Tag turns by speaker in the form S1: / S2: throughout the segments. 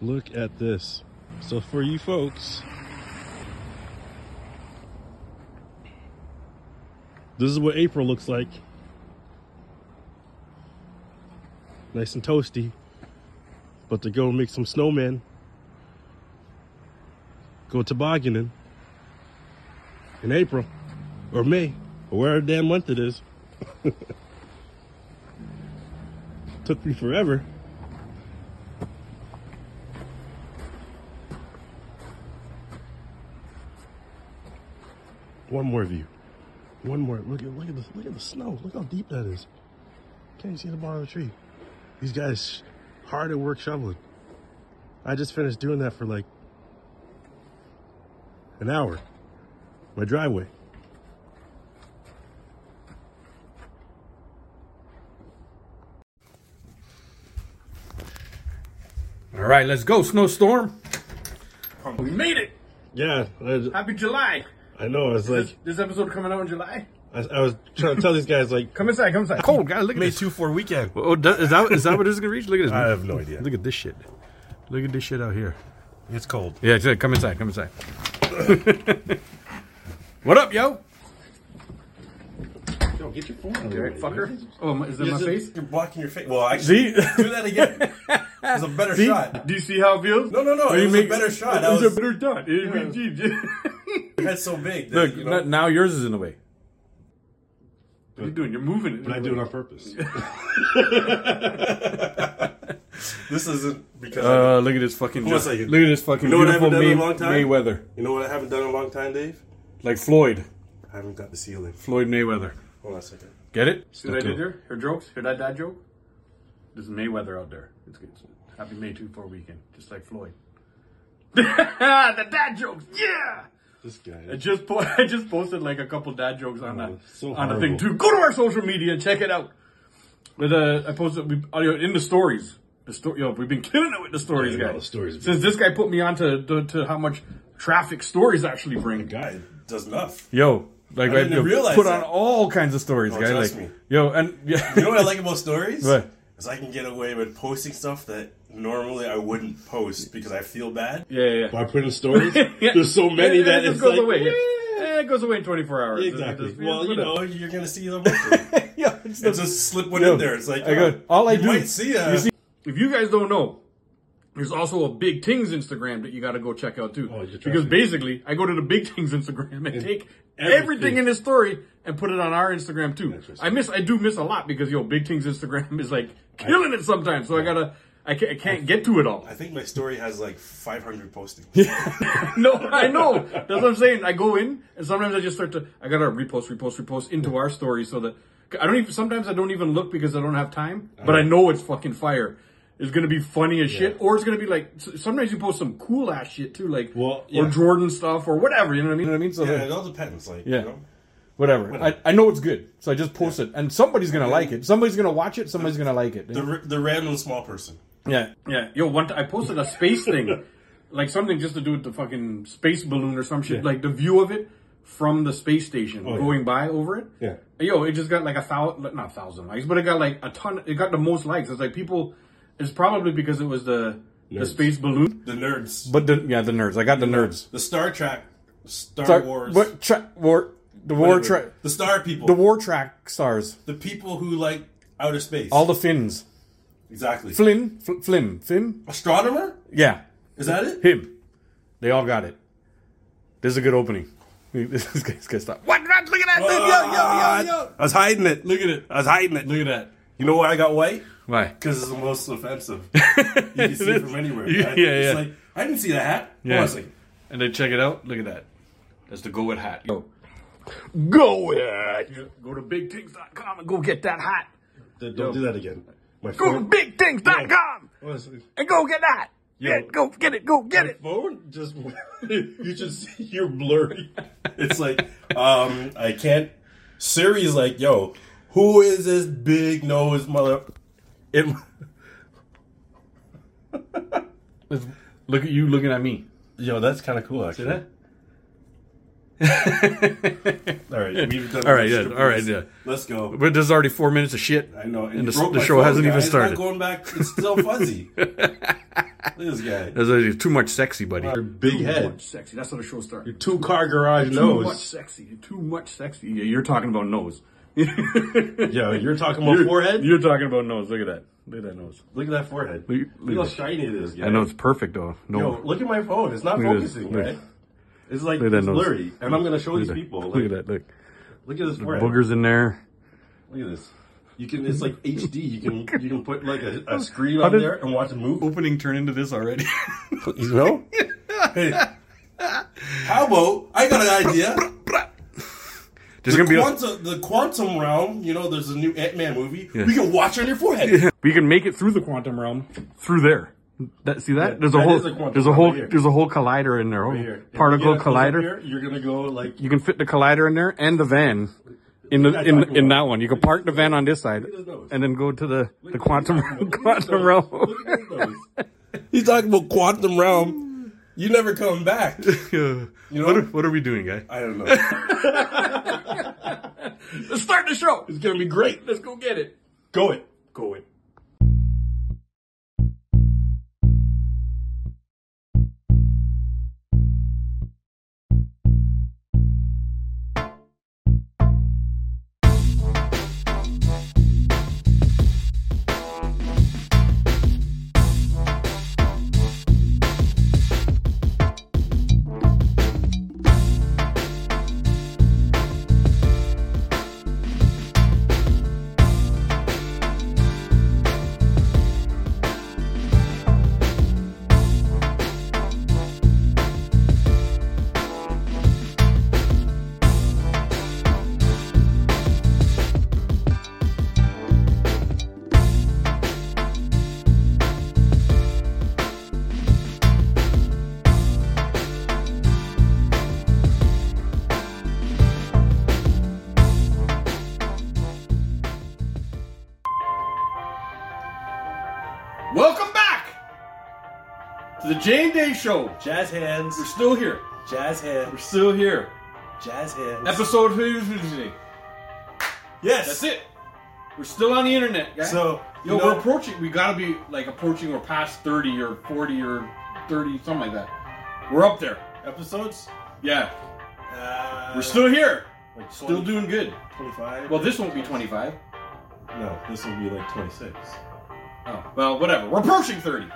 S1: Look at this. So for you folks, this is what April looks like. Nice and toasty. But to go make some snowmen, go tobogganing in April or May or wherever damn month it is. Took me forever. One more view. One more. Look at look at the look at the snow. Look how deep that is. Can't even see the bottom of the tree. These guys hard at work shoveling. I just finished doing that for like an hour. My driveway.
S2: All right, let's go, snowstorm.
S3: We made it!
S1: Yeah, I,
S3: Happy July!
S1: I know. I was like,
S3: This episode coming out in July.
S1: I, I was trying to tell these guys like,
S3: Come inside, come inside.
S2: Cold, God, look at
S4: May
S2: this.
S4: two four weekend.
S2: Oh, that- is that is that what this is gonna reach? Look at this.
S4: I
S2: man.
S4: have no idea.
S2: Look at this shit. Look at this shit out here.
S4: It's cold.
S2: Yeah, it's- come inside. Come inside. what up, yo?
S4: Yo, get your phone.
S3: Alright, fucker. Oh, my- is it my face?
S4: You're blocking your face. Well, actually, do that again. It's a better shot.
S3: Do you see how it feels?
S4: No, no, no. It was a better shot. I
S3: It's
S4: was
S3: a better shot. It is
S4: that's so big. That,
S2: Look,
S4: you know,
S2: n- now yours is in the way.
S3: What are you doing? You're moving it.
S1: I do it on purpose.
S4: this isn't because.
S2: Uh, look at this fucking.
S4: Hold on a second.
S2: Look at this fucking
S4: You know what I
S2: beautiful
S4: haven't done in
S2: May-
S4: a long time?
S2: Mayweather,
S4: you know what I haven't done in a long time, Dave?
S2: like Floyd,
S4: I haven't got the ceiling.
S2: Floyd Mayweather.
S4: Hold on a second.
S2: Get it?
S3: See what I did there? Her jokes? Her dad dad joke? This is Mayweather out there. It's good. Happy May 2 4 weekend. Just like Floyd. the dad jokes! Yeah!
S1: this
S3: I
S1: guy.
S3: just po- I just posted like a couple dad jokes on that
S1: it's Oh, so
S3: on the thing
S1: horrible.
S3: too. Go to our social media and check it out. With uh, I posted we, audio in the stories. The story, yo, we've been killing it with the stories,
S1: Yeah,
S3: guys.
S1: the stories.
S3: Since this guy put me on to, to, to how much traffic stories
S1: Oh
S3: actually bring.
S4: Guy does enough.
S2: Yo, like
S4: I didn't
S2: yo,
S4: realize
S2: put
S4: that.
S2: on all kinds of stories, guys. guy.
S4: trust
S2: Like,
S4: me.
S2: yo, and yeah,
S4: You know what I like about stories?
S2: What?
S4: Is I can get away with posting stuff that normally I wouldn't post because I feel bad.
S3: Yeah, yeah. yeah.
S1: By putting stories,
S3: Yeah.
S1: there's so many
S3: And- and
S1: that
S3: it
S1: it's
S3: just goes
S1: like,
S3: away. Yeah. Eh, It goes away in 24 hours.
S1: Exactly.
S3: It just-
S1: Well, you
S4: Oh,
S1: know.
S4: you're gonna see the monster.
S2: yo, it's
S4: and just slip one
S2: Yo,
S4: in there. It's like uh,
S2: I go, all I
S4: you
S2: do-
S4: might see uh, a
S2: you see-
S3: if you guys don't know, there's also a Big Things Instagram that you got to go check out too.
S1: Oh, you trust
S3: because
S1: me.
S3: basically, I go to the Big Things Instagram and, take everything.
S1: everything.
S3: in this story and put it on our Instagram too.
S1: trust
S3: I miss, I do miss a lot because yo, Big Things Instagram is like killing it sometimes. So I gotta, I can't, I can't get to it all.
S4: I think my story has like 500 postings.
S3: No, I know. That's what I'm saying. I go in, and sometimes I just start to. I gotta repost, repost, repost into our story so that I don't even. Sometimes I don't even look because I don't have time. But I
S2: Uh-huh.
S3: know it's fucking fire. It's gonna be funny as shit, or it's gonna be like. s- Sometimes you post some cool ass shit too, like
S1: Well,
S3: or
S1: yeah.
S3: Jordan stuff or whatever. You know what I mean?
S2: You know what I mean? So
S4: Yeah,
S2: like,
S4: it all depends. Like,
S2: Yeah.
S4: you know,
S2: whatever. I, I know it's good, so I just post it, and somebody's gonna like it. Somebody's gonna watch it. Somebody's gonna like it.
S4: the, r- the random small person.
S2: Yeah.
S3: Yeah, yo, one t- I posted a space thing, like something just to do with the fucking space balloon or some shit, like the view of it from the space station
S1: yeah.
S3: going by over it.
S1: Yeah.
S3: yo, it just got like a thousand, not a thousand likes, but it got like a ton. It got the most likes. It's like people. It's probably because it was the the
S1: Nerds.
S3: space balloon.
S4: The nerds.
S2: But the, yeah, the nerds. I got the nerds.
S4: The Star Trek, Star
S2: Sorry,
S4: Wars,
S2: What tra- war? The war
S4: whatever.
S2: track.
S4: the Star people,
S2: The
S4: the,
S2: war track stars.
S4: people who like outer space.
S2: All the Finns.
S4: exactly.
S2: Flynn. Fl- Flim. Finn.
S4: Astronomer?
S2: Yeah.
S4: Is that it?
S2: Him. They all got it. This is a good opening. This guy's gonna stop. What? Rod, Look at that thing. Yo, yo, yo, yo.
S4: Ah, I was hiding it.
S2: Look at it.
S4: I was hiding it.
S2: Look at that.
S4: You know why I got white?
S2: Why?
S4: Because it's the most offensive. you can see it from anywhere.
S2: Yeah,
S4: right?
S2: yeah,
S4: It's
S2: yeah.
S4: like, I didn't see the hat.
S2: Yeah.
S4: Honestly.
S2: And then check it out. Look at that. That's the go with hat. Yo.
S3: Go it. Go to bigthings.com and go get that hat.
S1: Don't do that again. My
S3: Go to
S1: phone.
S3: bigthings.com
S1: Honestly,
S3: and go get that.
S1: Yo.
S3: Yeah, go get it. Go get it.
S1: phone just you just see you're blurry.
S4: It's like, um, I can't. Siri's like, yo, who is this big nose mother? It,
S2: Look at you looking at me.
S4: yo, that's kind of cool, actually.
S2: that?
S1: All right, we've done.
S2: All right,
S1: this.
S2: yeah, all right, yeah.
S1: Let's go.
S2: But there's already four minutes of shit.
S1: I know,
S2: and,
S1: you
S2: the,
S1: broke
S2: the
S1: my
S2: show
S1: phone,
S2: hasn't
S1: guys.
S2: even
S1: It's not
S2: started.
S1: going back. It's still fuzzy. Look at this guy.
S2: There's already too much sexy, buddy.
S5: Your big
S3: Too
S5: head.
S3: much sexy. That's how the show starts.
S5: Your two car garage
S3: Too much
S5: nose.
S3: sexy. You're Too much sexy. Yeah, you're talking about nose.
S5: Yo, you're talking about forehead?
S3: You're talking about nose. Look at that. Look at that nose.
S1: Look at that forehead.
S2: Look-
S1: Look how
S2: look-
S1: shiny it is, guy.
S2: I know it's perfect though. No,
S1: Yo, look at my phone. It's not
S2: Look at this.
S1: focusing,
S2: Look.
S1: right? It's like
S2: Look at that
S1: it's
S2: nose.
S1: blurry, and I'm gonna show these
S2: look,
S1: people.
S2: look
S1: Like,
S2: at that. Look,
S1: Look at this forehead.
S2: boogers in there.
S1: Look at this. You can. It's like HD. You can. You can put like a, a screen
S2: How
S1: on
S2: did-
S1: there and watch a movie.
S2: Opening turn into this already.
S1: You know? hey, how about I got an idea?
S2: There's gonna be a,
S1: quantum, the quantum realm. You know, there's a new Ant Man movie.
S2: Yeah.
S1: We can watch on your forehead.
S2: we can make it through the quantum realm through there. That see that? there's a
S1: that
S2: whole
S1: is a quantum
S2: there's a
S1: realm
S2: whole
S1: right here.
S2: there's a whole collider in there. a whole
S1: Here. If you
S2: particle
S1: get a close up
S2: collider.
S1: here, you're gonna go like
S2: You can fit the collider in there and the van in the
S1: That's
S2: in
S1: not
S2: in
S1: cool.
S2: that one. You can park the van on this side
S1: his nose.
S2: and then go to the the quantum
S1: Look at his
S2: quantum
S1: nose.
S2: realm.
S1: Look at his nose. He's talking about quantum realm. You never come back.
S2: You
S1: know-
S2: what are, what are we doing, guy?
S1: I don't know.
S3: Let's start the show.
S1: It's gonna be great.
S3: Let's go get it.
S1: Go it. Go it.
S3: Welcome back to the Jane Day Show.
S1: Jazz hands.
S3: We're still here.
S1: Jazz
S3: We're
S1: hands.
S3: still here.
S1: Jazz hands.
S3: Episode who's today?
S1: yes.
S3: That's it. We're still on the internet, guys.
S1: So you
S3: Yo,
S1: know,
S3: we're approaching. We gotta be like approaching or past thirty or forty or thirty, something like that. We're up there.
S1: episodes.
S3: Yeah,
S1: Uh,
S3: we're still here.
S1: like 20,
S3: Still doing good.
S1: 25.
S3: Well, this won't be twenty-five.
S1: no, this will be like 26.
S3: Oh, well, whatever. We're approaching thirty,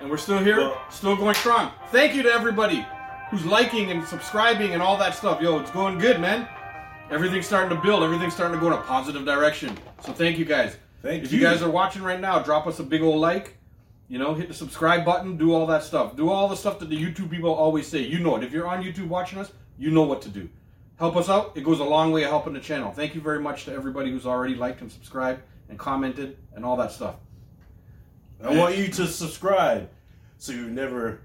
S3: and we're still here,
S1: Well-
S3: still going strong. Thank you to everybody who's liking and subscribing and all that stuff. Yo, it's going good, man. Everything's starting to build. Everything's starting to go in a positive direction. So thank you guys.
S1: Thank
S3: If you guys are watching right now, drop us a big old like. You know, hit the subscribe button, do all that stuff. Do all the stuff that the YouTube people always say. You know it. If you're on YouTube watching us, you know what to do. Help us out. It goes a long way of helping the channel. Thank you very much to everybody who's already liked and subscribed and commented and all that stuff.
S1: I want you to subscribe so you never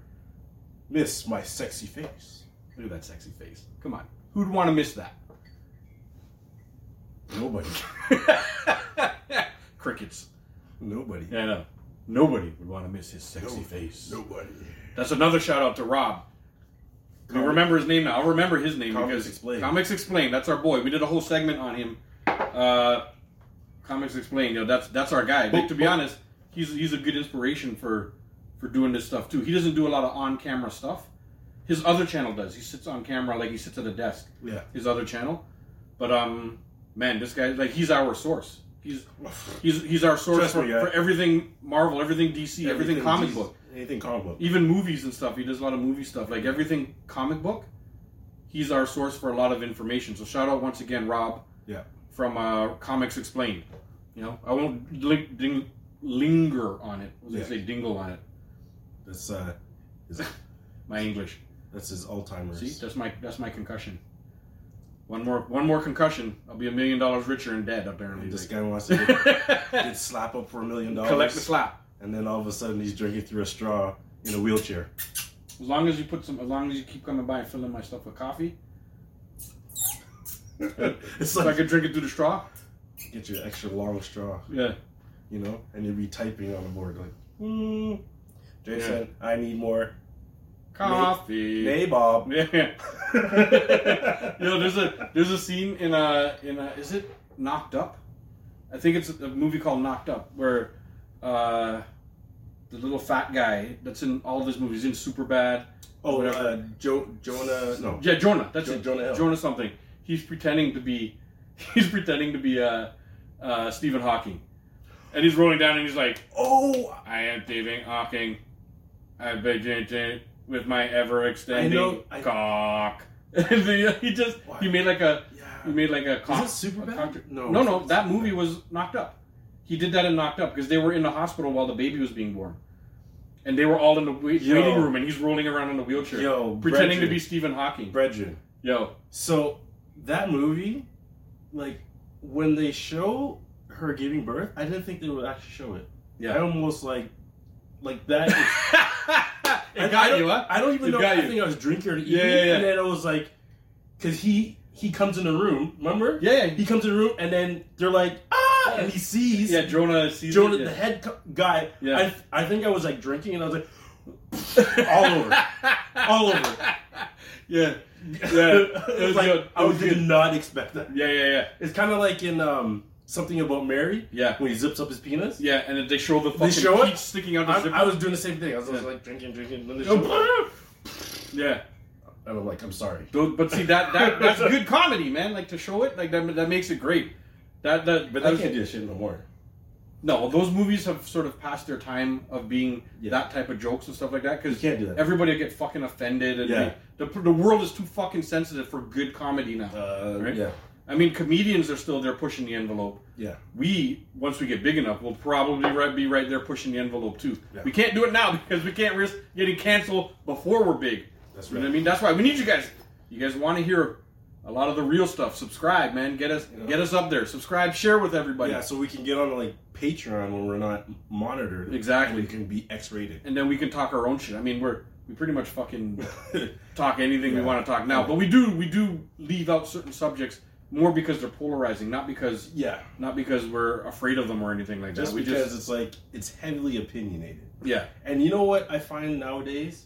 S1: miss my sexy face.
S3: Look at that sexy face. Come on. Who'd want to miss that?
S1: Nobody.
S3: Crickets.
S1: Nobody.
S3: Yeah, I know. Nobody would want to miss his sexy
S1: No-
S3: face.
S1: Nobody.
S3: That's another shout out to Rob. We
S1: Comic-
S3: remember his name now. I'll remember his name
S1: Comics
S3: because
S1: Explained.
S3: Comics Explain. That's our boy. We did a whole segment on him. Uh, Comics Explain. You know, that's that's our guy. But to be honest, he's he's a good inspiration for for doing this stuff too. He doesn't do a lot of on camera stuff. His other channel does. He sits on camera like he sits at a desk.
S1: Yeah.
S3: His other channel, but um, man, this guy like he's our source. He's he's he's our source
S1: Trust
S3: for,
S1: me, guy.
S3: for everything Marvel, everything DC, everything, comic
S1: DC
S3: book
S1: Anything comic book.
S3: even movies and stuff. He does a lot of movie stuff, like everything comic book. He's our source for a lot of information. So shout out once again, Rob
S1: Yeah.
S3: from uh, Comics Explained. You know, I won't link, ding, linger on it. I was gonna
S1: Yeah.
S3: say dingle on it.
S1: That's uh, his,
S3: My English.
S1: that's his Alzheimer's.
S3: See, that's my that's my concussion. One more one more concussion, I'll be a million dollars richer and dead apparently.
S1: This guy wants to get, get slap up for a million dollars.
S3: Collect the slap.
S1: and then all of a sudden he's drinking through a straw in a wheelchair.
S3: As long as you put some, as long as you keep coming by and filling my stuff with coffee,
S1: it's
S3: so I
S1: like
S3: could drink it through the straw.
S1: get your extra long straw,
S3: Yeah.
S1: you know, and you'll be typing on the board like, hmm. Jason,
S3: Yeah.
S1: I need more.
S3: Coffee.
S4: Hey, Bob.
S3: Yeah. you know, there's a there's a scene in a in a is it Knocked Up? I think it's a movie called Knocked Up where uh, the little fat guy that's in all of his movies in Super Bad.
S4: Oh, uh, jo- Jonah. No.
S3: Yeah, Jonah. That's
S4: Jo-
S3: it.
S4: Jonah Hill.
S3: Jonah something. He's pretending to be he's pretending to be uh, uh, Stephen Hawking, and he's rolling down and he's like,
S4: Oh,
S3: "I am Stephen Hawking. I begin with my ever
S4: I
S3: extending
S4: know- I-
S3: cock." And then he just he made like a he
S4: yeah.
S3: made like a cock.
S4: Is it
S3: a
S4: Superbad?
S3: cock-
S4: No.
S3: no, no. That movie was knocked up. He did that in Knocked Up because they were in the hospital while the baby was being born, and they were all in the wait-
S4: Yo.
S3: waiting room, and he's rolling around in a wheelchair,
S4: Yo,
S3: pretending to
S4: Brendan.
S3: be Stephen Hawking.
S4: Brethren.
S3: Yo,
S4: So that movie, like when they show her giving birth, I didn't think they would actually show it. I
S3: yeah.
S4: almost like, like that. I,
S3: it
S4: I
S3: got
S4: don't-
S3: you, huh?
S4: I don't even
S3: It
S4: know.
S3: got
S4: I
S3: you.
S4: think I was drinking or eating,
S3: Yeah, yeah, yeah.
S4: and then I was like, because he he comes in the room. Remember?
S3: Yeah, yeah.
S4: He comes in the room, and then they're like, ah, and he sees
S3: Yeah, Jonah sees
S4: Jonah,
S3: it, yeah.
S4: the head co- guy.
S3: Yeah.
S4: I, I think I was like drinking, and I was like, all over, all over.
S3: Yeah, yeah. It was
S4: like,
S3: good. It
S4: I
S3: was
S4: did
S3: good.
S4: not expect that.
S3: Yeah, yeah, yeah,
S4: It's kind of like in um, something about Mary.
S3: Yeah.
S4: When he zips up his penis.
S3: yeah. And then they show the fucking
S4: show it?
S3: peach sticking out the
S4: I,
S3: zipper.
S4: I was doing the same thing. I was just
S3: Yeah.
S4: like drinking, drinking, and then they
S3: Oh,
S4: show up.
S3: yeah.
S4: and I'm like, I'm sorry.
S3: Tho- But see that, that that's good comedy, man. Like to show it, like that that makes it great. That that but
S4: I
S3: those-
S4: can't do this shit no more.
S3: no, those movies have sort of passed their time of being
S4: Yeah.
S3: that type of jokes and stuff like that. Because
S4: You can't do that.
S3: Everybody will get fucking offended, and
S4: Yeah.
S3: the the world is too fucking sensitive for good comedy now.
S4: Uh,
S3: right?
S4: Yeah,
S3: I mean, comedians are still there pushing the envelope.
S4: yeah.
S3: we once we get big enough will probably right, be right there pushing the envelope too
S4: Yeah.
S3: we can't do it now because we can't risk getting canceled before we're big
S4: That's
S3: you know what
S4: right.
S3: i mean that's why we need you guys you guys want to hear a lot of the real stuff subscribe man get us get us up there subscribe share with everybody
S4: Yeah, so we can get on like Patreon when we're not monitored.
S3: Exactly.
S4: We can be X-rated.
S3: and then we can talk our own shit i mean we're we pretty much fucking talk anything we want to talk now but we do we do leave out certain subjects more because they're polarizing not because
S4: yeah.
S3: not because we're afraid of them or anything like
S4: Just
S3: that we
S4: because
S3: just
S4: it's like it's heavily opinionated.
S3: yeah
S4: And you know what I find nowadays?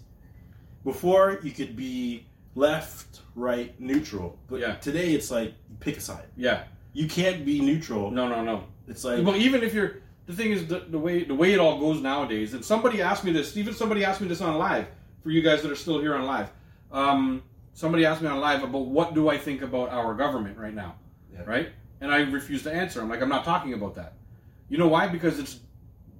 S4: Before you could be left, right, neutral, but
S3: Yeah.
S4: today it's like pick a side.
S3: yeah
S4: You can't be neutral.
S3: no no no
S4: It's like
S3: Well, even if you're the thing is the, the way the way it all goes nowadays, and somebody asked me this. Even somebody asked me this on live for you guys that are still here on live. Um, somebody asked me on live about what do I think about our government right now,
S4: Yeah.
S3: right? And I refused to answer. I'm like, I'm not talking about that. You know why? Because it's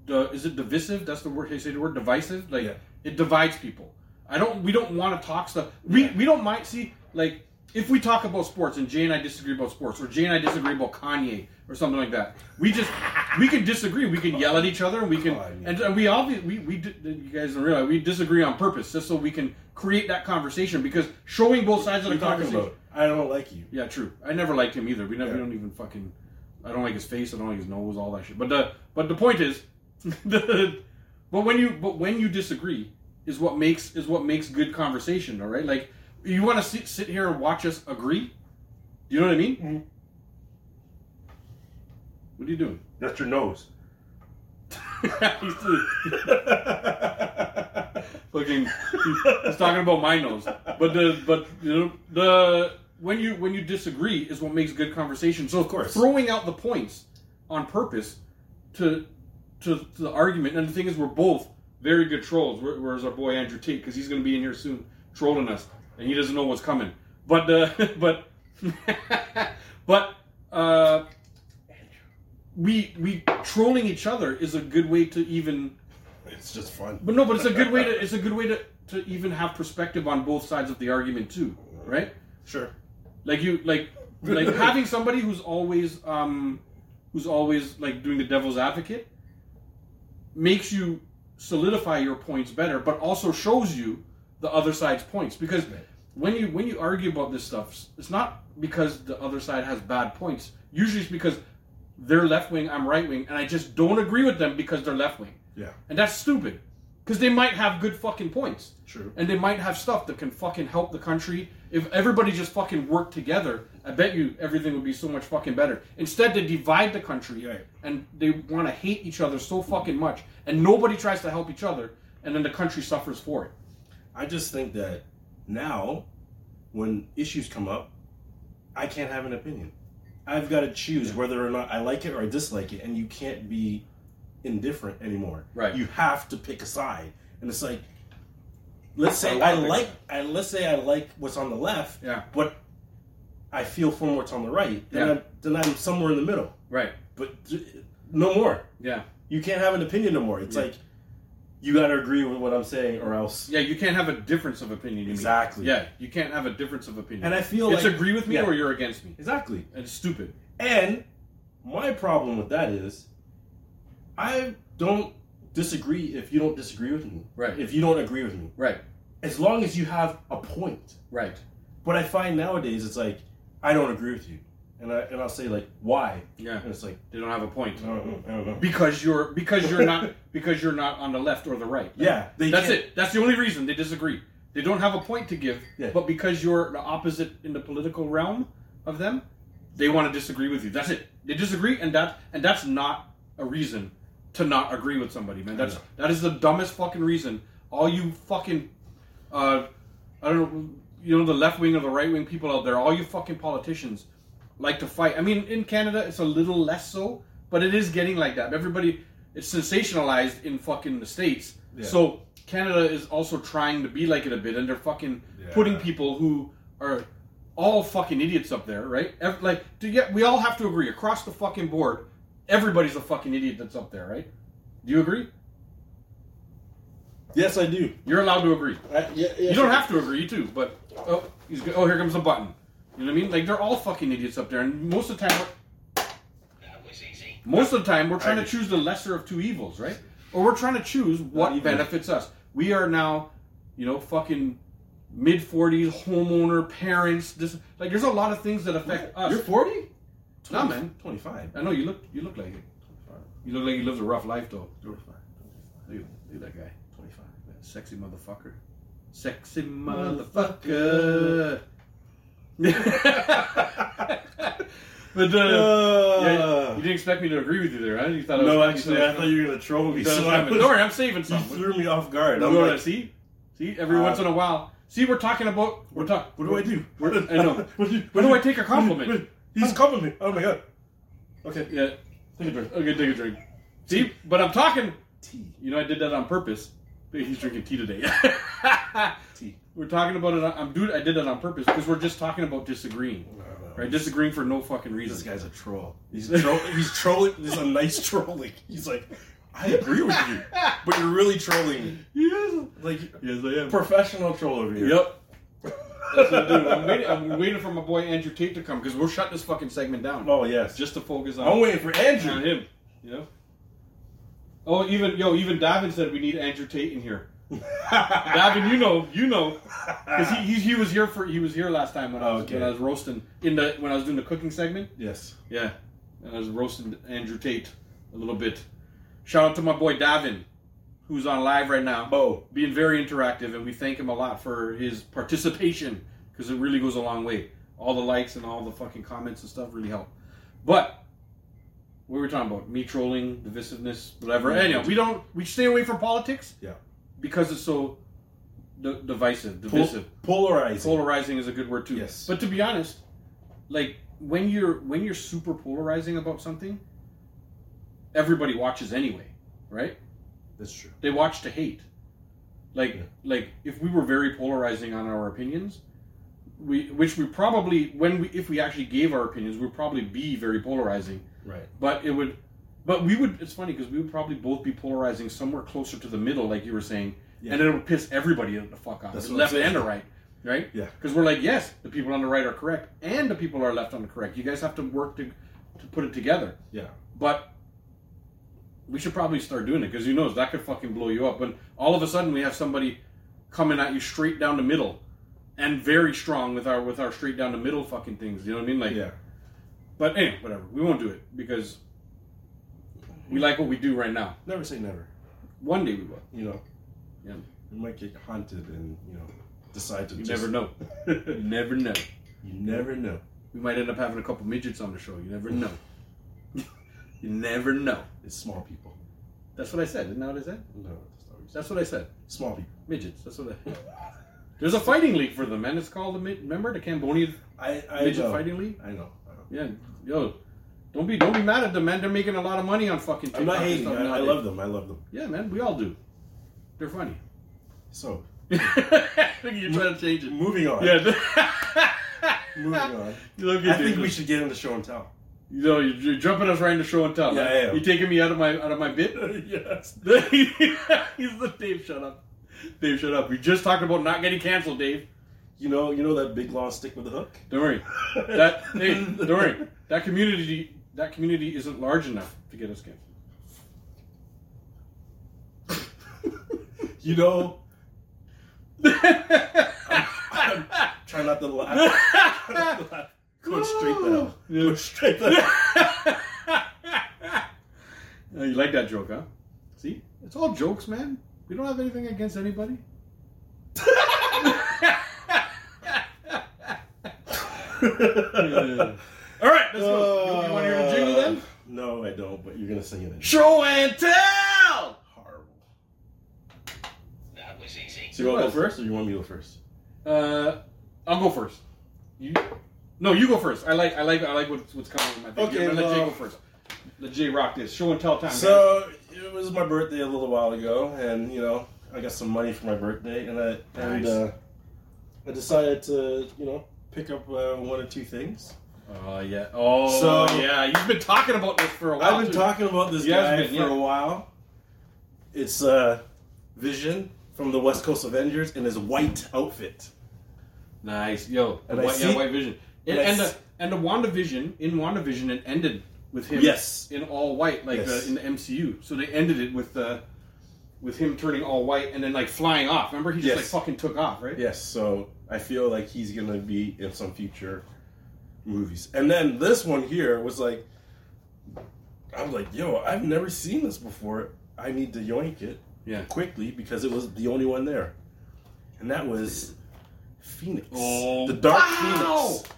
S3: the is it divisive? That's the word they say the word divisive. Like
S4: Yeah.
S3: it divides people. I don't. We don't want to talk stuff. We we don't mind. See, like if we talk about sports and Jay and I disagree about sports, or Jay and I disagree about Kanye or something like that, we just we can disagree. We
S4: Oh.
S3: can yell at each other, and we can
S4: Kanye.
S3: and, and we obviously we we di- you guys don't realize we disagree on purpose just so we can create that conversation because showing both sides of
S4: what are
S3: the
S4: you talking
S3: conversation.
S4: about? I don't like you.
S3: Yeah, true. I never liked him either. We never. We
S4: Yeah.
S3: don't even fucking. I don't like his face. I don't like his nose. All that shit. But the but the point is, the, but when you but when you disagree is what makes is what makes good conversation. All right, like you want to sit sit here and watch us agree. You know what I mean? What are you doing?
S4: That's your nose.
S3: he's fucking. He's talking about my nose. But the but you know, the when you when you disagree is what makes good conversation. So of
S4: course.
S3: throwing out the points on purpose to to, to the argument. And the thing is, we're both very good trolls. Where- Whereas our boy Andrew Tate, because he's going to be in here soon trolling us, and he doesn't know what's coming. But uh, but but uh, we we trolling each other is a good way to even.
S4: it's just fun.
S3: But no, but it's a good way to it's a good way to to even have perspective on both sides of the argument too, right?
S4: Sure.
S3: Like you like like having somebody who's always um who's always like doing the devil's advocate makes you solidify your points better, but also shows you the other side's points because when you when you argue about this stuff, it's not because the other side has bad points. Usually, it's because they're left wing, I'm right wing, and I just don't agree with them because they're left wing,
S4: Yeah.
S3: and that's stupid because they might have good fucking points
S4: True.
S3: and they might have stuff that can fucking help the country. If everybody just fucking worked together, I bet you everything would be so much fucking better. Instead, they divide the country
S4: Right.
S3: and they want to hate each other so fucking much, and nobody tries to help each other, and then the country suffers for it.
S4: I just think that now, when issues come up, I can't have an opinion. I've got to choose whether or not I like it or I dislike it, and you can't be indifferent anymore.
S6: Right.
S4: You have to pick a side, and it's like, let's say
S6: I
S4: I,
S6: wanna pick
S4: like, I, let's say I like what's on the left,
S6: Yeah.
S4: but I feel for what's on the right, then
S6: Yeah.
S4: I'm then I'm somewhere in the middle.
S6: Right.
S4: But j- no more.
S6: Yeah.
S4: You can't have an opinion no more. It's
S6: Yeah.
S4: like you got to agree with what I'm saying, or else.
S6: Yeah, you can't have a difference of opinion. You mean.
S4: Exactly.
S6: Yeah, you can't have a difference of opinion.
S4: And I feel
S6: it's
S4: like-
S6: agree with me
S4: yeah.
S6: or you're against me.
S4: Exactly.
S6: It's stupid.
S4: And my problem with that is, I don't disagree if you don't disagree with me.
S6: Right.
S4: If you don't agree with me,
S6: Right.
S4: as long as you have a point.
S6: Right.
S4: But I find nowadays it's like I don't agree with you, and I and I'll say like why,
S6: Yeah.
S4: and it's like
S6: They don't have a point
S4: I don't know, I don't know.
S6: because you're because you're not because you're not on the left or the right.
S4: Yeah, they
S6: That's
S4: can't-
S6: it. That's the only reason they disagree. They don't have a point to give,
S4: Yeah.
S6: but because you're the opposite in the political realm of them, they want to disagree with you. That's it. They disagree, and that and that's not a reason to not agree with somebody, man. That's that is the dumbest fucking reason. All you fucking, uh, I don't know, you know, the left wing or the right wing people out there. All you fucking politicians like to fight. I mean, in Canada, it's a little less so, but it is getting like that. Everybody, it's sensationalized in fucking the states. So Canada is also trying to be like it a bit, and they're fucking putting people who are all fucking idiots up there, right? Ev- like, to get, we all have to agree across the fucking board. Everybody's a fucking idiot that's up there, right? Do you agree?
S4: Yes, I do.
S6: You're allowed to agree.
S4: I, yeah,
S6: You don't have to agree too, but oh, he's go- oh, here comes the button. You know what I mean? Like they're all fucking idiots up there, and most of the time, we're- most of the time we're trying to choose the lesser of two evils, right? Or we're trying to choose what benefits us. We are now, you know, fucking mid forties, homeowner, parents. This like there's a lot of things that affect us.
S4: You're forty.
S6: Nah, man.
S4: Twenty five.
S6: I know you look you look like it. You look like you lived a rough life though.
S4: Twenty five.
S6: Look at- look at that guy.
S4: Twenty five.
S6: Sexy motherfucker. Sexy motherfucker. but uh, yeah, you didn't expect me to agree with you there, right? You thought I was
S4: no,
S6: you
S4: actually,
S6: thought
S4: I thought you were gonna troll me.
S6: you thought I
S4: So
S6: was
S4: I
S6: coming.
S4: was,
S6: Don't worry, I'm saving
S4: you
S6: something.
S4: threw me off guard.
S6: No,
S4: I'm
S6: no,
S4: like,
S6: no, see, see, every
S4: Uh,
S6: once in a while. See, we're talking about we're talking.
S4: What do I do? Where,
S6: I know. Where do I take a compliment?
S4: He's a compliment. Oh my god. Okay.
S6: Yeah,
S4: Take a drink.
S6: okay, take a drink. See, but I'm talking.
S4: Tea.
S6: You know, I did that on purpose. He's drinking tea today.
S4: Tea.
S6: we're talking about it. on- I'm dude. I did that on purpose because we're just talking about disagreeing. Right, disagreeing for no fucking
S4: This
S6: reason.
S4: guy's a troll. He's a troll. he's trolling. This is a nice trolling. He's like, I agree with you, but you're really trolling me.
S6: Yes,
S4: Like
S6: yes, I am.
S4: professional troll over here.
S6: Yep. That's what I do. I'm waiting, I'm waiting for my boy Andrew Tate to come because we'll shut this fucking segment down
S4: Oh yes.
S6: just to focus
S4: I'm
S6: on,
S4: waiting for
S6: on
S4: Andrew.
S6: him. You know. Oh, even yo, even Davin said we need Andrew Tate in here. Davin, you know, you know, because he, he he was here for he was here last time when I was
S4: Okay.
S6: when I was roasting in the when I was doing the cooking segment.
S4: yes.
S6: Yeah, and I was roasting Andrew Tate a little bit. Shout out to my boy Davin, who's on live right now.
S4: Bo.
S6: being very interactive, and we thank him a lot for his participation because it really goes a long way. All the likes and all the fucking comments and stuff really help. But what were we talking about? Me trolling, divisiveness, whatever. Anyhow, we don't we stay away from politics
S4: Yeah.
S6: because it's so d- divisive,
S4: Pol-
S6: divisive
S4: polarizing.
S6: polarizing is a good word too.
S4: Yes.
S6: But to be honest, like when you're when you're super polarizing about something, everybody watches anyway, right?
S4: That's true.
S6: They watch to hate. Like like if we were very polarizing on our opinions, we which we probably when we if we actually gave our opinions, we'd probably be very polarizing.
S4: Right.
S6: But it would, but we would. It's funny because we would probably both be polarizing somewhere closer to the middle, like you were saying, and it would piss everybody the fuck off,
S4: That's
S6: the
S4: what I'm
S6: left
S4: saying.
S6: and the right, right?
S4: Yeah.
S6: Because we're like, yes, the people on the right are correct, and the people are left on the correct. You guys have to work to to put it together.
S4: Yeah.
S6: But we should probably start doing it because who knows that could fucking blow you up. When all of a sudden we have somebody coming at you straight down the middle, and very strong with our with our straight down the middle fucking things. You know what I mean? Like,
S4: Yeah.
S6: but anyway, whatever. We won't do it because we like what we do right now.
S4: Never say never.
S6: One day we will.
S4: You know.
S6: Yeah.
S4: You might get haunted and you know decide to.
S6: You
S4: just,
S6: never know. You never know.
S4: You never know.
S6: We might end up having a couple midgets on the show. You never know. you never know.
S4: It's small people.
S6: That's what I said. Isn't that what I said?
S4: No, that's not what categories. That's what I said. Small people. Midgets. That's what I.
S6: There's a fighting league for them, and it's called the mid- remember the Cambodian
S4: I, I
S6: midget
S4: know.
S6: fighting league.
S4: I know. I know.
S6: Yeah, yo, don't be don't be mad at them, man. They're making a lot of money on fucking. TikTok
S4: I'm not
S6: and
S4: hating.
S6: stuff
S4: I, I
S6: nowadays.
S4: love them. I love them.
S6: Yeah, man, we all do. They're funny.
S4: So
S6: Look at you trying to change it.
S4: moving on.
S6: Yeah.
S4: Moving on.
S6: Look at
S4: I think
S6: you.
S4: we should get into show and tell.
S6: You know, you're, you're jumping us right into show and tell.
S4: Yeah,
S6: man.
S4: I am.
S6: You taking me out of my out of my bit?
S4: yes.
S6: He's the Dave. Shut up, Dave. Shut up. We just talked about not getting canceled, Dave.
S4: You know. You know that big long stick with the hook.
S6: Don't worry. That hey, don't worry. That community that community isn't large enough to get us canceled.
S4: You know. Try not to laugh. Go straight down. Go straight down.
S6: Uh, you like that joke, huh? See, it's all jokes, man. We don't have anything against anybody. All right, let's go. You, you want to hear the jingle then?
S4: Uh, No, I don't. But you're gonna sing it. In.
S6: Show and tell.
S4: Horrible.
S7: That was easy.
S4: So you want to go first, or you want me to go first?
S6: Uh, I'll go first. You, no, you go first. I like, I like, I like what's, what's coming in my thing.
S4: Okay,
S6: Yeah, let Jay
S4: well-
S6: go first. Let Jay rock this. Show and tell time. guys.
S4: So it was my birthday a little while ago, and you know I got some money for my birthday, and I and
S6: Nice.
S4: uh, I decided to you know pick up uh, one or two things.
S6: Oh yeah. Oh
S4: So-
S6: yeah. You've been talking about this for a while.
S4: I've been
S6: too.
S4: talking about this
S6: He has
S4: guy
S6: been,
S4: for
S6: yeah.
S4: a while. It's uh, Vision from the West Coast Avengers in his white outfit.
S6: Nice, yo.
S4: And
S6: the
S4: I
S6: white, yeah,
S4: see-
S6: white vision. And,
S4: and I
S6: and,
S4: s-
S6: the, and the WandaVision in WandaVision it ended with him.
S4: Yes.
S6: In all white, like
S4: Yes.
S6: the, in the MCU. So they ended it with the. With him turning all white and then like flying off. Remember, he just
S4: Yes.
S6: like fucking took off, right?
S4: Yes, so I feel like he's gonna be in some future movies. And then this one here was like, I'm like, yo, I've never seen this before. I need to yoink it
S6: Yeah.
S4: quickly because it was the only one there, and that was Phoenix,
S6: Oh,
S4: the Dark
S6: wow!
S4: Phoenix,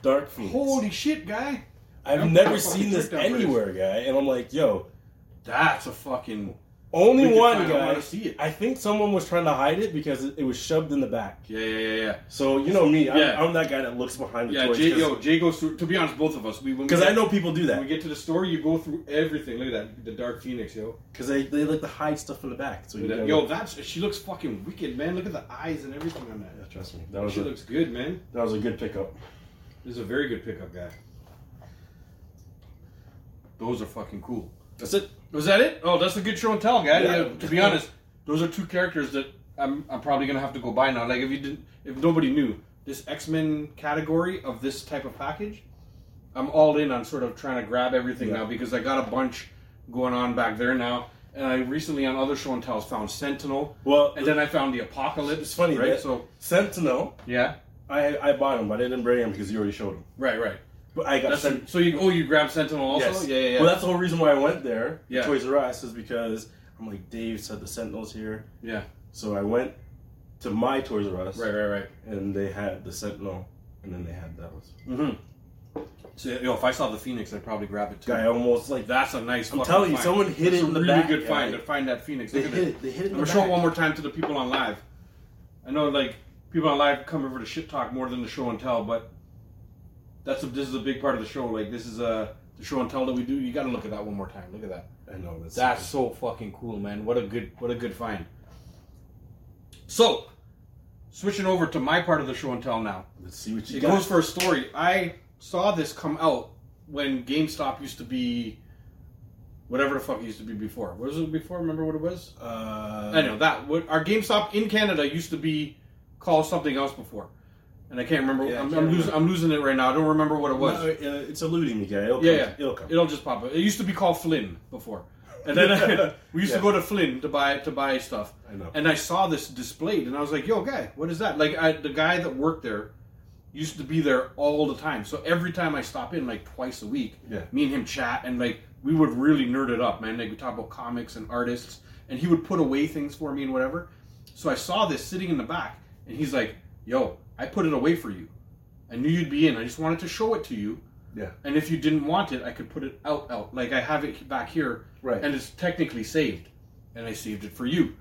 S4: Dark Phoenix.
S6: Holy shit, guy!
S4: I've
S6: I'm
S4: never
S6: fucking
S4: seen this
S6: tricked out for this.
S4: anywhere, guy. And I'm like, yo,
S6: That's a fucking
S4: only
S6: We can
S4: one
S6: find out
S4: guy.
S6: where to see it.
S4: I think someone was trying to hide it because it, it was shoved in the back.
S6: yeah, yeah, yeah, yeah.
S4: So you know me, I'm,
S6: Yeah.
S4: I'm that guy that looks behind the
S6: Yeah,
S4: toys.
S6: Jay,
S4: 'cause-
S6: yo, Jay goes through. To be honest, both of us, we when we
S4: Because I
S6: get-
S4: know people do
S6: when we
S4: that.
S6: get to the store, you go through everything. Look at that, the Dark Phoenix, yo.
S4: Because they, they like to hide stuff in the back. So you
S6: Look at that.
S4: gotta-
S6: Yo, that's she looks fucking wicked, man. Look at the eyes and everything on that.
S4: yeah, trust me, that was
S6: She
S4: a,
S6: looks good, man.
S4: that was a good pickup.
S6: This is a very good pickup guy. Those are fucking cool.
S4: That's it.
S6: Was that it? Oh, that's a good show and tell, guy.
S4: Yeah.
S6: Yeah, to be honest, those are two characters that I'm, I'm probably gonna have to go buy now. Like if you didn't, if nobody knew this X Men category of this type of package, I'm all in on sort of trying to grab everything
S4: Yeah.
S6: now because I got a bunch going on back there now. And I recently on other show and tells found Sentinel.
S4: Well,
S6: and then I found the Apocalypse.
S4: It's funny,
S6: right?
S4: that-
S6: So
S4: Sentinel,
S6: yeah,
S4: I I bought him, but I didn't bring him because you already showed him.
S6: right, right.
S4: But I got
S6: That's
S4: Sentinel.
S6: so you oh you grab Sentinel also?
S4: Yes.
S6: Yeah, yeah, yeah.
S4: Well, that's the whole reason why I went there,
S6: Yeah.
S4: Toys R Us, is because I'm like Dave said the Sentinels here,
S6: yeah.
S4: so I went to my Toys R Us,
S6: Right, right, right.
S4: and they had the Sentinel, and then they had that was
S6: Mm-hmm. So yo, if I saw the Phoenix, I'd probably grab it too.
S4: guy almost like
S6: That's a nice.
S4: I'm
S6: fucking
S4: telling you,
S6: find.
S4: someone hit
S6: That's
S4: it
S6: a
S4: in the
S6: really
S4: back,
S6: good find
S4: guy.
S6: to find that Phoenix.
S4: They
S6: Look at
S4: hit
S6: it.
S4: it. They hit it.
S6: I'm
S4: In
S6: gonna
S4: the
S6: show it
S4: back.
S6: one more time to the people on live. I know, like people on live come over to shit talk more than the show and tell, but that's a, this is a big part of the show. Like this is a the show and tell that we do. You got to look at that one more time. Look at that.
S4: I know that's
S6: That's so fucking cool, man. What a good what a good find. So, switching over to my part of the show and tell now.
S4: Let's see what you
S6: It
S4: got.
S6: goes for a story. I saw this come out when GameStop used to be whatever the fuck it used to be before. What was it before? Remember what it was?
S4: uh,
S6: I know that what, our GameStop in Canada used to be called something else before, and I can't remember.
S4: Yeah, I
S6: I'm,
S4: can't
S6: I'm losing. I'm losing it right now. I don't remember what it was.
S4: No, uh, it's eluding me, guy. It'll
S6: yeah,
S4: come.
S6: yeah,
S4: It'll come.
S6: It'll just pop up. It used to be called Flynn before, and then we used
S4: Yeah.
S6: to go to Flynn to buy to buy stuff.
S4: I know.
S6: And I saw this displayed, and I was like, "Yo, guy, what is that?" Like I, the guy that worked there used to be there all the time. So every time I stop in, like twice a week,
S4: Yeah.
S6: me and him chat, and like we would really nerd it up, man. Like we talk about comics and artists, and he would put away things for me and whatever. So I saw this sitting in the back, and he's like, "Yo, I put it away for you. I knew you'd be in. I just wanted to show it to you."
S4: yeah.
S6: And if you didn't want it, I could put it out, out. Like I have it back here,
S4: Right.
S6: and it's technically saved, and I saved it for you.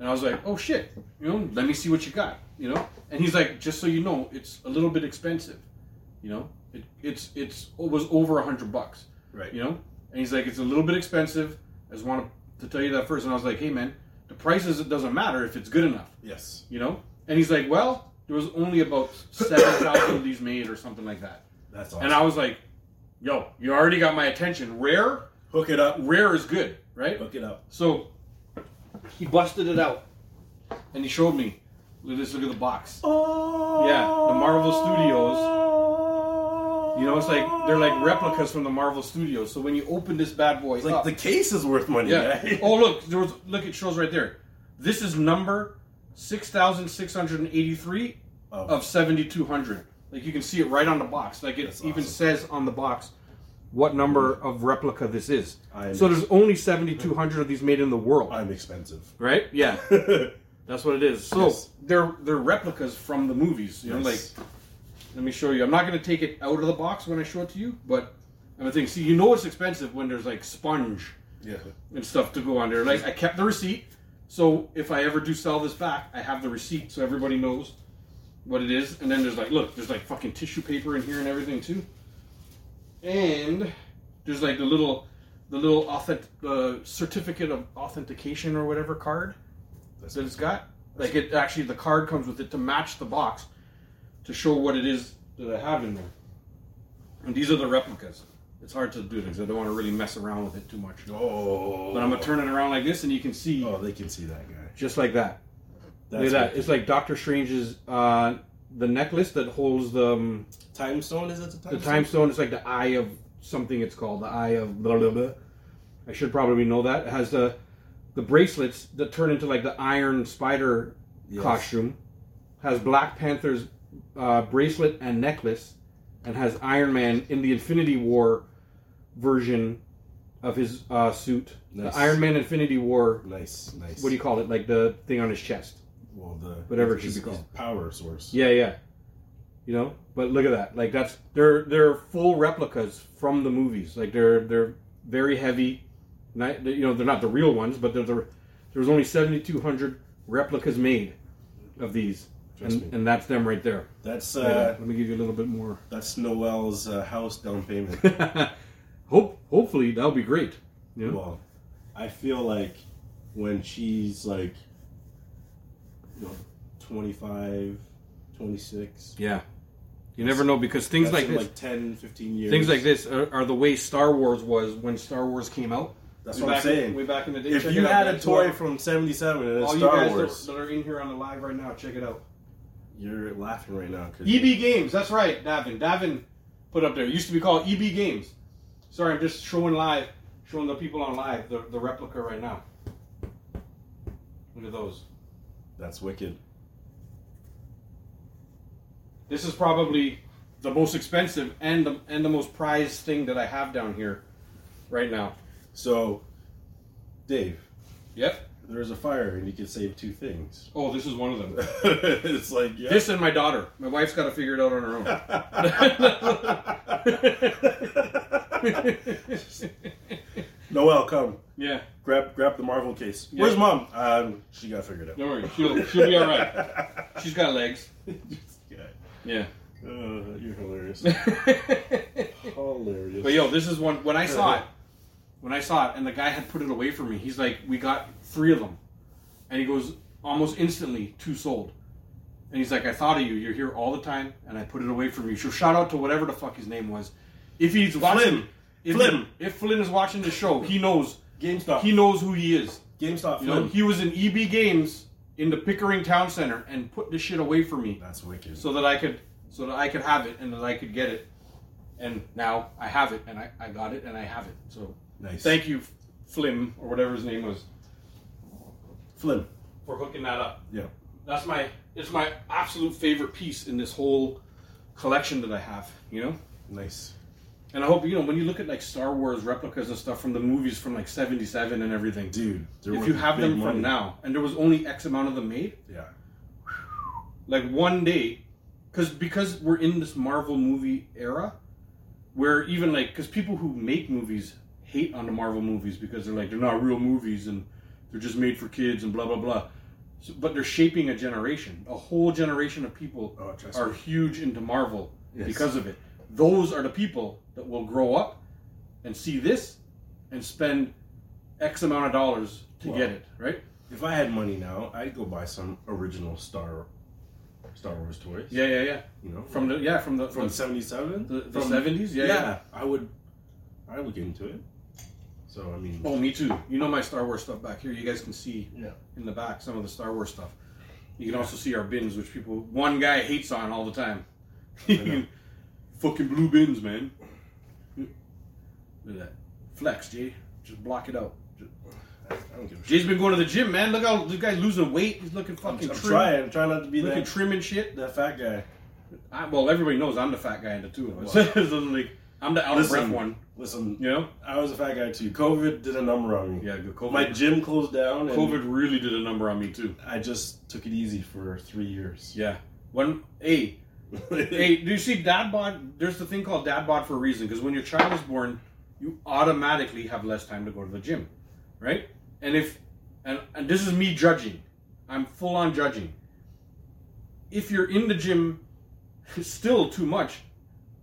S6: And I was like, oh shit, you know, let me see what you got, you know. And he's like, just so you know, it's a little bit expensive, you know. It, it's it's it was over a hundred bucks,
S4: Right.
S6: You know. And he's like, it's a little bit expensive. I just want to tell you that first. And I was like, hey man, the prices it doesn't matter if it's good enough,
S4: Yes.
S6: you know. And he's like, well, there was only about seven thousand of these made or something like that.
S4: That's awesome.
S6: And I was like, yo, you already got my attention. Rare,
S4: hook it up.
S6: rare is good, right?
S4: Hook it up.
S6: So he busted it out and he showed me. Look at this, look at the box.
S4: Oh.
S6: Yeah, the Marvel Studios. You know, it's like they're like replicas from the Marvel Studios. So when you open this bad boy,
S4: Like
S6: up-
S4: the case is worth money.
S6: yeah.
S4: right?
S6: oh look, there was look it shows right there. This is number six thousand six hundred and eighty three
S4: Oh.
S6: of seventy two hundred. Like you can see it right on the box. Like it
S4: That's
S6: even
S4: awesome.
S6: says on the box what number of replica this is.
S4: I'm-
S6: so there's only seventy two hundred of these made in the world.
S4: I'm expensive.
S6: Right? Yeah. That's what it is. So
S4: Yes.
S6: they're they're replicas from the movies. You know,
S4: Yes.
S6: like let me show you. I'm not gonna take it out of the box when I show it to you, but I'm gonna think see you know it's expensive when there's like sponge
S4: Yeah.
S6: and stuff to go on there. Like I kept the receipt. So if I ever do sell this back, I have the receipt so everybody knows what it is. And then there's like look, there's like fucking tissue paper in here and everything too. And there's like the little the little authentic uh, certificate of authentication or whatever card that it's got. Like it actually, the card comes with it to match the box to show what it is that I have in there. And these are the replicas. It's hard to do it because I don't want to really mess around with it too much.
S4: Oh.
S6: But I'm gonna turn it around like this, and you can see
S4: Oh, they can see that guy.
S6: just like that.
S4: That's
S6: Look at that.
S4: wicked.
S6: It's like Doctor Strange's uh, the necklace that holds the um,
S4: time stone. Is it the time?
S6: the time stone. It's like the eye of something. It's called the eye of blah blah blah. I should probably know that. It has the the bracelets that turn into like the iron spider
S4: Yes.
S6: costume. Has Black Panther's uh, bracelet and necklace, and has Iron Man in the Infinity War version of his uh, suit.
S4: Nice.
S6: The Iron Man Infinity War.
S4: Nice. Nice.
S6: What do you call it? Like the thing on his chest.
S4: Well, the
S6: Whatever it should
S4: his-
S6: be called.
S4: his Power source.
S6: Yeah, yeah. You know, but look at that. Like that's they're they're full replicas from the movies. Like they're they're very heavy. Not, you know, they're not the real ones, but they're the there's only 7200 replicas made of these.
S4: Trust
S6: And,
S4: me.
S6: and that's them right there.
S4: That's
S6: Wait,
S4: uh,
S6: let me give you a little bit more.
S4: that's Noel's uh, house down payment.
S6: Hope hopefully that'll be great. You know?
S4: well, I feel like when she's like, you know, 25, 26.
S6: yeah. You never know because things
S4: that's
S6: like
S4: in
S6: this,
S4: like 10, 15 years.
S6: things like this are, are the way Star Wars was when Star Wars came out.
S4: That's
S6: Way
S4: what I'm
S6: back in-
S4: saying.
S6: way back in the day.
S4: If
S6: check
S4: you
S6: it out,
S4: had a
S6: guys.
S4: toy from 77 and it's
S6: All you
S4: Star
S6: guys that-
S4: Wars,
S6: that are in here on the live right now, check it out.
S4: you're laughing right now. 'cause
S6: EB Games, that's right, Davin. Davin put up there. It used to be called EB Games. Sorry, I'm just showing live, showing the people on live the, the replica right now. Look at those.
S4: That's wicked.
S6: This is probably the most expensive and the and the most prized thing that I have down here right now.
S4: So, Dave,
S6: Yep.
S4: there's a fire and you can save two things.
S6: Oh, this is one of them.
S4: it's like, yeah.
S6: This and my daughter. My wife's got to figure it out on her own.
S4: Noel, come.
S6: yeah,
S4: Grab grab the Marvel case.
S6: Yeah.
S4: Where's mom? Um, she got figured out.
S6: don't worry. She'll, she'll be all right. She's got legs.
S4: Yeah.
S6: Yeah.
S4: Uh, you're hilarious.
S6: but
S4: hilarious.
S6: yo, this is one. When I saw it, when I saw it, and the guy had put it away for me, he's like, "We got three of them," and he goes almost instantly two sold. And he's like, "I thought of you. You're here all the time, and I put it away from you." So shout out to whatever the fuck his name was. If he's watching,
S4: Flynn.
S6: If,
S4: Flynn.
S6: if Flynn is watching the show, he knows.
S4: GameStop.
S6: He knows who he is.
S4: GameStop.
S6: You know,
S4: Flynn.
S6: he was in EB Games in the Pickering Town Center and put this shit away for me
S4: That's wicked.
S6: so that I could so that I could have it and that I could get it. And now I have it and I, I got it and I have it. So
S4: nice.
S6: thank you, Flim or whatever his name was,
S4: Flynn.
S6: for hooking that up.
S4: Yeah.
S6: That's my it's my absolute favorite piece in this whole collection that I have, you know?
S4: Nice.
S6: And I hope you know when you look at like Star Wars replicas and stuff from the movies from like seventy seven and everything.
S4: Dude. they're
S6: if
S4: worth
S6: you have
S4: big
S6: them
S4: money.
S6: from now and there was only X amount of them made,
S4: Yeah.
S6: like one day because because we're in this marvel movie era where even like because people who make movies hate on the marvel movies because they're like they're not real movies and they're just made for kids and blah blah blah So, but they're shaping a generation. A whole generation of people
S4: Oh, trust
S6: are
S4: me.
S6: huge into Marvel
S4: Yes.
S6: because of it. Those are the people that will grow up and see this and spend X amount of dollars to
S4: Well,
S6: get it, right?
S4: If I had money now, I'd go buy some original Star Star Wars toys.
S6: Yeah, yeah, yeah.
S4: you know,
S6: From the yeah, from the
S4: from
S6: from
S4: seventy seven.
S6: the the seventies, yeah,
S4: Yeah,
S6: yeah.
S4: I would. I would get into it. So I mean,
S6: Oh, me too. You know my Star Wars stuff back here. You guys can see
S4: yeah,
S6: in the back some of the Star Wars stuff. You can also see our bins, which people one guy hates on all the time.
S4: know.
S6: Fucking blue bins, man. Look at that. Flex, Jay. Just block it out.
S4: I, I don't give a shit.
S6: Jay's been going to the gym, man. Look how this guy's losing weight. He's looking
S4: I'm,
S6: fucking
S4: I'm
S6: trim.
S4: trying. I'm trying not to be
S6: Looking
S4: that
S6: trim and shit.
S4: that fat guy.
S6: I, well, everybody knows I'm the fat guy in the two of us. So, like, I'm the out of breath
S4: Listen,
S6: one.
S4: listen.
S6: You know?
S4: I was a fat guy too. COVID did a number on me.
S6: Yeah, good. COVID,
S4: My gym closed down. And
S6: COVID really did a number on me too.
S4: I just took it easy for three years.
S6: Yeah. When hey, hey, do you see dad bod? There's the thing called dad bod for a reason because when your child is born, you automatically have less time to go to the gym, right? And if and and this is me judging, I'm full on judging. If you're in the gym, still too much.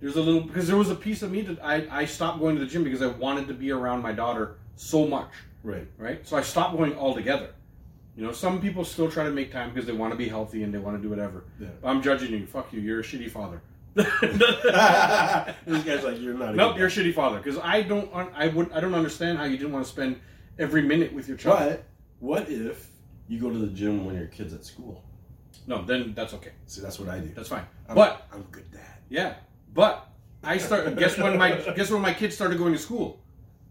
S6: There's a little because there was a piece of me that I I stopped going to the gym because I wanted to be around my daughter so much
S4: right.
S6: right? So I stopped going altogether. You know, some people still try to make time because they want to be healthy and they want to do whatever.
S4: Yeah.
S6: I'm judging you. Fuck you. You're a shitty father.
S4: this guy's like, you're not. a
S6: nope,
S4: good
S6: you're a shitty father because I don't. un- I would. I don't understand how you didn't want to spend every minute with your child.
S4: But what if you go to the gym when your kid's at school?
S6: No, then that's okay.
S4: See, that's what I do.
S6: That's fine.
S4: I'm,
S6: But
S4: I'm a good dad.
S6: Yeah, but I start. guess when my guess when my kids started going to school,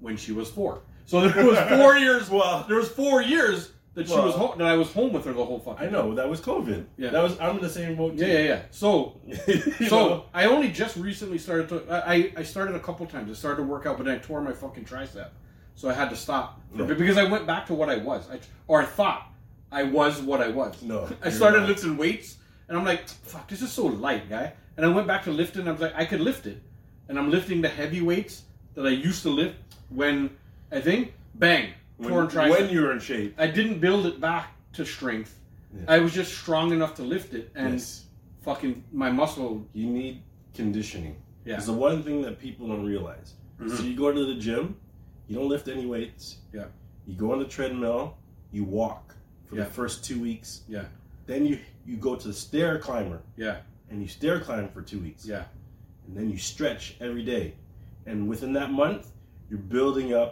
S6: when she was four. So there was four years.
S4: Well-
S6: there was four years that she
S4: Well-
S6: was home. That I was home with her the whole fucking.
S4: I know that was COVID.
S6: Yeah.
S4: that was. I'm in the same boat.
S6: Yeah, yeah, yeah. So
S4: yeah.
S6: so I only just recently started to. I, I- I started a couple times. I started to work out, but then I tore my fucking tricep, so I had to stop for-
S4: Yeah.
S6: because I went back to what I was. I or I thought I was what I was.
S4: No,
S6: I
S4: you're
S6: started
S4: not.
S6: lifting weights, and I'm like, fuck, this is so light, guy. And I went back to lifting. and I was like, I could lift it, and I'm lifting the heavy weights that I used to lift when I think bang torn
S4: when,
S6: tricep.
S4: when you're in shape.
S6: I didn't build it back to strength.
S4: Yeah.
S6: I was just strong enough to lift it, and
S4: yes,
S6: fucking my muscle.
S4: you need conditioning.
S6: Yeah. Mm-hmm.
S4: It's the one thing that people don't realize. So you go to the gym, you don't lift any weights.
S6: Yeah.
S4: You go on the treadmill, you walk for
S6: Yeah.
S4: the first two weeks.
S6: Yeah.
S4: Then you you go to the stair climber
S6: Yeah,
S4: and you stair climb for two weeks.
S6: yeah.
S4: and then you stretch every day. And within that month, you're building up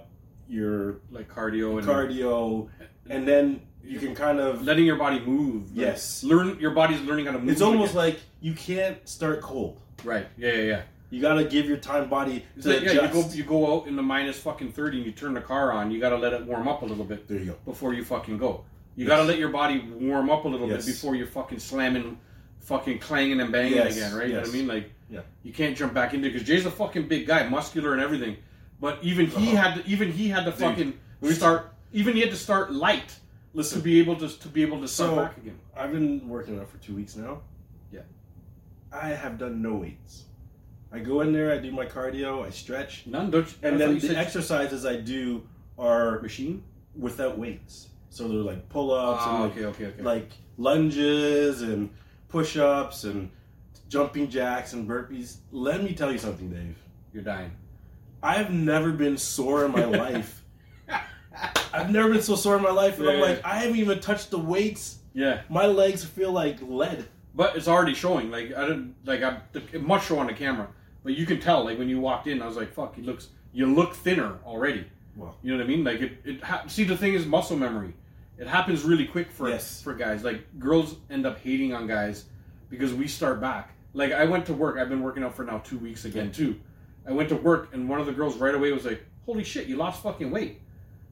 S4: your
S6: like cardio and
S4: cardio, and then you can kind of.
S6: letting your body move. Like,
S4: Yes.
S6: learn your body's learning how to move.
S4: It's almost like you can't start cold.
S6: like right. Yeah, yeah, yeah.
S4: You gotta give your time body
S6: It's
S4: to
S6: like, yeah, you
S4: adjust.
S6: go you go out in the minus fucking thirty and you turn the car on. You got to let it warm up a little bit
S4: there you go.
S6: before you fucking go. You
S4: Yes.
S6: got to let your body warm up a little
S4: Yes.
S6: bit before you're fucking slamming, fucking clanging and banging
S4: Yes,
S6: again. Right? You know what I
S4: yes.
S6: mean? Like,
S4: Yeah.
S6: you can't jump back into because Jay's a fucking big guy, muscular and everything. But even he
S4: Uh-huh.
S6: had to, even he had to fucking
S4: we-
S6: start. Even he had to start light to
S4: Listen,
S6: be able to to be able to start
S4: So-
S6: back again.
S4: I've been working out for two weeks now.
S6: Yeah.
S4: I have done no weights. I go in there, I do my cardio, I stretch,
S6: None, don't you?
S4: and
S6: I thought
S4: then
S6: you
S4: the
S6: said
S4: exercises I do are
S6: machine.
S4: without weights. So they're like pull ups and
S6: Ah,
S4: like
S6: okay, okay, okay.
S4: like lunges and push-ups and jumping jacks and burpees. Let me tell you something, Dave.
S6: You're dying.
S4: I've never been sore in my life. I've never been so sore in my life, and I'm
S6: Yeah, yeah.
S4: like, I haven't even touched the weights.
S6: Yeah,
S4: My legs feel like lead.
S6: but it's already showing. Like I didn't like I the, it must show on the camera, but you can tell. Like when you walked in, I was like, "Fuck, you looks you look thinner already."
S4: Wow.
S6: You know what I mean? Like it. it ha- see, the thing is muscle memory. It happens really quick for
S4: Yes.
S6: for guys. Like girls end up hating on guys because we start back. Like I went to work. I've been working out for now two weeks again too. I went to work and one of the girls right away was like, "Holy shit, you lost fucking weight,"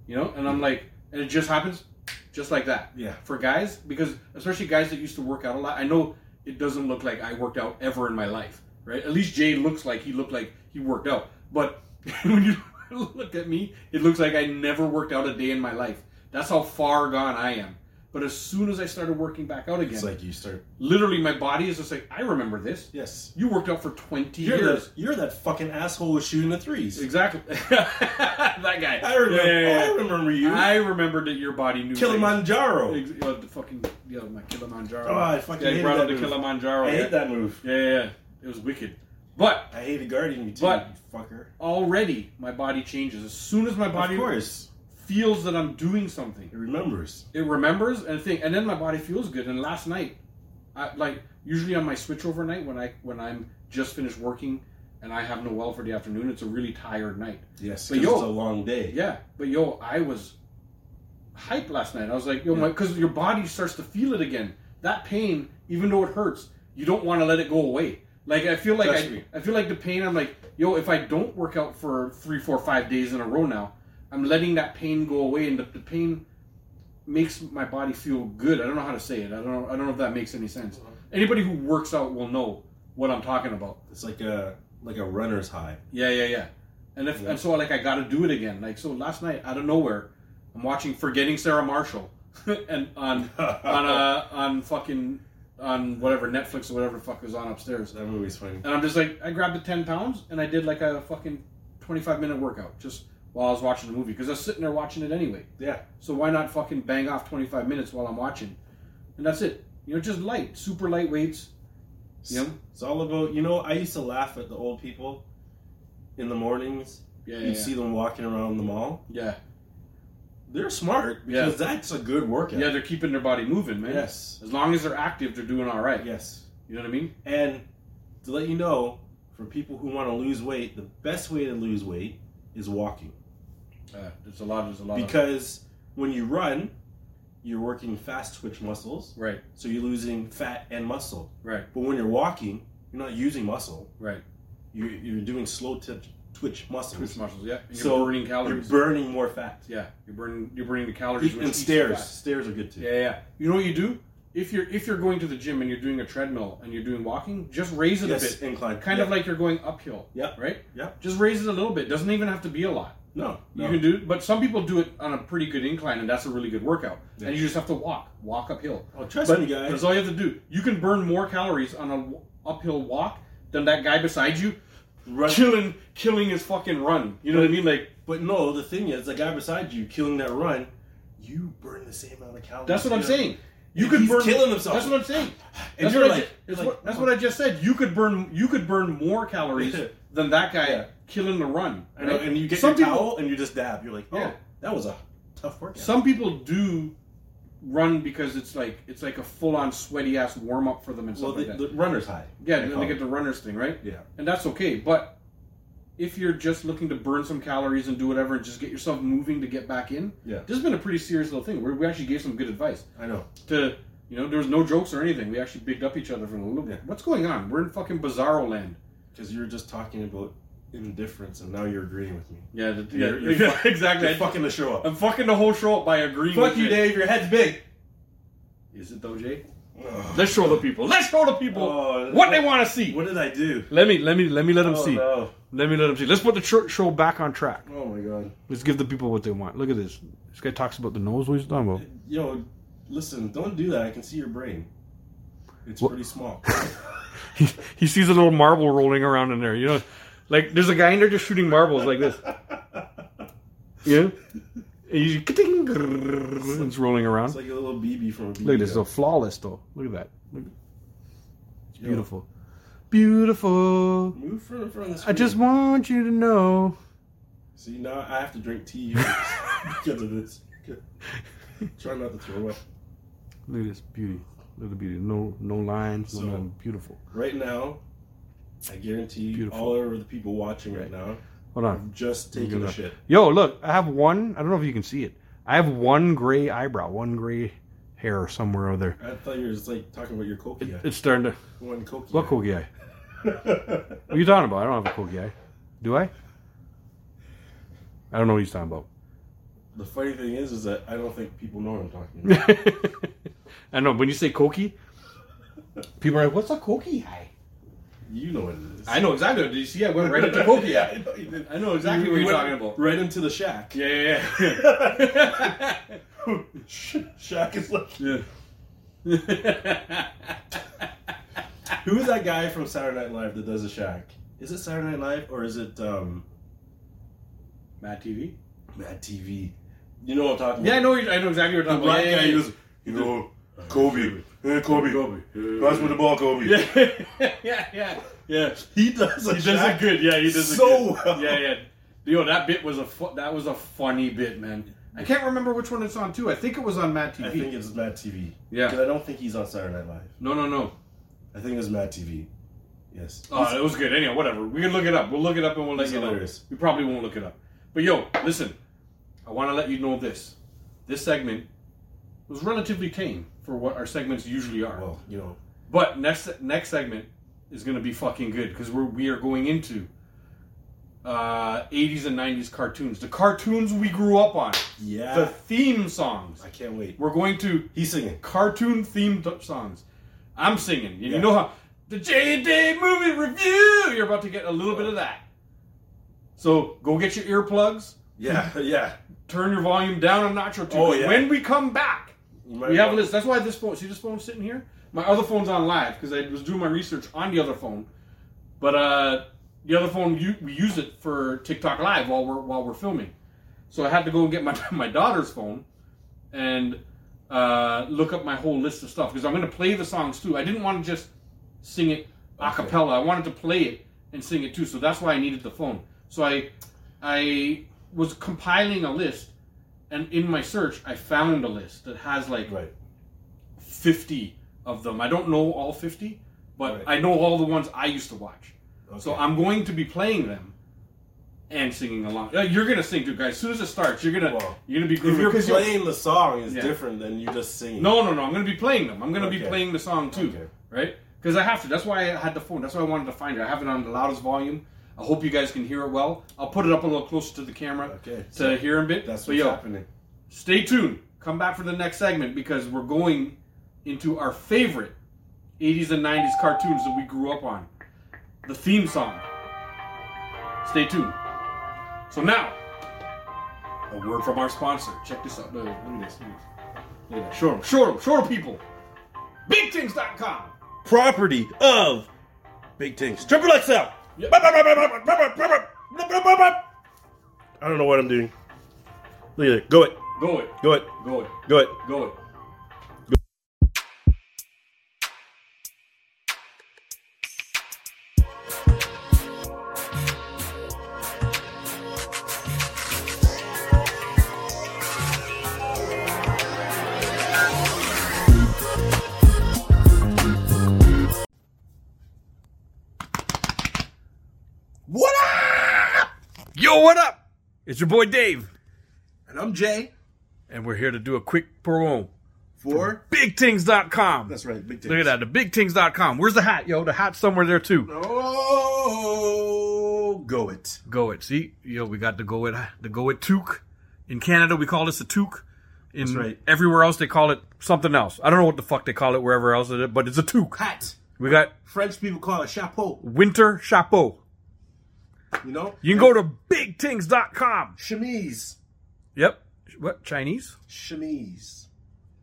S6: you know? And I'm like, and it just happens, just like that.
S4: Yeah.
S6: For guys, because especially guys that used to work out a lot, I know it doesn't look like I worked out ever in my life, right? At least Jay looks like he looked like he worked out, but when you look at me, it looks like I never worked out a day in my life. That's how far gone I am. But as soon as I started working back out again,
S4: It's like you start.
S6: literally my body is just like, I remember this.
S4: Yes.
S6: You worked out for 20
S4: You're
S6: years.
S4: that, you're that fucking asshole who's shooting the threes.
S6: Exactly. that guy.
S4: I remember. Oh,
S6: Yeah, yeah, yeah.
S4: I remember you.
S6: I remembered that your body knew. things.
S4: Kilimanjaro.
S6: Ex- yeah, the fucking yeah, my Kilimanjaro.
S4: Oh, I fucking
S6: yeah, he
S4: hated
S6: brought
S4: that
S6: up the
S4: move.
S6: Kilimanjaro.
S4: I
S6: yeah.
S4: hate that move.
S6: Yeah, yeah, yeah. It was wicked. But
S4: I hated guarding you too,
S6: But-
S4: you fucker.
S6: already my body changes as soon as my body
S4: of course,
S6: feels that I'm doing something.
S4: it remembers.
S6: It remembers and think, and then my body feels good. And last night, I like usually on my switch overnight when I when I'm just finished working and I have no well for the afternoon, it's a really tired night.
S4: Yes,
S6: But
S4: 'cause
S6: yo-
S4: it's a long day.
S6: Yeah, but yo, I was hyped last night. I was like, yo, because your body starts to feel it again. That pain, even though it hurts, you don't want to let it go away. Like I feel like
S4: Trust
S6: I,
S4: me.
S6: I feel like the pain. I'm like, yo, if I don't work out for three, four, five days in a row now, I'm letting that pain go away, and the, the pain makes my body feel good. I don't know how to say it. I don't. Know, I don't know if that makes any sense.
S4: Uh-huh.
S6: Anybody who works out will know what I'm talking about.
S4: It's like a like a runner's high.
S6: Yeah, yeah, yeah. And if and so like I got to do it again. Like so last night out of nowhere, I'm watching Forgetting Sarah Marshall, and on on uh, on fucking on whatever Netflix or whatever the fuck was on upstairs.
S4: That movie's funny.
S6: And I'm just like I grabbed the ten pounds and I did like a fucking twenty five minute workout just while I was watching the movie because I was sitting there watching it anyway.
S4: Yeah,
S6: So why not fucking bang off twenty five minutes while I'm watching, and that's it. You know, just light, super light weights. You know?
S4: it's all about. You know, I used to laugh at the old people in the mornings.
S6: Yeah,
S4: You'd see them walking around the mall.
S6: yeah,
S4: They're smart because that's a good workout.
S6: yeah. They're keeping their body moving, man.
S4: Yes.
S6: As long as they're active, they're doing all right.
S4: Yes.
S6: You know what I mean?
S4: And to let you know, for people who want to lose weight, the best way to lose weight is walking.
S6: Uh, there's a lot. There's a lot. of,
S4: Because when you run, you're working fast twitch muscles,
S6: right,
S4: so you're losing fat and muscle.
S6: right,
S4: But when you're walking, you're not using muscle.
S6: right.
S4: You're, you're doing slow t- twitch muscles.
S6: Twitch muscles. Yeah. And you're
S4: So
S6: burning
S4: You're
S6: calories.
S4: burning more fat.
S6: yeah. You're burning. You're burning the calories. which
S4: And
S6: eats the
S4: stairs.
S6: fat.
S4: Stairs are good too.
S6: Yeah, yeah, yeah. You know what you do? If you're if you're going to the gym and you're doing a treadmill and you're doing walking, just raise it a
S4: Yes,
S6: bit.
S4: incline.
S6: Kind
S4: yeah.
S6: of like you're going uphill.
S4: Yeah.
S6: Right.
S4: Yeah.
S6: Just raise it a little bit. Doesn't even have to be a lot.
S4: No.
S6: You
S4: no.
S6: can do, but some people do it on a pretty good incline, and that's a really good workout. And you just have to walk, walk uphill.
S4: Oh, trust
S6: But
S4: me, guys.
S6: That's all you have to do. You can burn more calories on a w- uphill walk than that guy beside you
S4: Run-
S6: killing killing his fucking run. You know what I mean? Like
S4: But no, the thing is, the guy beside you killing that run, you burn the same amount of calories.
S6: that's what I'm
S4: Yeah.
S6: saying. You
S4: He's
S6: could burn
S4: killing himself.
S6: That's what I'm saying.
S4: And
S6: that's
S4: you're
S6: what I
S4: like-
S6: ju- that's
S4: like, oh.
S6: what, that's what I just said. You could burn you could burn more calories than that guy
S4: Yeah.
S6: killing the run.
S4: I know,
S6: right?
S4: and you get
S6: some
S4: your
S6: people
S4: towel and you just dab. You're like, oh,
S6: Yeah.
S4: that was a tough workout.
S6: some people do run because it's like it's like a full on sweaty ass warm up for them and
S4: well,
S6: stuff
S4: the,
S6: like that.
S4: the runner's high.
S6: yeah, and
S4: They
S6: then they
S4: call
S6: get the runners thing, right?
S4: it. yeah.
S6: and that's okay. But if you're just looking to burn some calories and do whatever and just get yourself moving to get back in,
S4: Yeah.
S6: this has been a pretty serious little thing. We, we actually gave some good advice
S4: I know.
S6: to, you know, there was no jokes or anything. We actually bigged up each other for a little bit.
S4: Yeah.
S6: What's going on? We're in fucking bizarro land.
S4: Because you were just talking about indifference, and now you're agreeing with me.
S6: Yeah, the,
S4: You're-
S6: yeah,
S4: you're fuck-
S6: exactly.
S4: You're fucking the show up.
S6: I'm fucking the whole show up by agreeing.
S4: Fuck
S6: with
S4: you,
S6: it.
S4: Dave. Your head's big.
S6: Is it though, Jay?
S4: Ugh.
S6: Let's show the people. Let's show the people
S4: Oh,
S6: what they want to see.
S4: What did I do?
S6: Let me, let me, let me let them
S4: Oh,
S6: see.
S4: no.
S6: Let me let them see. Let's put the tr- show back on track.
S4: Oh, my God.
S6: Let's give the people what they want. Look at this. This guy talks about the nose. What he's talking about?
S4: Yo, listen, don't do that. I can see your brain. It's pretty small.
S6: He, he sees a little marble rolling around in there. You know, like there's a guy in there just shooting marbles like this. Yeah. And he's- it's rolling around.
S4: It's like a little BB from a BB.
S6: Look at this. So
S4: gun.
S6: flawless though. Look at that. Look. It's
S4: Yo.
S6: beautiful. Beautiful.
S4: Move from in front of the
S6: I
S4: screen.
S6: just want you to know.
S4: See, now I have to drink tea because of this. Try not to throw up.
S6: Look at this beauty. Look at the beauty. No, no lines. No
S4: So-
S6: nothing. Beautiful.
S4: Right now, I guarantee
S6: Beautiful.
S4: all over the people watching right now,
S6: Hold on.
S4: just taking a shit.
S6: Yo, look. I have one. I don't know if you can see it. I have one gray eyebrow, one gray hair somewhere over there.
S4: I thought you were just like talking about your Kokia.
S6: It's starting to.
S4: One Kokia.
S6: What cool guy? What are you talking about? I don't have a cool guy. Do I? I don't know what he's talking about.
S4: the funny thing is, is that I don't think people know what I'm talking about.
S6: I know. When you say Koki, people are like, "What's a Koki guy?"
S4: you know what it is.
S6: I know exactly. Did you see? I went right into Koki.
S4: I know you did.
S6: I know exactly what
S4: You
S6: you're
S4: went
S6: talking about.
S4: Right into the shack.
S6: Yeah, yeah, yeah.
S4: Sh- Shaq is like,
S6: Yeah.
S4: who's that guy from Saturday Night Live that does a Shaq? Is it Saturday Night Live or is it um,
S6: Mad TV.
S4: Mad TV? You know what I'm talking
S6: Yeah, I
S4: about?
S6: know. I know exactly what you're
S4: the
S6: talking
S4: black
S6: about. Yeah,
S4: guy.
S6: yeah,
S4: He
S6: yeah.
S4: goes, you know, Kobe, hey, Kobe,
S6: Kobe. Yeah.
S4: pass me the ball, Kobe.
S6: Yeah, yeah, yeah, yeah.
S4: He does a
S6: He does it
S4: Shaq.
S6: good. Yeah, he does it
S4: so
S6: good.
S4: well.
S6: Yeah, yeah. Yo, that bit was a fu- that was a funny bit, man. I can't remember which one it's on too. I think it was on Mad TV.
S4: I think it's Mad TV.
S6: Yeah.
S4: Because I don't think he's on Saturday Night Live.
S6: no, no, no.
S4: I think it was Mad TV. Yes.
S6: Oh, it was good. Anyhow, whatever. We can look it up. We'll look it up and we'll let
S4: It's
S6: you know.
S4: hilarious.
S6: We probably won't look it up. But yo, listen. I want to let you know this. This segment was relatively tame for what our segments usually are.
S4: Well, you know,
S6: But next next segment is gonna be fucking good because we're we are going into uh, 80s and 90s cartoons, the cartoons we grew up on,
S4: yeah.
S6: the theme songs.
S4: Ah. I can't wait.
S6: We're going to
S4: He's singing.
S6: cartoon themed songs. I'm singing. You
S4: Yeah.
S6: know how the J Day movie review. You're about to get a little bit of that. So go get your earplugs.
S4: Yeah, yeah.
S6: Turn your volume down a notch or two.
S4: Oh, yeah.
S6: When we come back,
S4: You might
S6: we have a
S4: want-
S6: list. That's why this phone. See this phone sitting here. My other phone's on live because I was doing my research on the other phone, but uh, the other phone you, we use it for TikTok live while we're while we're filming. So I had to go and get my my daughter's phone and uh, look up my whole list of stuff because I'm going to play the songs too. I didn't want to just sing it a cappella. I wanted to play it and sing it too. So that's why I needed the phone. So I I was compiling a list, and in my search I found a list that has like
S4: Right.
S6: 50 of them. I don't know all 50, but
S4: Right.
S6: I know all the ones I used to watch. So
S4: Okay.
S6: I'm going to be playing them and singing along. Uh, You're gonna sing too, guys. As soon as it starts, you're gonna
S4: Well,
S6: you're gonna be
S4: If
S6: grooving.
S4: you're
S6: 'Cause you'll-
S4: playing the song, it's
S6: Yeah.
S4: different than you just singing.
S6: No, no, no. I'm gonna be playing them. I'm gonna be
S4: Okay.
S6: playing the song too,
S4: Okay.
S6: right? Because I have to. That's why I had the phone. That's why I wanted to find it. I have it on the loudest volume. I hope you guys can hear it well. I'll put it up a little closer to the camera
S4: Okay.
S6: to hear a bit.
S4: That's
S6: But
S4: what's
S6: yo,
S4: happening.
S6: stay tuned. Come back for the next segment because we're going into our favorite 80s and 90s cartoons that we grew up on. The theme song. Stay tuned. So now, a word from our sponsor. Check this out. Look look at this. Look at this. Look at that. Show them. Show them. Show them people. BigThings.com.
S4: Property of Big Things. Triple XL. I don't know what I'm doing. Look at it. Go it.
S6: Go it.
S4: Go it.
S6: Go it.
S4: Go it.
S6: Go it.
S4: What up?
S2: Yo, what up? It's your boy Dave,
S4: And I'm Jay
S2: and we're here to do a quick promo.
S4: for.
S2: BigTings.com.
S4: That's right. Big Things.
S2: Look at that. The BigTings.com. Where's the hat, yo? The hat's somewhere there too.
S4: Oh, go it.
S2: Go it. See, yo, we got the go it. The go it toque. In Canada, we call this a toque. In
S4: right.
S2: everywhere else, they call it something else. I don't know what the fuck they call it wherever else it is, but it's a toque.
S4: Hat.
S2: We got
S4: French people call it chapeau.
S2: winter chapeau.
S4: You know?
S2: You can go to BigTings.com.
S4: Chemise.
S2: Yep. What Chinese?
S4: Chemise.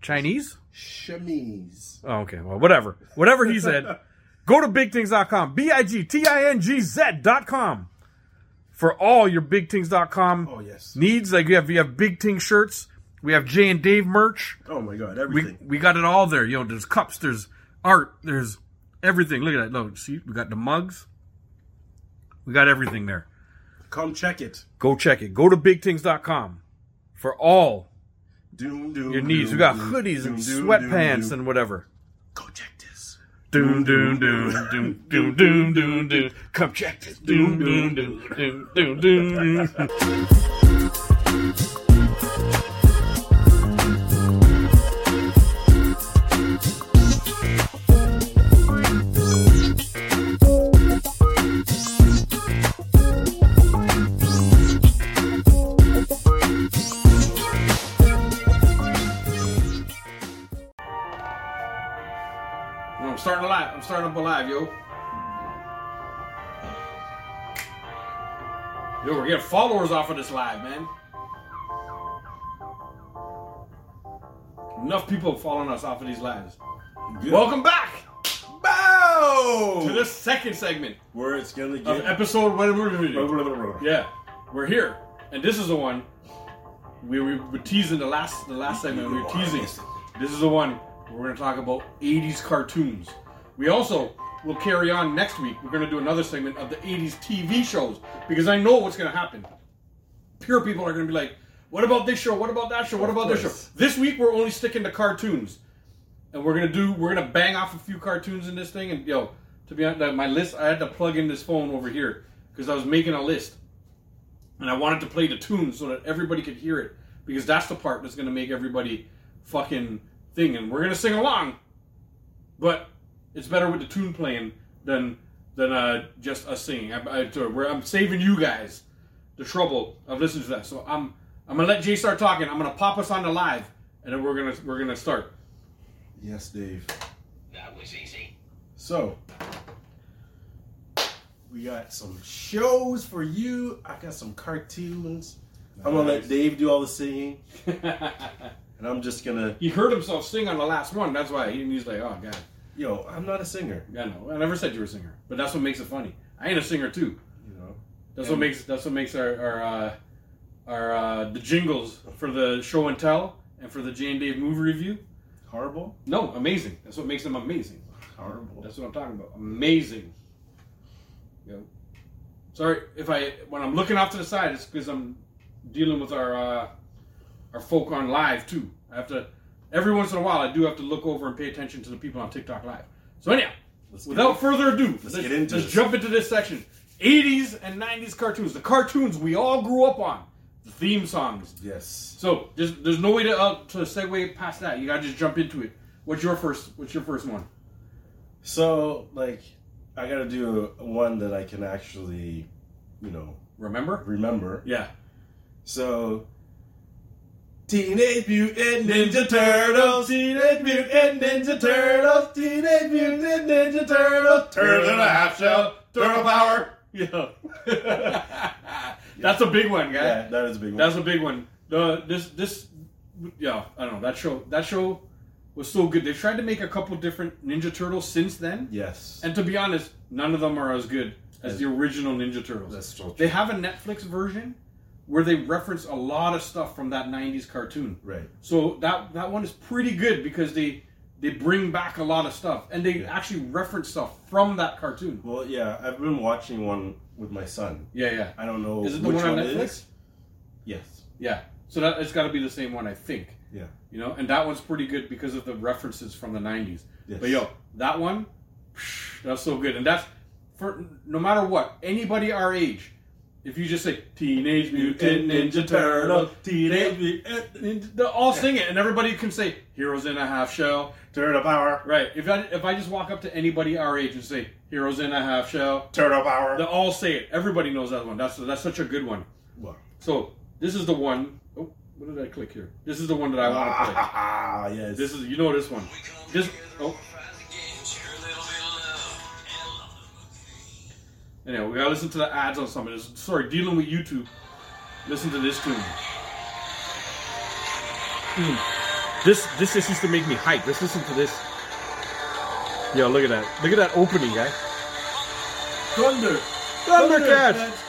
S2: Chinese?
S4: Chemise.
S2: Oh, okay. Well, whatever. Whatever he said. Go to bigthings.com, B I G T I N G Z.com for all your bigthings.com
S4: Oh, yes.
S2: needs. Like we have, we have Big Ting shirts, we have Jay and Dave merch.
S4: Oh, my God.
S2: We,
S4: Everything.
S2: we got it all there. You know, there's cups, there's art, there's everything. Look at that. Look, see, we got the mugs. We got everything there.
S4: Come check it.
S2: Go check it. Go to bigthings.com for all
S4: Doom, doom.
S2: your needs. We got hoodies and sweatpants and whatever.
S4: Go check this.
S2: Doom doom doom doom doom doom doom doom. Come check this. Doom doom doom doom doom doom. doom.
S6: Well, I'm starting alive. I'm starting up alive, yo. Yo, we're getting followers off of this live, man. Enough people have fallen us off of these lands.
S4: Good.
S6: Welcome back
S4: Bow!
S6: to the second segment
S4: Where it's gonna
S6: of
S4: get.
S6: episode whatever.
S4: yeah.
S6: Yeah, we're here, and this is the one we, we were teasing the last the last segment. We were teasing. This is the one we're going to talk about 80s cartoons. We also will carry on next week. We're going to do another segment of the 80s TV shows because I know what's going to happen. Pure people are going to be like, "What about this show? What about that show? What about this show?"
S4: course.
S6: This week we're only sticking to cartoons, and we're gonna do we're gonna bang off a few cartoons in this thing. And yo, to be honest, my list I had to plug in this phone over here because I was making a list and I wanted to play the tune so that everybody could hear it because that's the part that's gonna make everybody fucking thing, and we're gonna sing along. But it's better with the tune playing than than uh, just us singing. I, I, so we're, I'm saving you guys the trouble of listening to that. So I'm I'm gonna let Jay start talking. I'm gonna pop us on the live, and then we're gonna we're gonna start.
S4: Yes, Dave.
S7: That was easy.
S4: So, we got some shows for you. I got some cartoons. I'm gonna let Dave do all the singing, and I'm just gonna.
S6: he heard himself sing on the last one. That's why he, he's like, oh god,
S4: Yo, I'm not a singer.
S6: yeah, no, I never said you were a singer, but that's what makes it funny. I ain't a singer too.
S4: You know.
S6: That's what makes that's what makes our our uh, our uh, the jingles for the show and tell and for the Jay and Dave movie review.
S4: Horrible.
S6: No, amazing. That's what makes them amazing.
S4: Horrible.
S6: That's what I'm talking about. Amazing. Yo. Sorry if I when I'm looking off to the side, it's because I'm dealing with our uh, our folk on live too. I have to every once in a while I do have to look over and pay attention to the people on TikTok live. So anyhow,
S4: Let's get
S6: without
S4: in-
S6: further ado, let's,
S4: get into
S6: let's
S4: this.
S6: jump into this section. 80s and 90s cartoons, the cartoons we all grew up on, the theme songs.
S4: Yes.
S6: So just, there's no way to uh, to segue past that. You gotta just jump into it. What's your first? What's your first one?
S4: So, like, I gotta do one that I can actually, you know,
S6: Remember?
S4: remember.
S6: Yeah.
S4: So, Teenage Mutant Ninja Turtles, Teenage Mutant Ninja Turtles, Teenage Mutant Ninja Turtles, Turtle in a Half Shell, Turtle Power.
S6: Yeah. That's a big one, guy.
S4: Yeah, that is a big one.
S6: That's a big one. The this this yeah, I don't know. That show that show was so good. They've tried to make a couple different Ninja Turtles since then.
S4: yes.
S6: And to be honest, none of them are as good as the original Ninja Turtles.
S4: That's so true.
S6: They have a Netflix version where they reference a lot of stuff from that 90s cartoon.
S4: right.
S6: So that that one is pretty good because they they bring back a lot of stuff and they actually reference stuff from that cartoon.
S4: Well, yeah, I've been watching one with my son.
S6: Yeah, yeah.
S4: I don't know
S6: Is it the
S4: which
S6: one on
S4: it
S6: Netflix?
S4: is. Yes.
S6: Yeah. So that it's got to be the same one, I think.
S4: Yeah.
S6: You know, and that one's pretty good because of the references from the '90s.
S4: Yes.
S6: But yo, that one, psh, that's so good, and that's for no matter what anybody our age. If you just say Teenage Mutant Ninja Turtle, Teenage Mutant, Ninja- they'll all sing it, and everybody can say Heroes in a Half Shell.
S4: Turtle Power.
S6: Right. If I if I just walk up to anybody our age and say Heroes in a Half Shell,
S4: Turtle Power.
S6: they'll all say it. Everybody knows that one. That's that's such a good one.
S4: Well,
S6: So this is the one oh what did I click here? This is the one that I want to play.
S4: ah, yes.
S6: This is you know this one. This oh anyway, we gotta listen to the ads on some of this. Sorry, dealing with YouTube. Listen to this tune. Hmm. This this just used to make me hype. Let's listen to this. Yo, look at that. Look at that opening, guy.
S4: Thunder. Oh.
S6: Thundercats!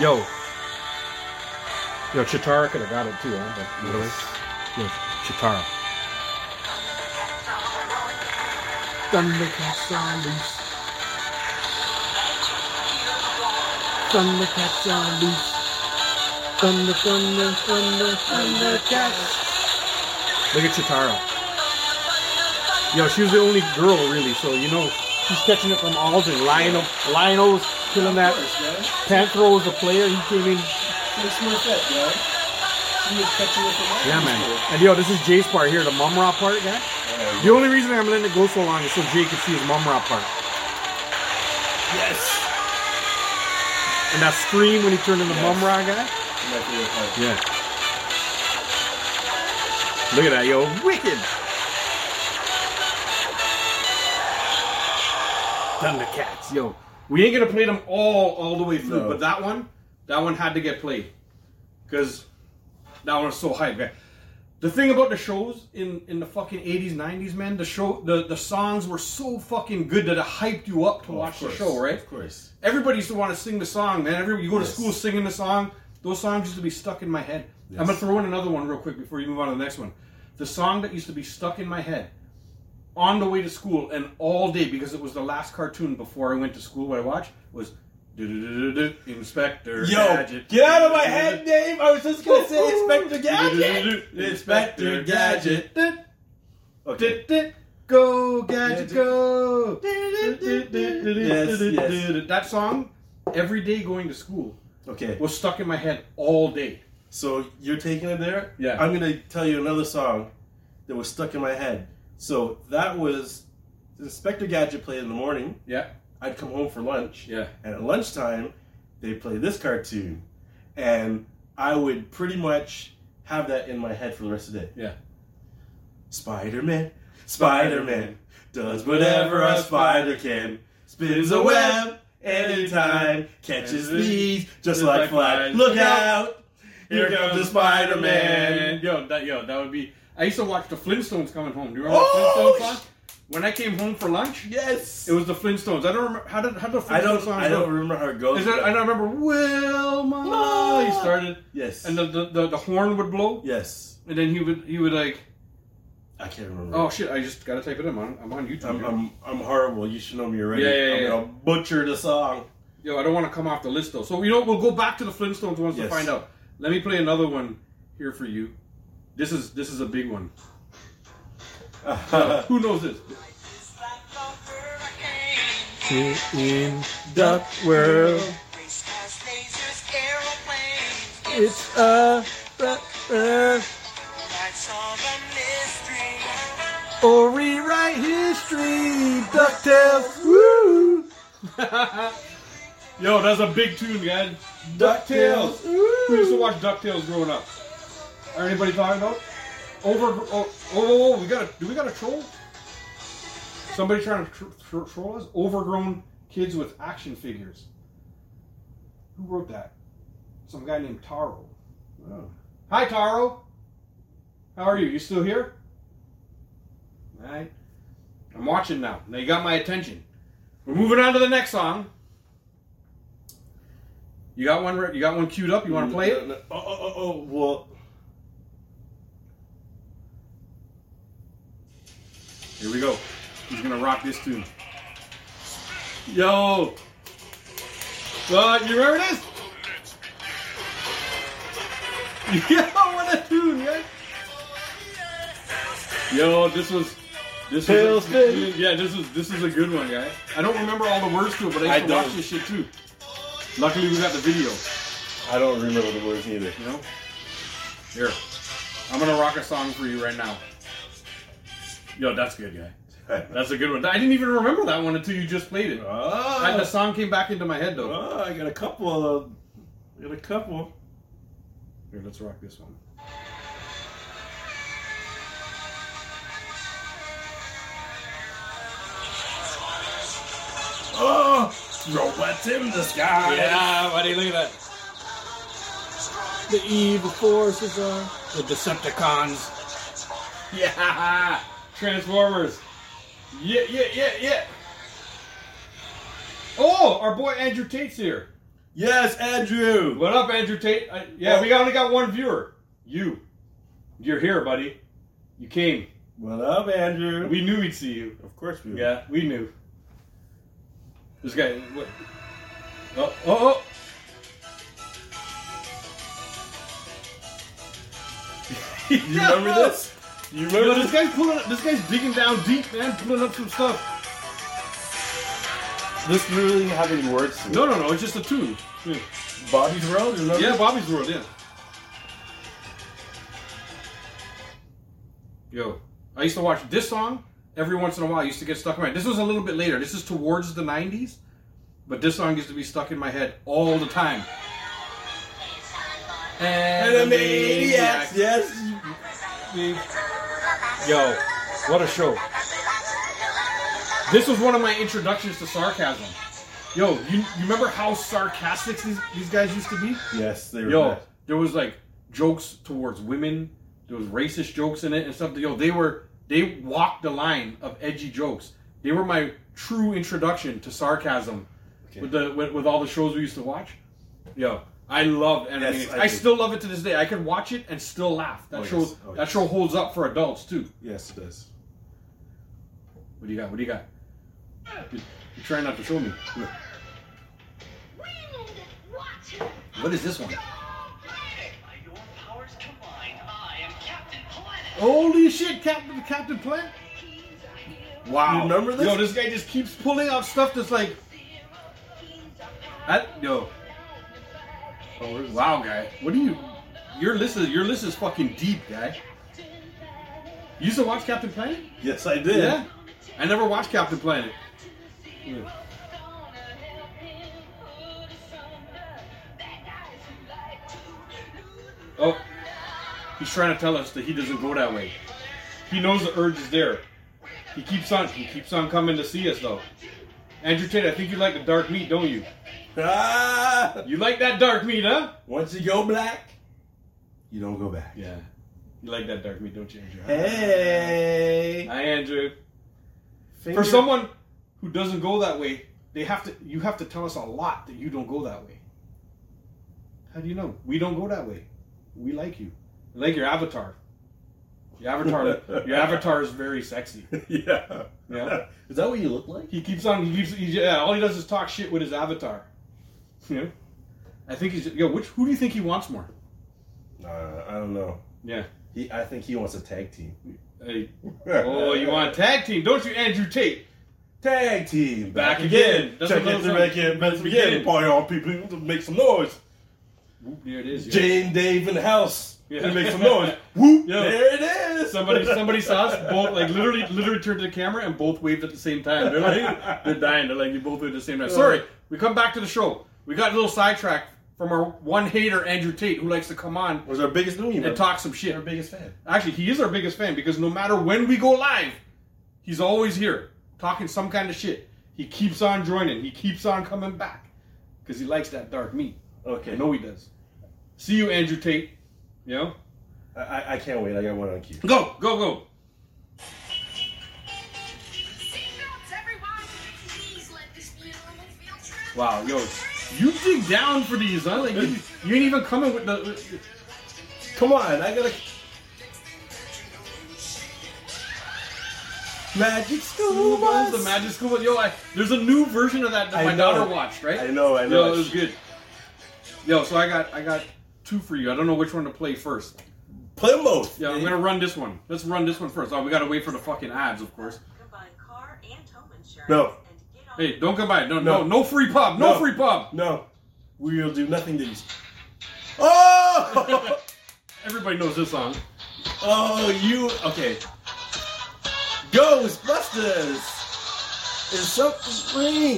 S6: Yo. Yo, Chitara could have got it too, huh? But you know, yo, Chitara. Thundercats are loose. Thundercats are loose. Thunder, thunder, thunder, thundercats. Look at Chitara. Yo, she was the only girl really, so you know she's catching it from all and Lionel Lionel was killing that. Panthro was a player, he came in. Yeah man. And yo, this is Jay's part here, the mum rap part, yeah? The only reason I'm letting it go so long is so Jay can see his mum rap part.
S4: Yes.
S6: And that scream when he turned into mum rap guy.
S4: My favorite part.
S6: Yeah. Look at that, yo. Wicked. Thundercats, yo. We ain't gonna play them all all the way through,
S4: No.
S6: but that one, that one had to get played. because that one was so hype. man. The thing about the shows in, in the fucking eighties, nineties, man, the show the, the songs were so fucking good that it hyped you up to
S4: Oh, of
S6: watch the
S4: course,
S6: show, right?
S4: Of course.
S6: Everybody used to want to sing the song, man. Every you go to
S4: Yes.
S6: school singing the song. Those songs used to be stuck in my head. I'm gonna throw in another one real quick before you move on to the next one. The song that used to be stuck in my head on the way to school and all day because it was the last cartoon before I went to school. What I watched was "Do-do-do-do-do, Inspector
S4: Yo,
S6: Gadget.
S4: get out of my head, Dave. I was just gonna say Inspector Gadget.
S6: Do-do-do-do-do, Inspector Gadget.
S4: Okay.
S6: Dit, dit, Go Gadget
S4: Gadget.
S6: Go.
S4: Yes, yes.
S6: That song, every day going to school,
S4: Okay.
S6: was stuck in my head all day.
S4: So you're taking it there?
S6: Yeah.
S4: I'm gonna tell you another song that was stuck in my head. So that was Inspector Gadget played in the morning.
S6: Yeah.
S4: I'd come home for lunch.
S6: Yeah.
S4: And at lunchtime, they play this cartoon. And I would pretty much have that in my head for the rest of the day.
S6: Yeah.
S4: Spider Man, Spider Man does whatever a spider can. Spins a web anytime, catches thieves just like flies. Look out! Here comes the Spider Man.
S6: Yo, that yo, that would be. I used to watch the Flintstones coming home. Do you remember
S4: Oh,
S6: the Flintstones song? When I came home for lunch,
S4: Yes.
S6: it was the Flintstones. I don't remember how did how did the
S4: I
S6: Flintstones
S4: don't.
S6: song
S4: I
S6: go?
S4: don't remember how it goes.
S6: Is there,
S4: but-
S6: and I remember Wilma. He started,
S4: yes.
S6: and the, the, the, the horn would blow,
S4: yes.
S6: and then he would he would like,
S4: I can't remember.
S6: oh shit, I just gotta type it in. I'm, I'm on YouTube.
S4: I'm,
S6: dude.
S4: I'm, I'm horrible. You should know me already.
S6: Yeah, yeah,
S4: I'm
S6: yeah.
S4: gonna butcher the song.
S6: Yo, I don't want to come off the list though. So you know, we'll go back to the Flintstones once to
S4: Yes.
S6: find out. Let me play another one here for you. This is this is a big one. Who knows this?
S8: It's a That's all the mystery.
S6: Yo, that's a big tune, guys. Ducktales. Who used to watch Ducktales growing up? Are anybody talking about? Over. Oh, oh, oh, oh, we got a. Do we got a troll? Somebody trying to tr- tr- troll us? Overgrown kids with action figures. Who wrote that? Some guy named Taro. Hi, Taro. How are you? You still here? All right. I'm watching now. Now you got my attention. We're moving on to the next song. You got one. re- You got one queued up. You want to play it?
S4: No, no. Oh, oh, oh, oh, well,
S6: Here we go. He's gonna rock this tune. Yo. Uh, you remember this? Yo, what a tune, yeah. Yo, this was. This was
S4: Tailspin.
S6: yeah, this is this is a good one, guy. I don't remember all the words to it, but I
S4: I
S6: used to watch
S4: don't.
S6: this shit too. Luckily, we got the video.
S4: I don't remember the words either.
S6: You know. Here, I'm gonna rock a song for you right now. Yo, that's good, guy. That's a good one. I didn't even remember that one until you just played it. I, the
S4: Oh,
S6: song came back into my head though.
S4: oh, I got a couple of. I got a couple.
S6: Here, let's rock this one.
S4: Oh, robots in the sky.
S6: Yeah, buddy, look at that. The evil forces are the Decepticons. Yeah, Transformers. Yeah, yeah, yeah, yeah. Oh, our boy Andrew Tate's here.
S4: Yes, Andrew.
S6: What up, Andrew Tate? I, yeah, we only got one viewer. You, you're here, buddy. You came.
S4: What up, Andrew?
S6: We knew we'd see you.
S4: of course we.
S6: Yeah, we knew. This guy. What? Oh, oh, oh. you
S4: You remember this? You
S6: Yo,
S4: remember
S6: this
S4: this?
S6: guy's pulling. Up, this guy's digging down deep, man, pulling up some stuff.
S4: This literally didn't have any words. To it.
S6: No, no, no. It's just a tune. Yeah,
S4: Bobby's World. You remember?
S6: Yeah, Bobby's World. Yeah. Yo, I used to watch this song every once in a while. I used to get stuck in my. This was a little bit later. This is towards the '90s, but this song used to be stuck in my head all the time.
S4: Animaniacs. Yes. you-
S6: Yo, what a show. This was one of my introductions to sarcasm. Yo, you, you remember how sarcastic these, these guys used to be?
S4: Yes, they were.
S6: Yo,
S4: bad.
S6: There was like jokes towards women. There was racist jokes in it and stuff. Yo, they were they walked the line of edgy jokes. They were my true introduction to sarcasm with the with, with all the shows we used to watch. Yo, I love anime.
S4: Yes, I
S6: I,
S4: do.
S6: still love it to this day. I can watch it and still laugh. That
S4: Oh,
S6: show
S4: yes. Oh,
S6: that
S4: yes.
S6: show holds up for adults too.
S4: Yes, it does.
S6: What do you got? What do you got? You- You're trying not to show me. What is this one?
S7: By your powers combined, I am Captain Planet.
S6: Holy shit, Captain Captain Plant! Wow.
S4: You remember this?
S6: Yo, this guy just keeps pulling out stuff that's like. I, yo. Oh, wow, guy. What do you. Your list is your list is fucking deep, guy. You used to watch Captain Planet?
S4: Yes, I did.
S6: I never watched Captain Planet. Oh. He's trying to tell us that he doesn't go that way. He knows the urge is there. He keeps on he keeps on coming to see us though. Andrew Tate, I think you like the dark meat, don't you?
S4: Ah!
S6: You like that dark meat, huh?
S4: Once you go black, you don't go back.
S6: Yeah. You like that dark meat, don't you, Andrew?
S4: Hey.
S6: Hi, Andrew.
S4: Finger-
S6: For someone who doesn't go that way, they have to. You have to tell us a lot that you don't go that way. How do you know? We don't go that way. We like you. We like your avatar. Your avatar. your avatar is very sexy.
S4: yeah.
S6: Yeah.
S4: Is that what you look like?
S6: He keeps on. He keeps. He, yeah. All he does is talk shit with his avatar. You know. I think he's. Yo, which who do you think he wants more?
S4: Uh, I don't know.
S6: Yeah.
S4: He, I think he wants a tag team.
S6: Hey. Oh, you want a tag team, don't you, Andrew Tate?
S4: tag team
S6: Back again. That's
S4: Check
S6: what
S4: it
S6: those
S4: through
S6: are.
S4: back in. Let's
S6: Let's
S4: begin.
S6: begin.
S4: Party on, people! Make some noise.
S6: Whoop, there it is. yo.
S4: Jane, Dave in the house.
S6: Yeah.
S4: Let's Make some noise. Whoop!
S6: Yo.
S4: There it is.
S6: Somebody, somebody saw us both, like literally, literally turned to the camera and both waved at the same time. They're like, they're dying. They're like, you both waved at the same time. Sorry, we come back to the show. We got a little sidetracked from our one hater, Andrew Tate, who likes to come on
S4: Was our biggest new
S6: and talk some shit.
S4: Our biggest fan.
S6: Actually, he is our biggest fan because no matter when we go live, he's always here talking some kind of shit. He keeps on joining. He keeps on coming back because he likes that dark meat. I
S4: Okay.
S6: know he does. See you, Andrew Tate. You know,
S4: I, I, I can't wait. I got one on cue.
S6: go, go, go. Wow, yo, you dig down for these, huh? Like, you, you ain't even coming with the.
S4: Come on, I gotta. Magic school
S6: What
S4: bus.
S6: was the magic school? bus? Yo, I, there's a new version of that that
S4: I
S6: my
S4: know.
S6: daughter watched, right?
S4: I know, I know.
S6: Yo, it was good. Yo, so I got I got two for you. I don't know which one to play first.
S4: Play them both.
S6: Yeah, I'm gonna run this one. Let's run this one first. Oh, we gotta wait for the fucking ads, of course.
S4: No.
S6: Hey, don't combine. No, no,
S4: No.
S6: no, free pub. No,
S4: No.
S6: free pub.
S4: No, we will do nothing to these. Oh,
S6: Everybody knows this song.
S4: oh, you okay? Ghostbusters is something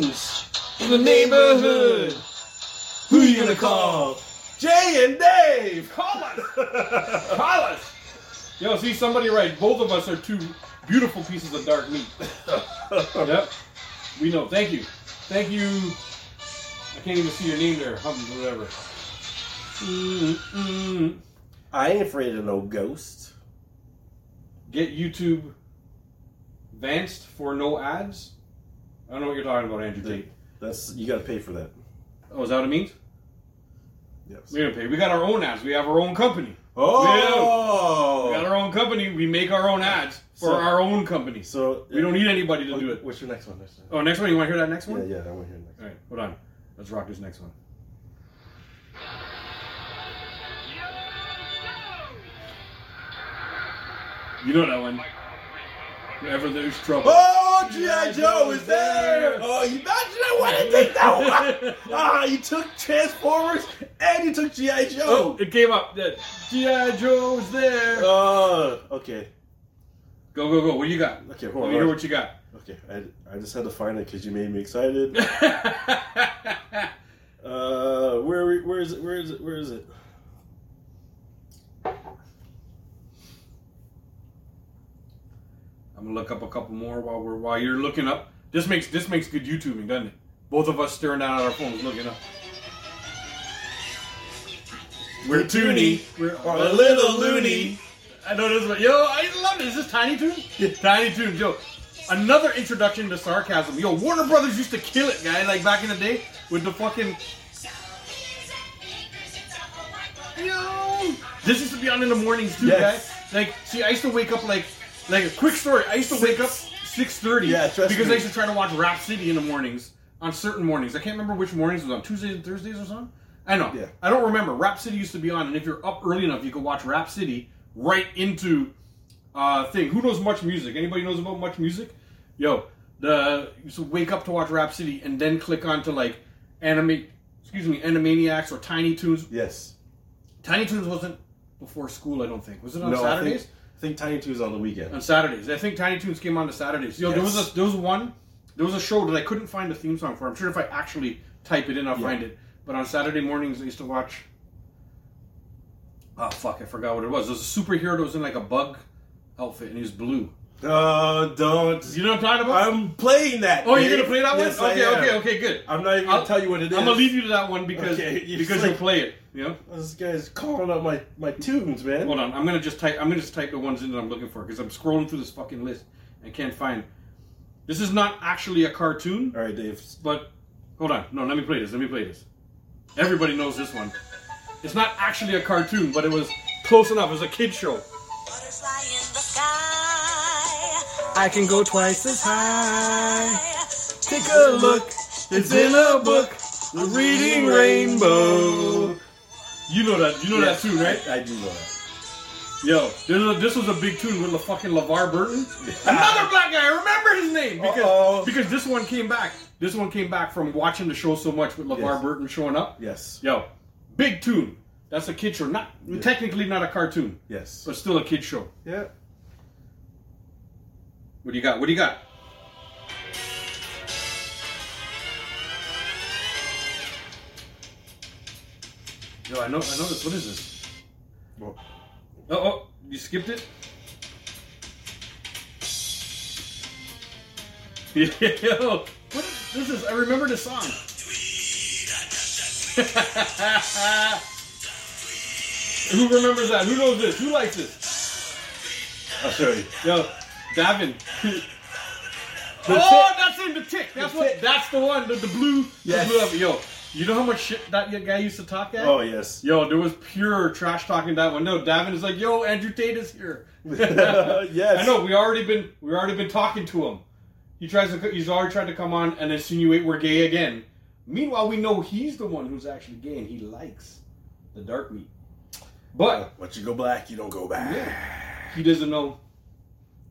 S4: strange in the neighborhood. Who you gonna call? Jay and Dave.
S6: Call us. Call us. Yo, see somebody right. Both of us are two beautiful pieces of dark meat. yep. We know. Thank you. Thank you. I can't even see your name there. Hum, whatever. Mm-hmm. Mm-mm.
S4: I ain't afraid of no ghost.
S6: Get YouTube advanced for no ads. I don't know what you're talking about, Andrew Tate.
S4: That's you gotta pay for that.
S6: Oh, is that what it means?
S4: Yes.
S6: We don't pay. We got our own ads. We have our own company.
S4: Oh.
S6: We got our own company. We make our own ads for
S4: So-
S6: our own companies.
S4: So
S6: We don't need anybody to do it.
S4: What's your next one? Next
S6: Oh, next one. You want to hear that next
S4: one?
S6: one?
S4: Yeah, yeah, I want to hear next.
S6: All right, hold on. Let's rock this next one. You know that one. Wherever there's trouble.
S4: Oh, G.I. Joe is there! Oh, you imagine I want to take that one! Ah, you took Transformers and you took G.I. Joe!
S6: Oh, it came up. Yeah. G.I. Joe's there. Go,
S4: Oh, okay.
S6: go, go. What do you got?
S4: Okay, hold
S6: Let
S4: on.
S6: me hear what you got.
S4: Okay, I, I just had to find it because you made me excited. Uh, where, we- where is it? Where is it? Where is it?
S6: I'm gonna look up a couple more while we're while you're looking up. This makes this makes good YouTubing, doesn't it? Both of us staring down at our phones looking up. We're toony. We're a little loony. I know this one. Yo, I love it. Is this Tiny Toons? Tiny Toons, yo. Another introduction to sarcasm. Yo, Warner Brothers used to kill it, guy, like back in the day with the fucking Yo! This used to be on in the mornings too,
S9: Yes.
S6: guys. Like, see, I used to wake up like, like a quick story. I used to wake up six thirty.
S9: Yeah, trust
S6: because
S9: me.
S6: I used to try to watch Rap City in the mornings on certain mornings. I can't remember which mornings it was on Tuesdays and Thursdays or something. I know.
S9: Yeah.
S6: I don't remember. Rap City used to be on, and if you're up early enough, you could watch Rap City right into uh, thing. Who knows much music? Anybody knows about much music? Yo, the you should wake up to watch Rap City and then click on to like anime, excuse me, Animaniacs or Tiny Toons.
S4: Yes.
S6: Tiny Toons wasn't before school, I don't think. Was it on
S4: no,
S6: Saturdays?
S4: I think, I think Tiny Two's on the weekend.
S6: On Saturdays, I think Tiny Toons came on to Saturdays. Yo, there was
S4: Yes.
S6: a, there was one, there was a show that I couldn't find a theme song for. I'm sure if I actually type it in, I'll find it. But on Saturday mornings, I used to watch. Oh fuck! I forgot what it was. There was a superhero that was in like a bug outfit, and he was blue.
S4: Uh, don't.
S6: You know what I'm talking about?
S4: I'm playing that.
S6: oh, you're
S4: Dave.
S6: gonna play that one?
S4: Yes, I
S6: okay,
S4: am.
S6: okay, okay, good.
S4: I'm not even
S6: I'll-
S4: gonna tell you what it is.
S6: I'm gonna leave you to that one because
S4: Okay, you
S6: because
S4: just
S6: you'll play it. You know.
S4: This guy's calling out my my tunes, man.
S6: Hold on, I'm gonna just type. I'm gonna just type the ones in that I'm looking for because I'm scrolling through this fucking list and can't find. This is not actually a cartoon,
S4: All right, Dave.
S6: but hold on. No, let me play this. Let me play this. Everybody knows this one. It's not actually a cartoon, but it was close enough. It was a kid show.
S8: Butterfly in the sky.
S10: I can go twice as high.
S8: Take
S6: It's in a book. The Reading Rainbow. You know that. You know that tune, right?
S4: I do know that.
S6: Yo, this was, this was a big tune with the fucking LeVar Burton. Another black guy. I remember his name because
S4: Uh-oh.
S6: because this one came back. This one came back from watching the show so much with LeVar
S4: Yes.
S6: Burton showing up.
S4: Yes.
S6: Yo, big tune. That's a kid show. Not technically not a cartoon,
S4: Yes.
S6: but still a kid show.
S4: Yeah.
S6: What do you got? What do you got? Yo, I know. I know this. What is this?
S4: Well,
S6: Oh, oh, you skipped it? Yo, what is this? Is, I remember the song. Who remembers that? Who knows this? Who likes this?
S4: I'll show you.
S6: Yo, Davin. oh, that's in the tick. That's what. That's the one. The, the blue.
S4: Yes.
S6: The blue outfit. Yo, you know how much shit that guy used to talk at?
S4: Oh yes.
S6: Yo, there was pure trash talking that one. No, Davin is like, yo, Andrew Tate is here.
S4: Yes.
S6: I know. We already been we already been talking to him. He tries to he's already tried to come on and insinuate we're gay again. Meanwhile, we know he's the one who's actually gay and he likes the dark meat. But
S4: Once you go black, you don't go back.
S6: he doesn't know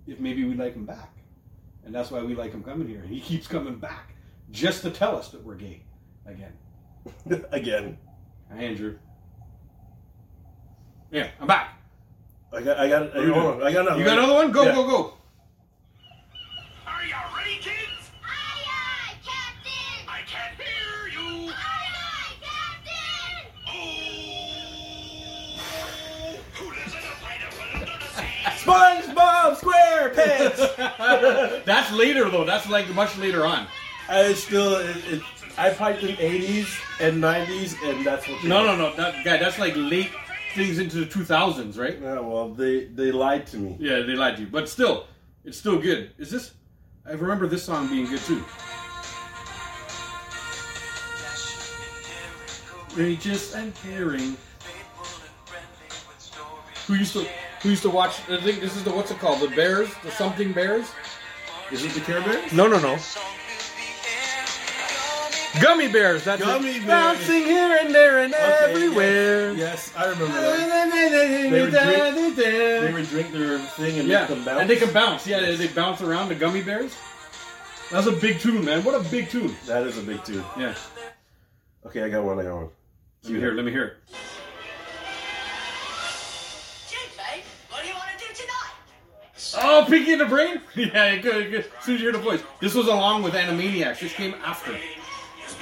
S6: if maybe we like him back, and that's why we like him coming here. And he keeps coming back just to tell us that we're gay again.
S4: Again.
S6: Hi, Andrew. Yeah, I'm back.
S4: I got. I got. I, hold on. I got another.
S6: You got another one? Go,
S4: Yeah.
S6: go, go.
S7: Are you ready, kids?
S11: Aye, aye, Captain!
S7: I can't hear you.
S11: Aye, aye, Captain!
S7: Oh, who lives in a pineapple under the sea?
S4: SpongeBob SquarePants.
S6: That's later though. That's like much later on.
S4: I still. It, it, I piped in '80s and '90s, and that's what.
S6: No, no, no. That guy. That's like late things into the 2000s, right?
S4: Yeah, well, they they lied to me.
S6: Yeah, they lied to you. But still, it's still good. Is this? I remember this song being good too. Regis and Herring. Who used to Who used to watch? I think this is the what's it called? The Bears, the something Bears.
S4: Is it the Care Bears?
S2: No, no, no. Gummy bears. That's
S4: Gummy
S2: it.
S4: Bears.
S2: Bouncing here and there and
S4: yes,
S2: everywhere.
S4: Yes, I remember that. were drink- They would drink their thing and
S6: Yeah,
S4: make them bounce.
S6: and they can bounce. Yeah, they, they bounce around the gummy bears. That's a big tune, man. What a big tune.
S4: That is a big two.
S6: Yeah.
S4: Okay, I got one. I got one.
S6: Let me hear it. Let me hear it.
S7: Jake, mate, what do you want to do tonight?
S6: Oh, Pinky in the Brain? Yeah, good, good. As soon as you hear the voice. This was along with Animaniacs. This came after.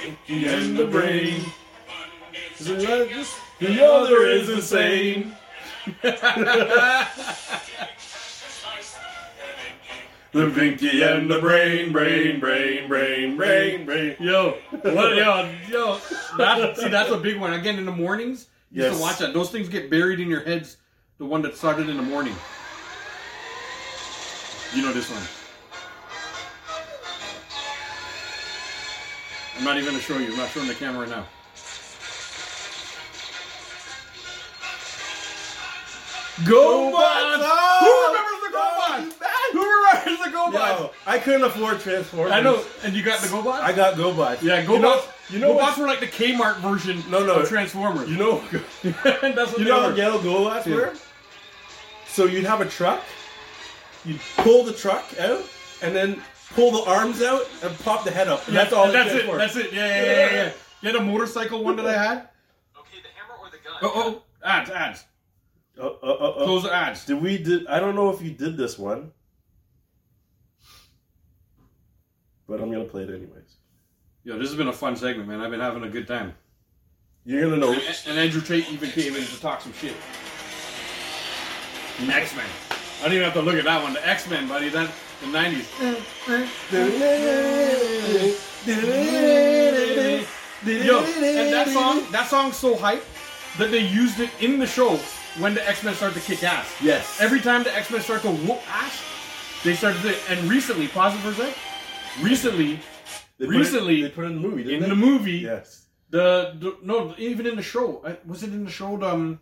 S6: Pinky in the Brain. The other is insane.
S4: The Vinky and the Brain, Brain, Brain, Brain, Brain, Brain.
S6: Yo, what, yo, yo. That, see, that's a big one. Again, in the mornings,
S3: You used to watch that. Those things get buried in your heads. The one that started in the morning. You know this one. I'm not even gonna show you. I'm not showing the camera now.
S11: Go
S3: Bots! Who remembers the GoBots? Who remembers the GoBots?
S1: Yo, I couldn't afford Transformers.
S3: I know. And you got the GoBots?
S1: I got GoBots.
S3: yeah, GoBots.
S1: You know, you know
S3: GoBots
S1: what?
S3: were like the Kmart version
S1: No, no.
S3: of Transformers.
S1: You know.
S3: That's what
S1: You
S3: they
S1: know how
S3: were.
S1: ghetto GoBots were. So you'd have a truck. You'd pull the truck out, and then pull the arms out and pop the head up. And that's all.
S3: And
S1: the
S3: That's it.
S1: Transformers.
S3: That's it. Yeah, yeah, yeah, yeah, yeah. You had a motorcycle one that I had.
S12: Okay, the hammer or the gun?
S3: Oh, oh, ads, ads.
S1: Oh, oh, oh, oh.
S3: Those are ads.
S1: Did we did? I don't know if you did this one, but I'm gonna play it anyways.
S3: Yo, this has been a fun segment, man. I've been having a good time.
S1: You're gonna know.
S3: And- And Andrew Tate even came in to talk some shit. X Men. I don't even have to look at that one. The X Men, buddy. That the nineties. Yo, and that song, that song's so hype that they used it in the show when the X Men start to kick ass.
S1: Yes.
S3: Every time the X Men start to whoop ass, they start to. And recently, pause it for a sec. Recently,
S1: They put it-
S3: recently
S1: they put it in the movie. Didn't
S3: in
S1: they?
S3: the movie,
S1: Yes.
S3: the, the no, even in the show, I- was it in the show? The, um,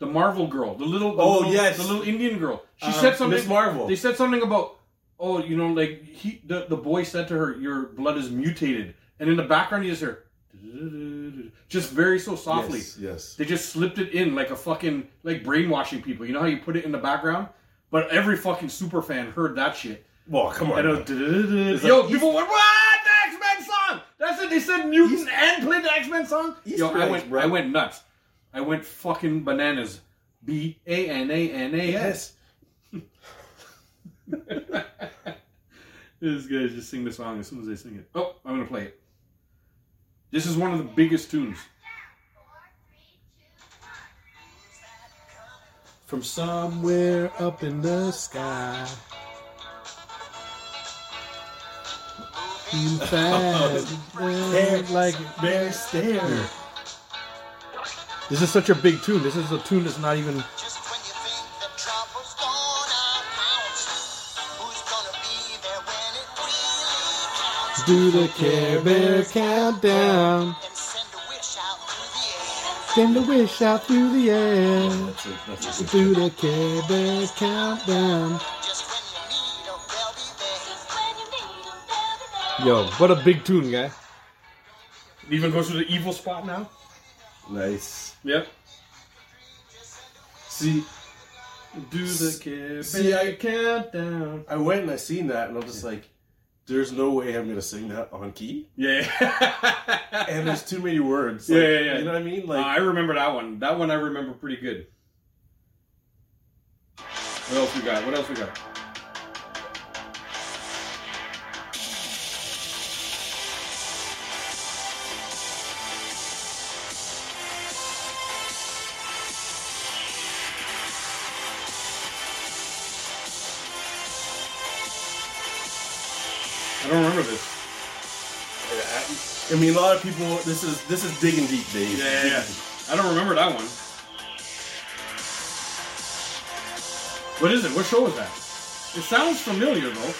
S3: the Marvel girl, the little, the
S1: Oh,
S3: little,
S1: yes.
S3: the little Indian girl. She
S11: Uh,
S1: Um,
S3: said something.
S1: Miss Marvel.
S3: They said something about, oh, you know, like he, the the boy said to her, "Your blood is mutated," and in the background you just hear, just very so softly.
S1: Yes. yes.
S3: They just slipped it in like a fucking like brainwashing people. You know how you put it in the background, but every fucking super fan heard that shit.
S1: Well, come on.
S3: And it
S1: now.
S3: was, yo, people went, what? The X Men song! That's it, they said mutant and played the X Men song? yo,
S1: Easter
S3: I
S1: eggs,
S3: went,
S1: bro.
S3: I went nuts. I went fucking bananas. B A N A N A S.
S1: Yes.
S3: This guy's just sing the song as soon as they sing it. Oh, I'm gonna play it. This is one of the biggest tunes.
S10: From somewhere up in the sky. In fact, like bear stare.
S3: This is such a big tune. This is a tune that's not even.
S8: Just when you think the trouble's gonna out, who's gonna
S10: Do the
S8: be there when it really counts?
S10: Care Bear countdown.
S8: And send
S10: Send a
S8: a wish out through the air.
S10: wish out through the air.
S1: That's it. That's it.
S10: Do the Care Bear countdown.
S8: Just when you need 'em, they'll be there.
S11: Yo, what a big tune, guy.
S3: even goes to the evil spot now?
S1: Nice.
S3: Yep.
S1: See,
S3: Do the kid.
S1: See, I-
S3: countdown.
S1: I went and I seen that, and I'm just like, "There's no way I'm gonna sing that on key."
S3: Yeah.
S1: And there's too many words.
S3: Yeah,
S1: Like,
S3: yeah, yeah.
S1: You know what I mean?
S3: Uh, I
S1: Like,
S3: remember that one. That one I remember pretty good. What else we got? What else we got? I don't remember this.
S1: I, I mean, a lot of people. This is this is digging deep, Dave.
S3: Yeah, yeah, yeah. I don't remember that one. What is it? What show was that? It sounds familiar though.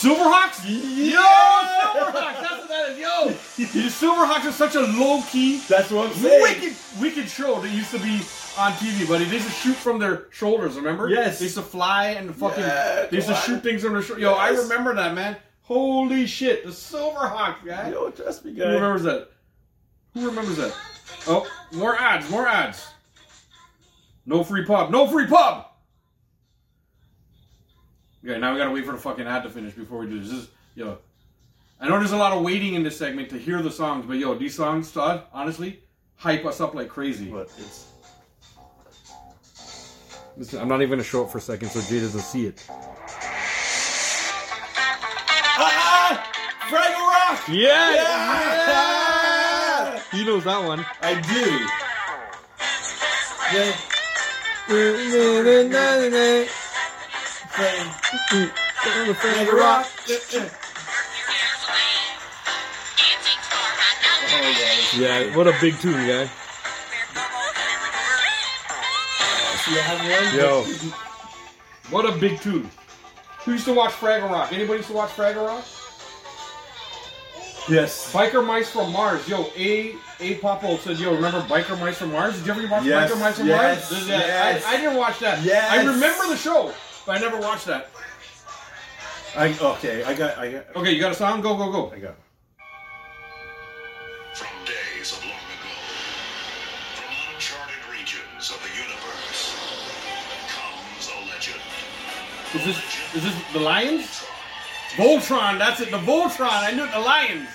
S3: Silverhawks? Yo, Silverhawks! That's what that is. Yo, The Silverhawks are such a low key,
S1: That's what I'm saying.
S3: wicked, wicked show that used to be on TV, buddy. They used to shoot from their shoulders. Remember?
S1: Yes.
S3: They used to fly and fucking.
S1: Yeah,
S3: they used to
S1: come on.
S3: shoot things on their shoulders. Yo, I
S1: Yes.
S3: remember that, man. Holy shit, the Silverhawks, guy.
S1: Yo, trust me,
S3: Who
S1: guys.
S3: remembers that? Who remembers that? Oh, more ads, more ads. No free pub, no free pub! Okay, now we gotta wait for the fucking ad to finish before we do this. this is, yo, I know there's a lot of waiting in this segment to hear the songs, but yo, these songs, Todd, honestly, hype us up like crazy.
S1: But it's
S3: Listen, I'm not even gonna show it for a second so Jay doesn't see it.
S1: ah, Fraggle Rock.
S11: Yeah!
S1: Yeah!
S11: He knows that one.
S1: I do. Yeah, Fraggle Rock. Oh, yeah.
S2: Yeah, what a big tune, guy.
S4: You have one?
S2: Yo,
S6: What a big tune. Who used to watch Fraggle Rock? Anybody used to watch Fraggle Rock?
S4: Yes.
S6: Biker Mice from Mars. Yo, A A Popo said, yo, remember Biker Mice from Mars? Did you ever watch
S4: Yes,
S6: Biker Mice from
S4: yes,
S6: Mars? There's
S4: yes.
S6: I, I didn't watch that.
S4: Yes.
S6: I remember the show, but I never watched that.
S4: I, okay, I got, I got,
S6: Okay, you got a song? Go, go, go.
S4: I got.
S8: From days of long ago, from uncharted regions of the universe, comes a legend.
S6: Is this is this the Lions? Voltron, that's it. The Voltron. I knew it. The Lions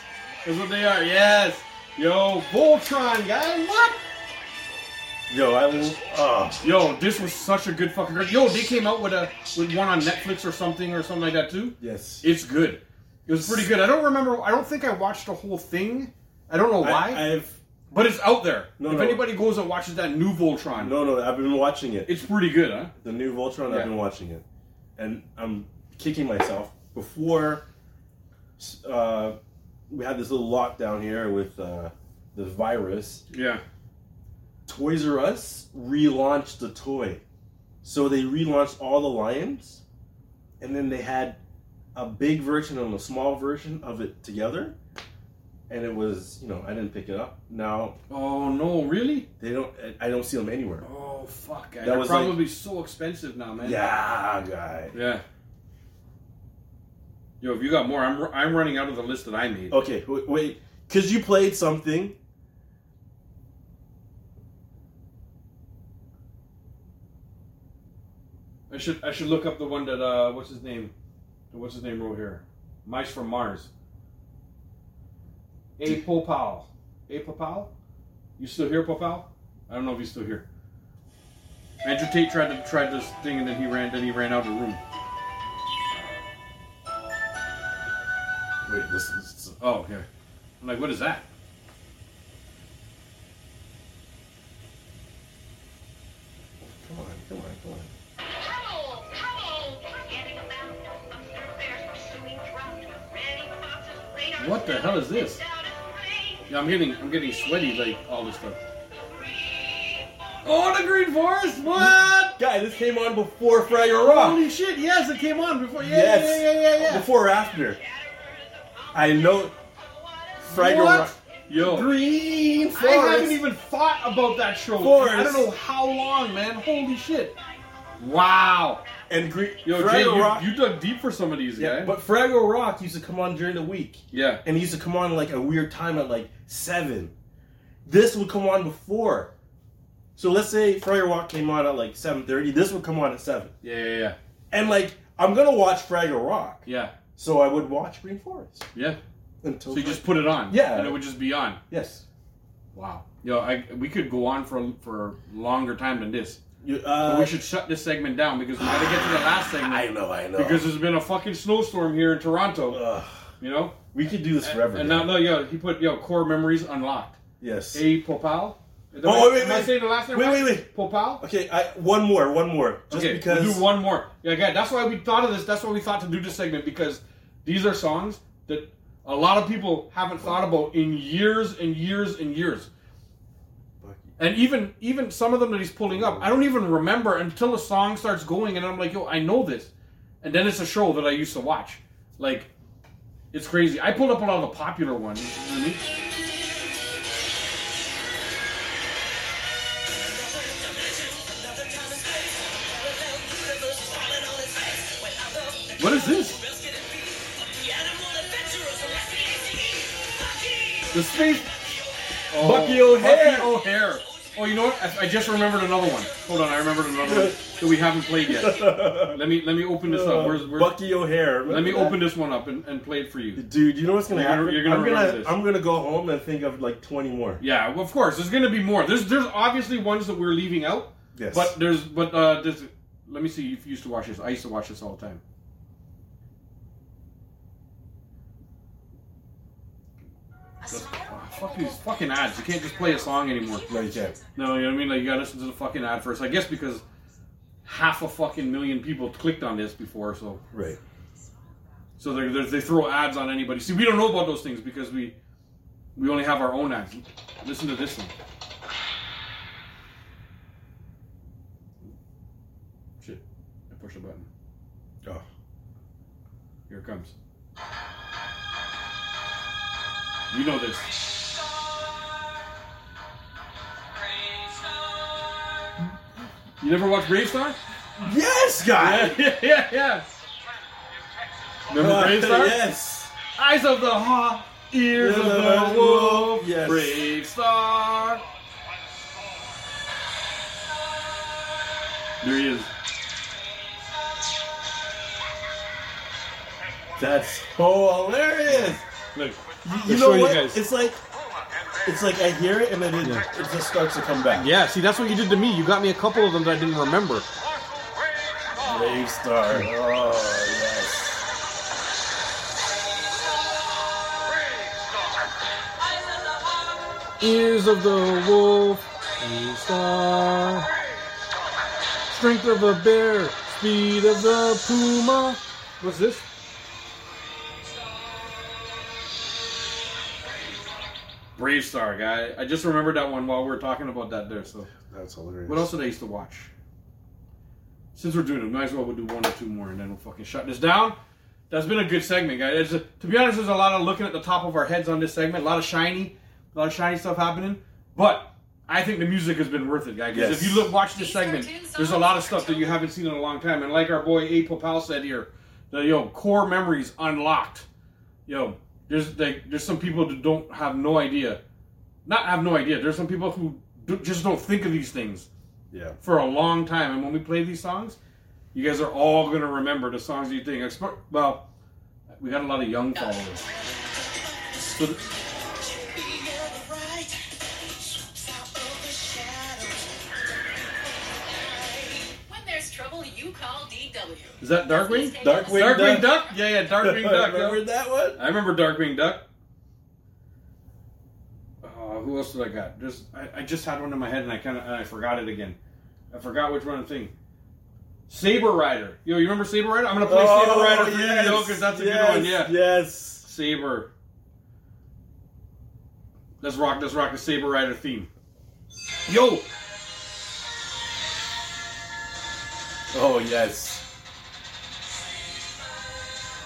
S6: is what they are. Yes. Yo, Voltron, guys. What?
S4: Yo, I will. Uh,
S6: Yo, this was such a good fucking. Record. Yo, they came out with a with one on Netflix or something or something like that too.
S4: yes.
S6: It's good. It was pretty good. I don't remember. I don't think I watched the whole thing. I don't know why,
S4: I, I've
S6: but it's out there.
S4: No,
S6: if
S4: no.
S6: anybody goes and watches that new Voltron,
S4: no, no. I've been watching it.
S6: it's pretty good, huh?
S4: the new Voltron.
S6: Yeah.
S4: I've been watching it, and I'm kicking myself. Before s- uh, we had this little lockdown here with uh, the virus,
S6: Yeah.
S4: Toys R Us relaunched the toy. So they relaunched all the lions, and then they had a big version and a small version of it together. And it was, you know, I didn't pick it up. Now
S6: Oh no, really?
S4: they don't. I- I don't see them anywhere.
S6: Oh fuck!
S4: That
S6: They're
S4: was like-
S6: probably so expensive now, man.
S4: Yeah, guy.
S6: Yeah. Yo, if you got more, I'm I'm running out of the list that I made.
S4: Okay, wait, wait. Cause you played something.
S6: I should I should look up the one that uh what's his name, what's his name wrote here, Mice from Mars. A Popal, A Popal, you still here, Popal? I don't know if he's still here. Andrew Tate tried to tried this thing and then he ran then he ran out of the room.
S4: Wait, this is
S6: Oh, here. I'm like, what is that?
S4: come on, come on, come on.
S11: Hello, hello. Forgetting about them. Upstairs pursuing drought. Ready Fox's radar.
S6: What the hell is this?
S11: Doubt is
S6: Yeah, I'm getting I'm getting sweaty like all this stuff.
S11: free.
S6: Oh, the Green Forest! What?
S4: Guy, this came on before Fraggle Rock.
S6: Holy shit! Yes, it came on before. Yeah,
S4: Yes.
S6: yeah, yeah, yeah, yeah.
S4: Before or after? I know. Fraggle
S6: What?
S4: Rock.
S6: Yo,
S4: Green
S6: I
S4: forest.
S6: haven't even thought about that show.
S4: Forest.
S6: I don't know how long, man. Holy shit! Wow.
S4: and green.
S6: Yo,
S4: Fraggle
S6: Jay,
S4: Rock.
S6: you, you dug deep for some of these,
S4: yeah,
S6: guys.
S4: but Fraggle Rock used to come on during the week,
S6: yeah.
S4: and it used to come on like a weird time at like seven. This would come on before. So let's say Fraggle Rock came on at like seven thirty. This would come on at seven.
S6: yeah, yeah, yeah,
S4: And like, I'm gonna watch Fraggle Rock,
S6: yeah,
S4: so I would watch Green Forest
S6: yeah.
S4: until.
S6: So you just put it on,
S4: Yeah.
S6: and it would just be on.
S4: yes.
S6: Wow. Yo, I, we could go on for for a longer time than this.
S4: You,
S6: But
S4: uh,
S6: we should shut this segment down because we gotta get to the last segment.
S4: I know, I know.
S6: Because there's been a fucking snowstorm here in Toronto.
S4: Ugh,
S6: You know.
S4: we could do this forever.
S6: And
S4: man.
S6: now, no, yo, he put yo core memories unlocked.
S4: yes.
S6: A Popal.
S4: Oh, wait, wait,
S6: Am I
S4: wait.
S6: saying the last name
S4: Wait,
S6: right?
S4: wait, wait.
S6: Popal.
S4: Okay, I, one more, one more. Just
S6: okay,
S4: because.
S6: we'll do one more. Yeah, again, that's why we thought of this. That's why we thought to do this segment because these are songs that a lot of people haven't thought about in years and years and years. And even even some of them that he's pulling up, I don't even remember until the song starts going, and I'm like, yo, I know this. And then it's a show that I used to watch. Like, it's crazy. I pulled up a lot of the popular ones. you know what I mean? What is this? The space. Oh,
S4: Bucky O'Hare.
S6: Bucky O'Hare. Oh, you know what? I, I just remembered another one. Hold on, I remembered another one that we haven't played yet. Let me let me open this up. Where's, where's
S4: Uh, Bucky O'Hare.
S6: Let me
S4: Remember
S6: open this one up and, and play it for you.
S4: that? Dude, you know what's gonna
S6: You're gonna-
S4: happen?
S6: you're gonna
S4: I'm gonna,
S6: remember this.
S4: I'm gonna go home and think of like 20 more.
S6: Yeah, well, of course. There's gonna be more. There's there's obviously ones that we're leaving out.
S4: Yes.
S6: But there's but uh there's let me see if you used to watch this. I used to watch this all the time. That's- ah, fuck these fucking ads. You can't just play a song anymore.
S4: No, you can't.
S6: No, you know what I mean? Like you gotta listen to the fucking ad first. I guess because half a fucking million people clicked on this before, so
S4: Right.
S6: so they they throw ads on anybody. See, we don't know about those things because we
S3: We only have our own knives. Listen to this one. Shit. I pushed a button.
S4: Oh.
S3: Here it comes. You know this. You never watched Bravestar?
S4: Yes, guy.
S3: Yeah, yeah, yeah, yeah. Remember Bravestar?
S4: Yes.
S3: Eyes of the hawk, ears of the wolf.
S4: Yes.
S3: Brave star. There he is.
S4: That's so hilarious.
S3: Look,
S4: You,
S3: It's
S4: know
S3: for you
S4: what?
S3: guys.
S4: It's like, it's like I hear it and then it, it just starts to come back.
S3: Yeah, see, that's what you did to me. You got me a couple of them that I didn't remember.
S4: Brave Star. Oh yes.
S3: Ears of the wolf, Brave star. Strength of a bear, speed of the puma. What's this? Brave Star, guy. I just remembered that one while we were talking about that there. So,
S4: That's hilarious.
S3: what else did I used to watch? Since we're doing it, might as well we'll do one or two more, and then we'll fucking shut this down. That's been a good segment, guys. It's- to be honest, there's a lot of looking at the top of our heads on this segment. A lot of shiny, a lot of shiny stuff happening. But I think the music has been worth it, guys. Because if
S4: Yes.
S3: you look, watch this
S11: These cartoon
S3: segment, there's a lot of
S11: songs
S3: stuff
S11: are
S3: that you haven't seen in a long time. And like our boy April Powell said here, the yo core memories unlocked. Yo, there's like there's some people that don't have no idea, not have no idea. There's some people who do, just don't think of these things
S4: Yeah.
S3: for a long time. And when we play these songs, you guys are all gonna remember the songs you think. Exp- Well, we got a lot of young followers. So th-
S11: When there's trouble, you call DW.
S3: is that Darkwing?
S4: Darkwing
S3: Darkwing
S4: Duck.
S3: Duck? Yeah, yeah, Darkwing Duck.
S4: Remember
S3: yeah.
S4: that one?
S3: I remember Darkwing Duck. Uh, who else did I got? There's, I, I just had one in my head and I kind of I forgot it again. I forgot which one I'm thinking. Saber Rider. Yo, you remember Saber Rider? I'm gonna play Saber Rider for you, yo, because that's a good one. Yeah.
S4: Oh, Yes.
S3: Saber. Let's rock, let's rock the Saber Rider theme. Yo!
S4: Oh yes.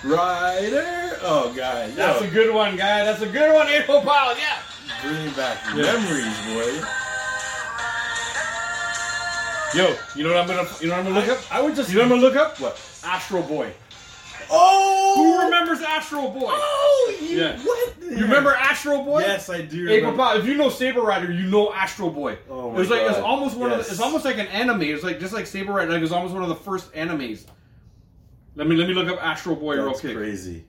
S4: Rider. Oh god.
S3: That's a good one, guy. That's a good one, April Powell, yeah!
S4: bringing back memories, boy.
S3: Yo, you know what I'm gonna you know what I'm gonna look up?
S4: I would just.
S3: You know what I'm gonna look up?
S4: What?
S3: Astro Boy. Who
S4: Oh.
S3: remembers Astro Boy?
S4: Oh, you
S3: Yeah.
S4: what?
S3: You remember Astro Boy?
S4: Yes, I do.
S3: April
S4: Remember.
S3: Powell. If you know Saber Rider, you know Astro Boy.
S4: Oh
S3: it was
S4: my
S3: like it's
S4: God.
S3: almost one of
S4: Yes.
S3: the, it's almost like an anime. It's like just like Saber Rider, like it was almost one of the first animes. Let me let me look up Astro Boy real
S4: That's
S3: quick.
S4: crazy.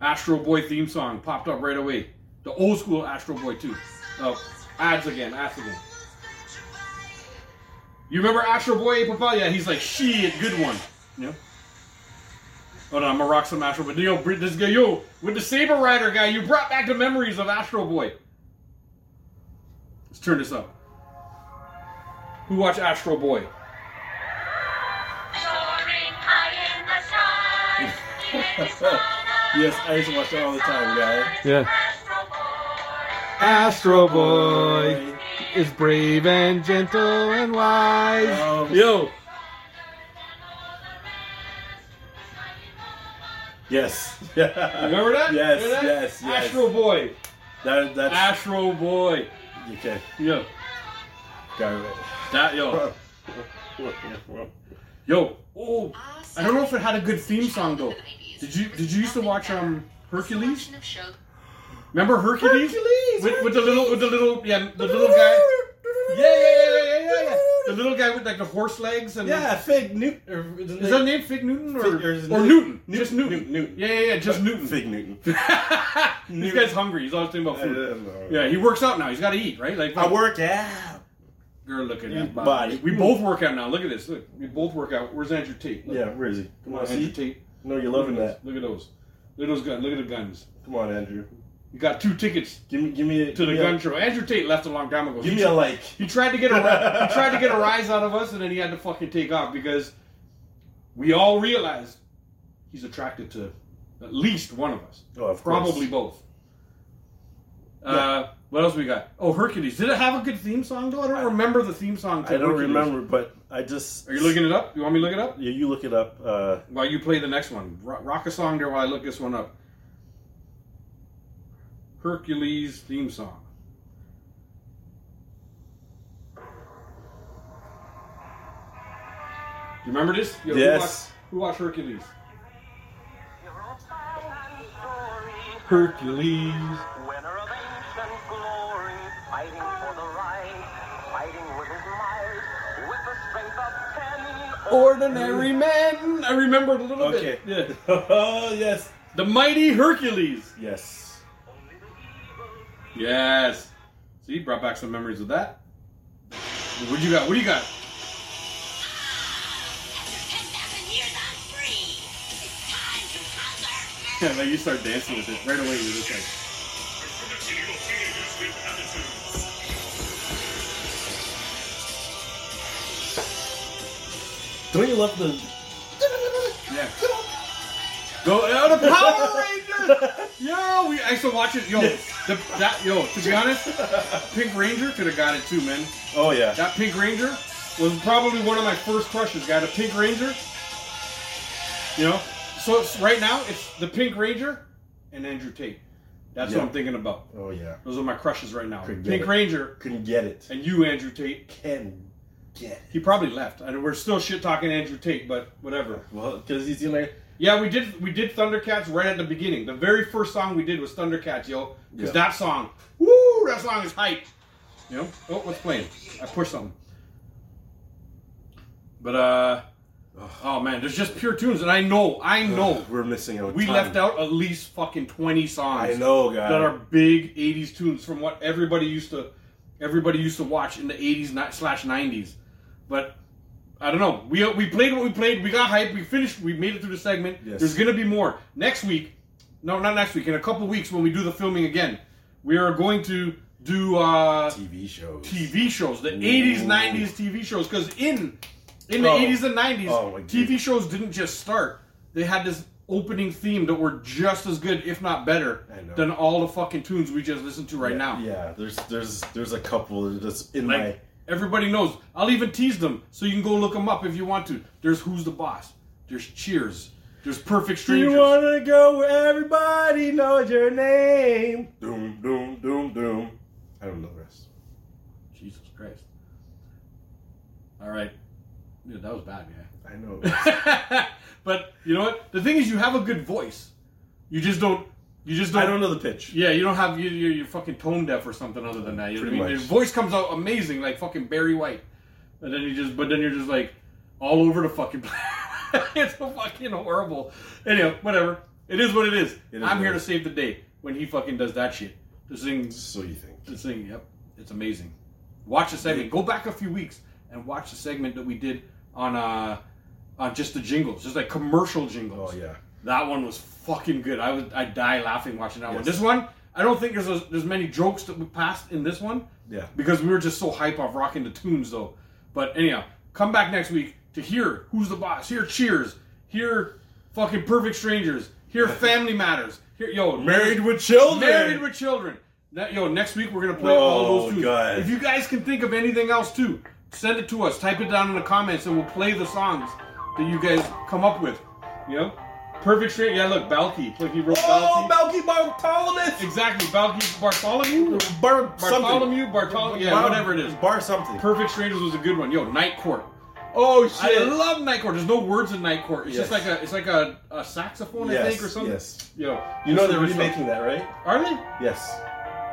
S3: Astro Boy theme song popped up right away. The old school Astro Boy too. Oh, ads again, ads again. You remember Astro Boy April Fool? Yeah, he's like, shit, good one. Yeah. Hold on, I'm gonna rock some Astro Boy. Yo, br- this guy, yo, with the Saber Rider guy, you brought back the memories of Astro Boy. Let's turn this up. Who watched Astro Boy?
S11: Soaring high in the sky. He is
S4: Yes, I used to watch that all the time, guy.
S3: Yeah.
S11: Astro Boy.
S4: Oh.
S3: Astro Boy is brave and gentle and wise.
S4: Um,
S3: Yo,
S4: Yes. Yeah.
S3: Remember that?
S4: Yes,
S3: Remember that?
S4: yes, yes.
S3: Astro Boy.
S4: That, that's
S3: Astro Boy.
S4: okay.
S3: Yo.
S4: Got it.
S3: That yo. Yo. Oh. I don't know if it had a good theme song though. Did you did you used to watch um Hercules? Remember Hercules?
S4: Hercules,
S3: With, with the little with the little yeah the little guy. Yeah yeah yeah yeah yeah yeah. The little guy with like the horse legs and
S4: Yeah, Fig Newton. or-
S3: Is that name Fig Newton or,
S4: Fig- or is it
S3: or
S4: Newton?
S3: Newton?
S4: Newton,
S3: Just Newton.
S4: Newton, Newton.
S3: Yeah, yeah, yeah, just Newton.
S4: Fig Newton.
S3: this guy's hungry. He's always thinking about
S4: I
S3: food.
S4: don't know.
S3: Yeah, he works out now. He's got to eat, right? Like
S4: I work out.
S3: Girl, look at
S4: Yeah,
S3: that body.
S4: body.
S3: We both work out now. Look at this. Look, we both work out. Where's Andrew Tate? Look.
S4: Yeah, where is he? Come
S3: Come
S4: on,
S3: on, Andrew
S4: see?
S3: Tate.
S4: No, you're
S3: Look at
S4: loving
S3: those.
S4: that.
S3: Look at those. Look at those guns. Look at the guns.
S4: Come on, Andrew.
S3: You got two tickets
S4: Give me, give me a,
S3: to
S4: give
S3: the
S4: me
S3: gun
S4: A,
S3: show. Andrew Tate left a long time ago.
S4: give
S3: he,
S4: me a like.
S3: he tried to get a ri- he tried to get a rise out of us, and then he had to fucking take off because we all realized he's attracted to at least one of us,
S4: Oh, of course.
S3: probably both. Uh, what else we got? Oh, Hercules. Did it have a good theme song though? I don't remember the theme song. To
S4: I don't
S3: Hercules.
S4: remember, but I just.
S3: Are you looking it up? You want me to look it up?
S4: Yeah, you look it up. Uh,
S3: While you play the next one, Ro- rock a song there while I look this one up. Hercules theme song. You remember this? You- who
S4: Yes.
S3: watched- Who watched Hercules? Hercules.
S11: Winner of ancient glory, fighting for the right, fighting with his might, with the strength of ten.
S3: Ordinary men. I remembered a little
S4: okay.
S3: bit. Yeah.
S4: oh yes.
S3: The mighty Hercules.
S4: Yes.
S3: Yes. See, you brought back some memories of that. What you got? What do you got? Yeah, now you start dancing with it right away. You're just like,
S4: Don't you love the?
S3: yeah. Go out of Oh, Power Ranger. Yo, we I used to watch it. Yo, the, that yo. To be honest, Pink Ranger could have got it too, man.
S4: Oh yeah.
S3: That Pink Ranger was probably one of my first crushes. Got a Pink Ranger. You know, so it's, right now it's the Pink Ranger and Andrew Tate. That's
S4: Yeah.
S3: what I'm thinking about.
S4: Oh yeah.
S3: Those are my crushes right now.
S4: Couldn't get
S3: Pink
S4: it.
S3: Ranger
S4: Couldn't get it.
S3: and you, Andrew Tate.
S4: Can get. It.
S3: He probably left, and we're still shit talking Andrew Tate, but whatever.
S4: Well, because he's the only.
S3: Yeah, we did we did Thundercats right at the beginning. The very first song we did was Thundercats, yo, because
S4: Yeah.
S3: that song, woo, that song is hype. You know? Oh, what's playing? I pushed something. But uh, oh man, there's just pure tunes, and I know, I know,
S4: we're missing out.
S3: we
S4: ton.
S3: left out at least fucking twenty songs.
S4: I know, guys.
S3: that are big '80s tunes from what everybody used to everybody used to watch in the '80s ni- slash '90s. But I don't know. We we played what we played. We got hype. We finished. We made it through the segment.
S4: Yes.
S3: There's gonna be more next week. No, not next week. In a couple weeks when we do the filming again, we are going to do uh,
S4: TV shows.
S3: TV shows, the
S4: Ooh.
S3: '80s, '90s TV shows, because in in the
S4: Oh.
S3: '80s and '90s,
S4: Oh, my
S3: TV
S4: dude.
S3: shows didn't just start; they had this opening theme that were just as good, if not better,
S4: I know.
S3: than all the fucking tunes we just listened to right
S4: Yeah,
S3: now.
S4: Yeah, there's there's there's a couple that's in
S3: Like
S4: my.
S3: everybody knows. I'll even tease them, so you can go look them up if you want to. There's Who's the Boss. There's Cheers. There's Perfect Strangers.
S4: wanna go where everybody knows your name? Doom, doom, doom, doom. I don't know the rest.
S3: Jesus Christ. All right, dude, that was bad, guy.
S4: I know.
S3: but you know what? The thing is, you have a good voice. You just don't. You just don't.
S4: I don't know the pitch.
S3: Yeah, you don't have you. You're, you're fucking tone deaf or something other than that. You know what I
S4: Pretty
S3: mean? Your
S4: much.
S3: voice comes out amazing, like fucking Barry White, and then you just. But then you're just like all over the fucking. place. it's fucking horrible. Anyhow, whatever. It is what it is.
S4: It is
S3: I'm
S4: what
S3: here
S4: it
S3: to
S4: is.
S3: save the day when he fucking does that shit. This thing.
S4: So you think?
S3: This thing. Yep. It's amazing. Watch the segment. Go back a few weeks and watch the segment that we did on uh on just the jingles, just like commercial jingles.
S4: Oh yeah.
S3: That one was fucking good. I would I die laughing watching that one.
S4: Yes.
S3: This one, I don't think there's as there's many jokes that we passed in this one
S4: Yeah.
S3: because we were just so hype off rocking the tunes though. But anyhow, come back next week to hear who's the boss. Hear Cheers. Hear fucking Perfect Strangers. Hear Family Matters. Hear yo
S4: Married with children.
S3: Married with Children. Now, yo, next week we're gonna play all
S4: Oh,
S3: those tunes.
S4: God.
S3: If you guys can think of anything else too, send it to us. Type it down in the comments, and we'll play the songs that you guys come up with. You know, perfect straight. Yeah, look, Balky. Look, he wrote
S4: Oh,
S3: Balky.
S4: Malky Bartolomeu.
S3: exactly, Balky Bartholomew.
S4: Bar something.
S3: Bartholomew, Bartholomew, yeah,
S4: Bar-
S3: whatever it is.
S4: Bar something.
S3: Perfect Strangers was a good one. Yo, Night Court.
S4: oh
S3: I love Night Court. There's no words in Night Court. It's just
S4: Yes.
S3: like a, it's like a, a saxophone, I
S4: Yes,
S3: think, or something.
S4: yes.
S3: Yo,
S4: you know
S3: it's
S4: they're
S3: good stuff.
S4: remaking that, right?
S3: Are they?
S4: Yes.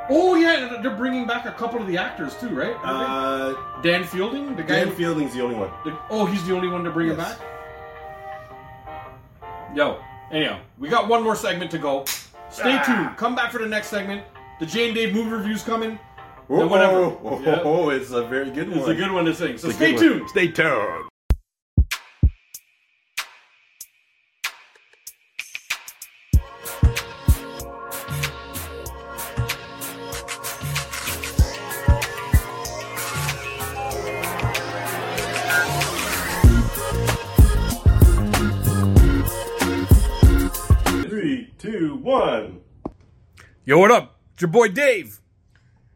S3: Oh yeah, they're bringing back a couple of the actors too, right? Aren't
S4: Uh,
S3: they? Dan Fielding, the guy.
S4: Dan
S3: who-
S4: Fielding's the only one.
S3: the- oh, he's the only one to bring him
S4: Yes.
S3: back. Yo, anyhow, we got one more segment to go. Stay
S4: Ah.
S3: tuned. Come back for the next segment. The Jane Dave movie review's coming.
S4: Oh,
S3: whatever.
S4: Oh, oh,
S3: Yeah.
S4: oh, it's a very good one.
S3: It's a good one to sing. So
S4: It's a
S3: stay
S4: good one.
S3: tuned.
S13: Stay tuned.
S4: Three, two, one.
S2: Yo, what up? It's your boy Dave.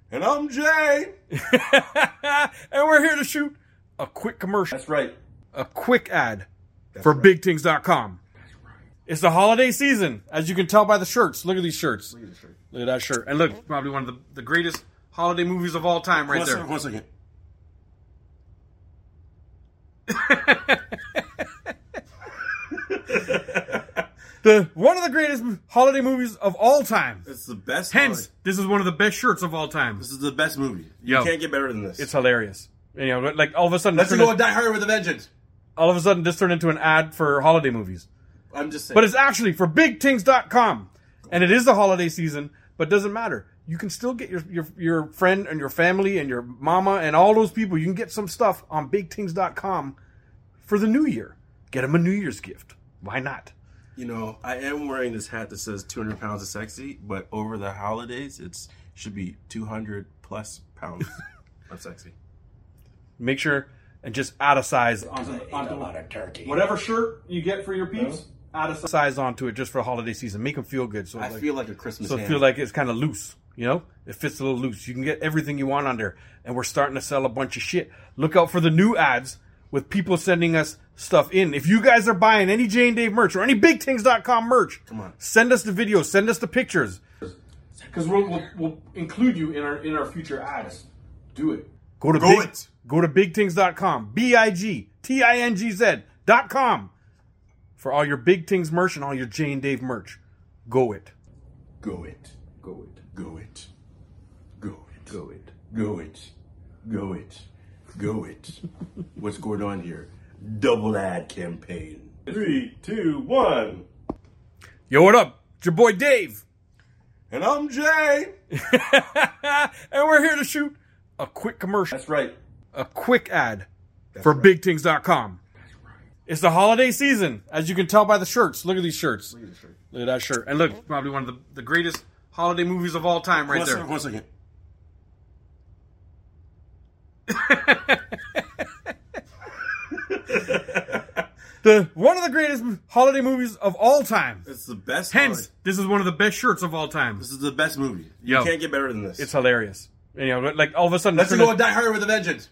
S14: And I'm Jay.
S3: and we're here to shoot a quick commercial,
S14: That's right.
S3: a quick ad for BigThings.com. It's the holiday season, as you can tell by the shirts. Look at these shirts. Look at, that shirt. And look, probably one of the, the greatest holiday movies of all time, right
S4: One
S3: there.
S4: sec- one second.
S3: The one of the greatest holiday movies of all time.
S4: It's the best.
S3: Hence,
S4: holiday.
S3: this is one of the best shirts of all time.
S4: this is the best movie. You
S3: Yo.
S4: can't get better than this.
S3: It's hilarious. You know, like all of a sudden, this
S14: Let's
S3: turned
S14: go
S3: in-
S14: Die Hard with a Vengeance.
S3: all of a sudden, this turned into an ad for holiday movies.
S4: I'm just saying.
S3: But it's actually for BigTings.com, and it is the holiday season. But doesn't matter. You can still get your, your your friend and your family and your mama and all those people. You can get some stuff on BigTings.com for the new year. Get them a New Year's gift. Why not?
S4: you know, I am wearing this hat that says 200 pounds of sexy, but over the holidays, it's should be 200 plus pounds of sexy.
S3: Make sure and just add a size
S6: Whatever shirt you get for your peeps, add a
S3: size onto it just for holiday season. Make them feel good. So
S4: I
S3: like-
S4: feel like a Christmas.
S3: So it
S4: ham.
S3: feel like it's kind of loose, you know? It fits a little loose. You can get everything you want on there. And we're starting to sell a bunch of shit. Look out for the new ads with people sending us stuff in. If you guys are buying any J and Dave merch or any BigThings.com merch, come
S4: on.
S3: Send us the videos, send us the pictures.
S6: because we'll, we'll, we'll include you in our in our future ads. Do it.
S3: Go to
S4: Go
S3: big,
S4: it.
S3: go to bigtings.com, B I G T I N G Z dot com for all your Big Things merch and all your J and Dave merch. Go it.
S14: Go it. Go it. Go it. Go it. Go it. Go it. Go it. Go it. What's going on here? Double ad campaign. Three, two, one.
S3: Yo, what up? It's your boy Dave.
S14: And I'm Jay.
S3: and we're here to shoot a quick commercial,
S14: That's right.
S3: a quick ad for BigThings.com. It's the holiday season, as you can tell by the shirts. Look at these shirts. Look at, that shirt. And look, probably one of the, the greatest holiday movies of all time, right
S4: one,
S3: there.
S4: sec- one second.
S3: The one of the greatest holiday movies of all time.
S4: It's the best.
S3: Hence,
S4: holiday.
S3: this is one of the best shirts of all time.
S4: this is the best movie.
S3: Yo.
S4: You can't get better than this.
S3: It's hilarious. You know, like all of a sudden, this
S14: Let's
S3: turned
S14: go
S3: in-
S14: Die Hard with a Vengeance.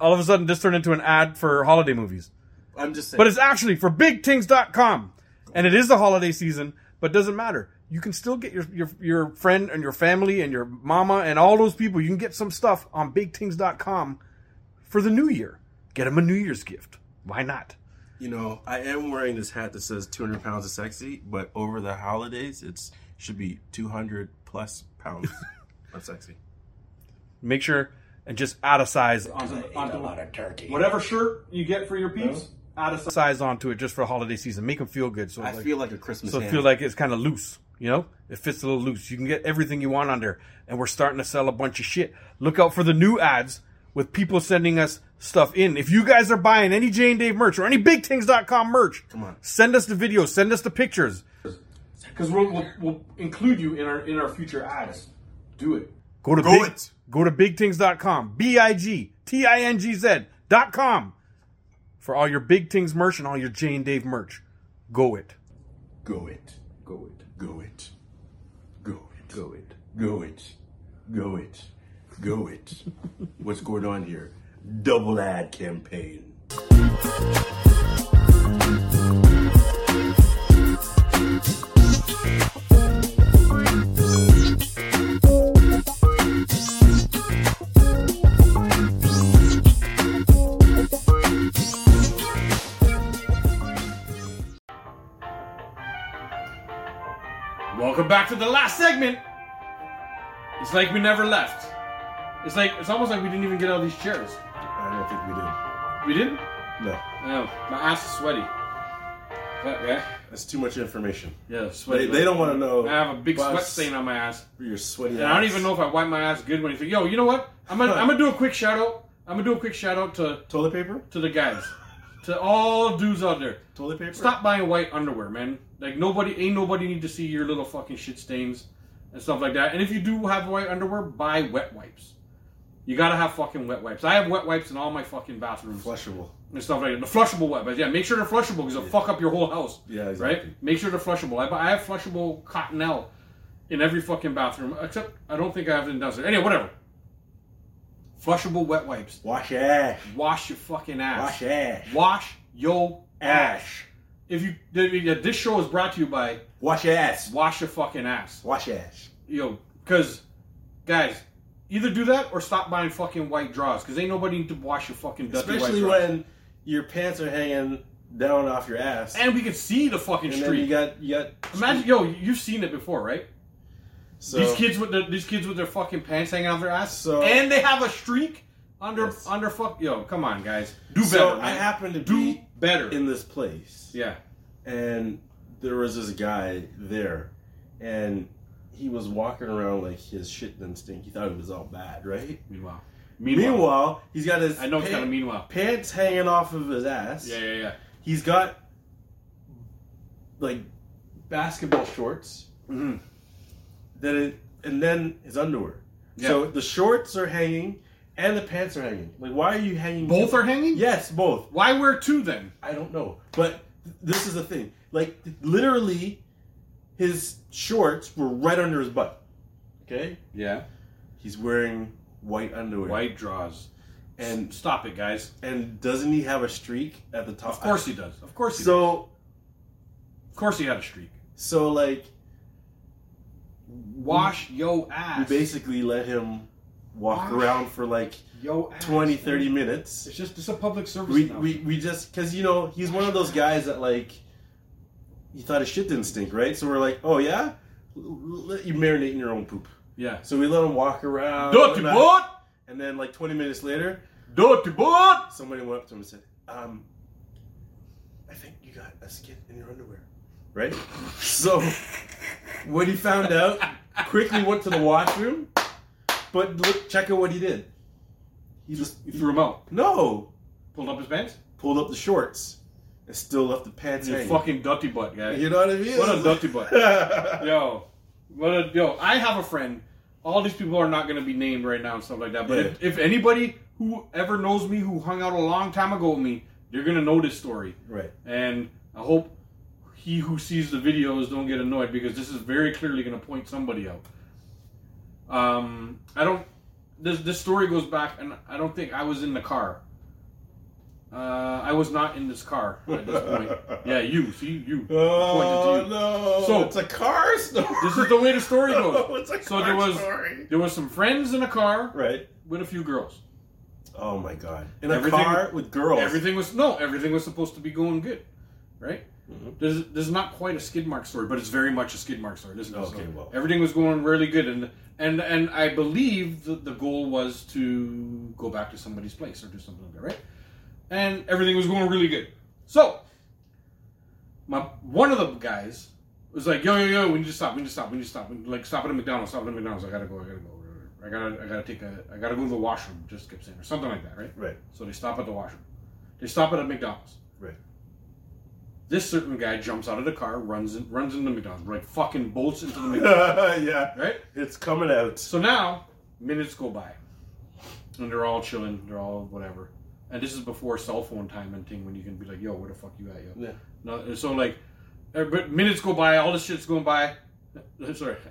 S3: all of a sudden, this turned into an ad for holiday movies.
S4: I'm just saying.
S3: But it's actually for bigtings.com. And it is the holiday season, but doesn't matter. You can still get your, your, your friend and your family and your mama and all those people. You can get some stuff on bigtings.com for the new year. Get them a New Year's gift. Why not?
S4: you know, I am wearing this hat that says 200 pounds of sexy, but over the holidays, it's should be 200 plus pounds of sexy.
S3: Make sure and just add a size
S6: Whatever shirt you get for your peeps, add a size.
S3: size onto it just for holiday season. Make them feel good. So
S4: I
S3: like,
S4: feel like a Christmas.
S3: so it
S4: ham.
S3: feel like it's kind of loose. You know, it fits a little loose. You can get everything you want on there, and we're starting to sell a bunch of shit. Look out for the new ads with people sending us stuff in. If you guys are buying any J and Dave merch or any BigThings.com merch, come
S4: on.
S3: send us the videos, send us the pictures.
S6: Because we'll, we'll we'll include you in our in our future ads. Do it.
S3: Go to
S14: Go
S3: big,
S14: it.
S3: go to BigThings.com, B I G T I N G Z dot com for all your Big Things merch and all your J and Dave merch. Go it.
S14: Go it. Go it. Go it. Go it. Go it. Go it. Go it. Go it. What's going on here? Double ad campaign.
S6: Welcome back to the last segment. It's like we never left. It's like it's almost like we didn't even get out of these chairs.
S4: I don't think we do.
S6: We didn't?
S4: No,
S6: No. My ass is sweaty. That guy.
S4: that's too much information.
S6: Yeah, sweaty.
S4: They, they don't want to know.
S6: I have a big sweat
S4: Bus.
S6: stain on my ass.
S4: You're sweaty.
S6: And I don't even know if I wipe my ass good when he's like, yo, you know what? I'm gonna I'm gonna do a quick shout out. I'm gonna do a quick shout out to
S4: toilet paper.
S6: to the guys. to all dudes out there.
S4: Toilet paper.
S6: Stop buying white underwear, man. Like nobody ain't nobody need to see your little fucking shit stains and stuff like that. And if you do have white underwear, buy wet wipes. You gotta have fucking wet wipes. I have wet wipes in all my fucking bathrooms
S4: Flushable.
S6: and stuff like that. The flushable wet wipes. Yeah, make sure they're flushable because they'll fuck up your whole house.
S4: Yeah, exactly.
S6: Right? Make sure they're flushable. I, bu- I have flushable cottonelle in every fucking bathroom, except I don't think I have it in downstairs. Anyway, whatever. Flushable wet wipes.
S9: Wash ash.
S6: Wash your fucking ass.
S9: Wash ash.
S6: Wash yo
S9: Ash.
S6: If you th- this show is brought to you by
S9: Wash ass.
S6: wash your fucking ass.
S9: Wash ash.
S6: Yo, because guys, either do that or stop buying fucking white draws because ain't nobody need to wash your fucking dusty
S4: Especially
S6: white draws.
S4: when your pants are hanging down off your ass.
S6: and we can see the fucking
S4: And then
S6: street.
S4: you got you got
S6: Imagine, yo, you've seen it before, right?
S4: so,
S6: these kids with their, these kids with their fucking pants hanging off their ass,
S4: So-
S6: and they have a streak under
S4: Yes.
S6: under fuck. Yo, come on, guys, do better.
S4: so
S6: man.
S4: I happened to
S6: do
S4: be
S6: better.
S4: in this place.
S6: yeah,
S4: and there was this guy there, and he was walking around like his shit didn't stink. He thought it was all bad, right?
S6: meanwhile,
S4: Meanwhile, he's got his
S6: I know it's
S4: pa-
S6: kind of meanwhile.
S4: pants hanging off of his ass.
S6: Yeah, yeah, yeah.
S4: He's got like basketball shorts.
S6: Mhm.
S4: Then it, and then his underwear.
S6: Yeah.
S4: So the shorts are hanging and the pants are hanging. Like, why are you hanging?
S6: Both are hanging.
S4: Yes, both.
S6: Why wear two then?
S4: I don't know. But th- this is the thing. Like th- literally, his shorts were right under his butt. Okay.
S6: Yeah,
S4: He's wearing white underwear.
S6: white draws. And
S4: And
S6: stop it, guys.
S4: and doesn't he have a streak at the top?
S6: Of course he does. Of course he. does.
S4: So
S6: Of course he had a streak.
S4: so like
S6: Wash yo ass.
S4: we basically let him walk
S6: Wash
S4: around for like
S6: yo ass.
S4: 20, 30
S6: man.
S4: minutes.
S6: It's just it's a public service.
S4: We,
S6: announcement.
S4: we we just because you know he's one of those guys that like he thought his shit didn't stink, right? So we're like, oh yeah, L- l- let you marinate in your own poop.
S6: yeah.
S4: So we let him walk around.
S6: Dirty
S4: and
S6: boy.
S4: And then, like 20 minutes later,
S6: Dirty boy.
S4: somebody went up to him and said, um, I think you got a skid in your underwear. Right? so, when he found out, quickly went to the washroom, but look, check out what he did. He just,
S6: He threw him out.
S4: no!
S6: Pulled up his pants.
S4: Pulled up the shorts and still left the pants
S6: You
S4: hanging.
S6: fucking dirty butt, guy.
S4: you know what I mean?
S6: What a dirty butt. yo, what a yo. I have a friend. All these people are not going to be named right now and stuff like that. But if, if anybody who ever knows me who hung out a long time ago with me, you're going to know this story.
S4: right.
S6: And I hope he who sees the videos don't get annoyed because this is very clearly going to point somebody out. Um, I don't. This this story goes back, and I don't think I was in the car. Uh, I was not in this car at this point. yeah, you see you.
S4: Oh,
S6: Pointed to you.
S4: no.
S6: So-
S4: it's a car story.
S6: This is the way the story goes.
S4: it's a
S6: So
S4: car
S6: there was
S4: story.
S6: there was some friends in a car
S4: Right.
S6: with a few girls.
S4: Oh my god! In a
S6: Everything-
S4: car with girls.
S6: Everything was no, everything was supposed to be going good, right?
S4: Mm-hmm.
S6: There's there's not quite a skid mark story, but it's very much a skid mark story. This is
S4: Okay,
S6: so
S4: well.
S6: everything was going really good, and and and I believe that the goal was to go back to somebody's place or do something like that, right? And everything was going really good. So my one of the guys was like, "Yo, yo, yo, we need to stop. We need to stop. We need to stop. We need to, like stop at a McDonald's. Stop at a McDonald's. I gotta go. I gotta go. I gotta I gotta take a I gotta go to the washroom." Just kept saying or something like that, right?
S4: Right.
S6: So they stop at the washroom. They stop at a McDonald's.
S4: Right.
S6: This certain guy jumps out of the car, runs in, runs into McDonald's, like fucking bolts into the McDonald's,
S4: yeah.
S6: right?
S4: It's coming out.
S6: So now minutes go by, and they're all chilling, they're all whatever. And this is before cell phone time and thing when you can be like, "Yo, where the fuck you at, yo?"
S4: Yeah.
S6: No, so like, eh, but minutes go by, all this shit's going by. Sorry,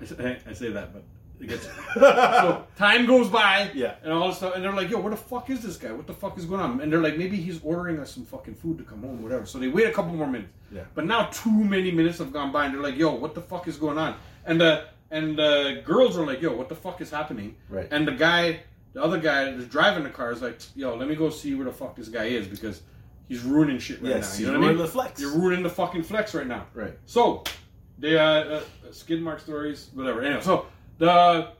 S6: I say that, but it gets. so time goes by,
S4: Yeah.
S6: and all this stuff, and they're like, "Yo, where the fuck is this guy? What the fuck is going on?" And they're like, "Maybe he's ordering us some fucking food to come home, whatever." So they wait a couple more minutes,
S4: Yeah.
S6: But now too many minutes have gone by, and they're like, "Yo, what the fuck is going on?" And the and the girls are like, "Yo, what the fuck is happening?"
S4: Right.
S6: And the guy, the other guy that's driving the car is like, "Yo, let me go see where the fuck this guy is because he's ruining shit right
S4: Yes,
S6: now." You
S4: he's
S6: know what I mean?
S4: ruining the flex.
S6: You're ruining the fucking flex right now.
S4: Right.
S6: So, they uh, uh skid mark stories, whatever. Anyway, so the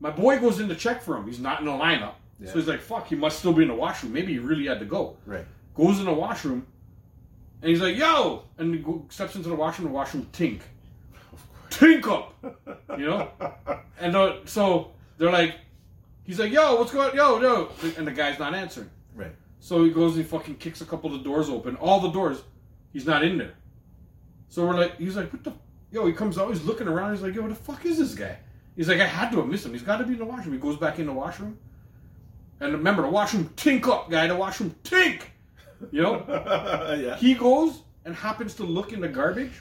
S6: my boy goes in to check for him. He's not in the lineup,
S4: Yeah.
S6: so he's like, "Fuck, he must still be in the washroom. Maybe he really had to go."
S4: Right.
S6: Goes in the washroom, and he's like, "Yo!" and he go- steps into the washroom. The washroom tink, tink up, you know. And uh, so they're like, he's like, "Yo, what's going? Yo, yo!" And the guy's not answering.
S4: Right.
S6: So he goes and he fucking kicks a couple of the doors open. All the doors. He's not in there. So we're like, he's like, what the? Yo, he comes out, he's looking around, he's like, yo, what the fuck is this guy? He's like, I had to have missed him. He's got to be in the washroom. He goes back in the washroom. And remember, the washroom tink up, guy. The washroom tink. You know?
S4: yeah.
S6: he goes and happens to look in the garbage.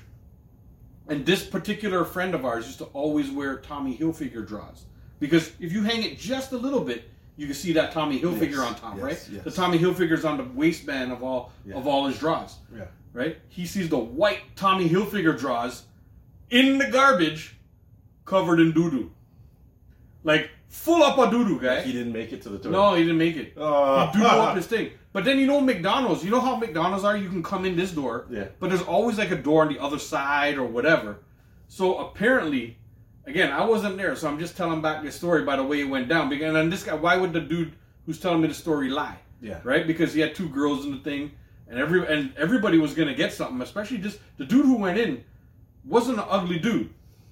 S6: And this particular friend of ours used to always wear Tommy Hilfiger draws because if you hang it just a little bit,
S3: you can see that Tommy Hilfiger
S6: Yes,
S3: on top,
S6: yes,
S3: right?
S6: yes.
S3: The Tommy Hilfiger's on the waistband of all
S6: Yeah.
S3: of all his draws,
S6: Yeah.
S3: right? He sees the white Tommy Hilfiger draws in the garbage, covered in doo doo, like full up a doo doo, guy.
S4: He didn't make it to the toilet.
S3: No, he didn't make it.
S4: Oh.
S3: He doo up his thing. But then you know McDonald's. You know how McDonald's are. You can come in this door,
S4: Yeah.
S3: but there's always like a door on the other side or whatever. So apparently, again, I wasn't there, so I'm just telling back this story by the way it went down. Because and then this guy, why would the dude who's telling me the story lie?
S6: Yeah.
S3: Right? Because he had two girls in the thing, and every and everybody was gonna get something. Especially just the dude who went in wasn't an ugly dude.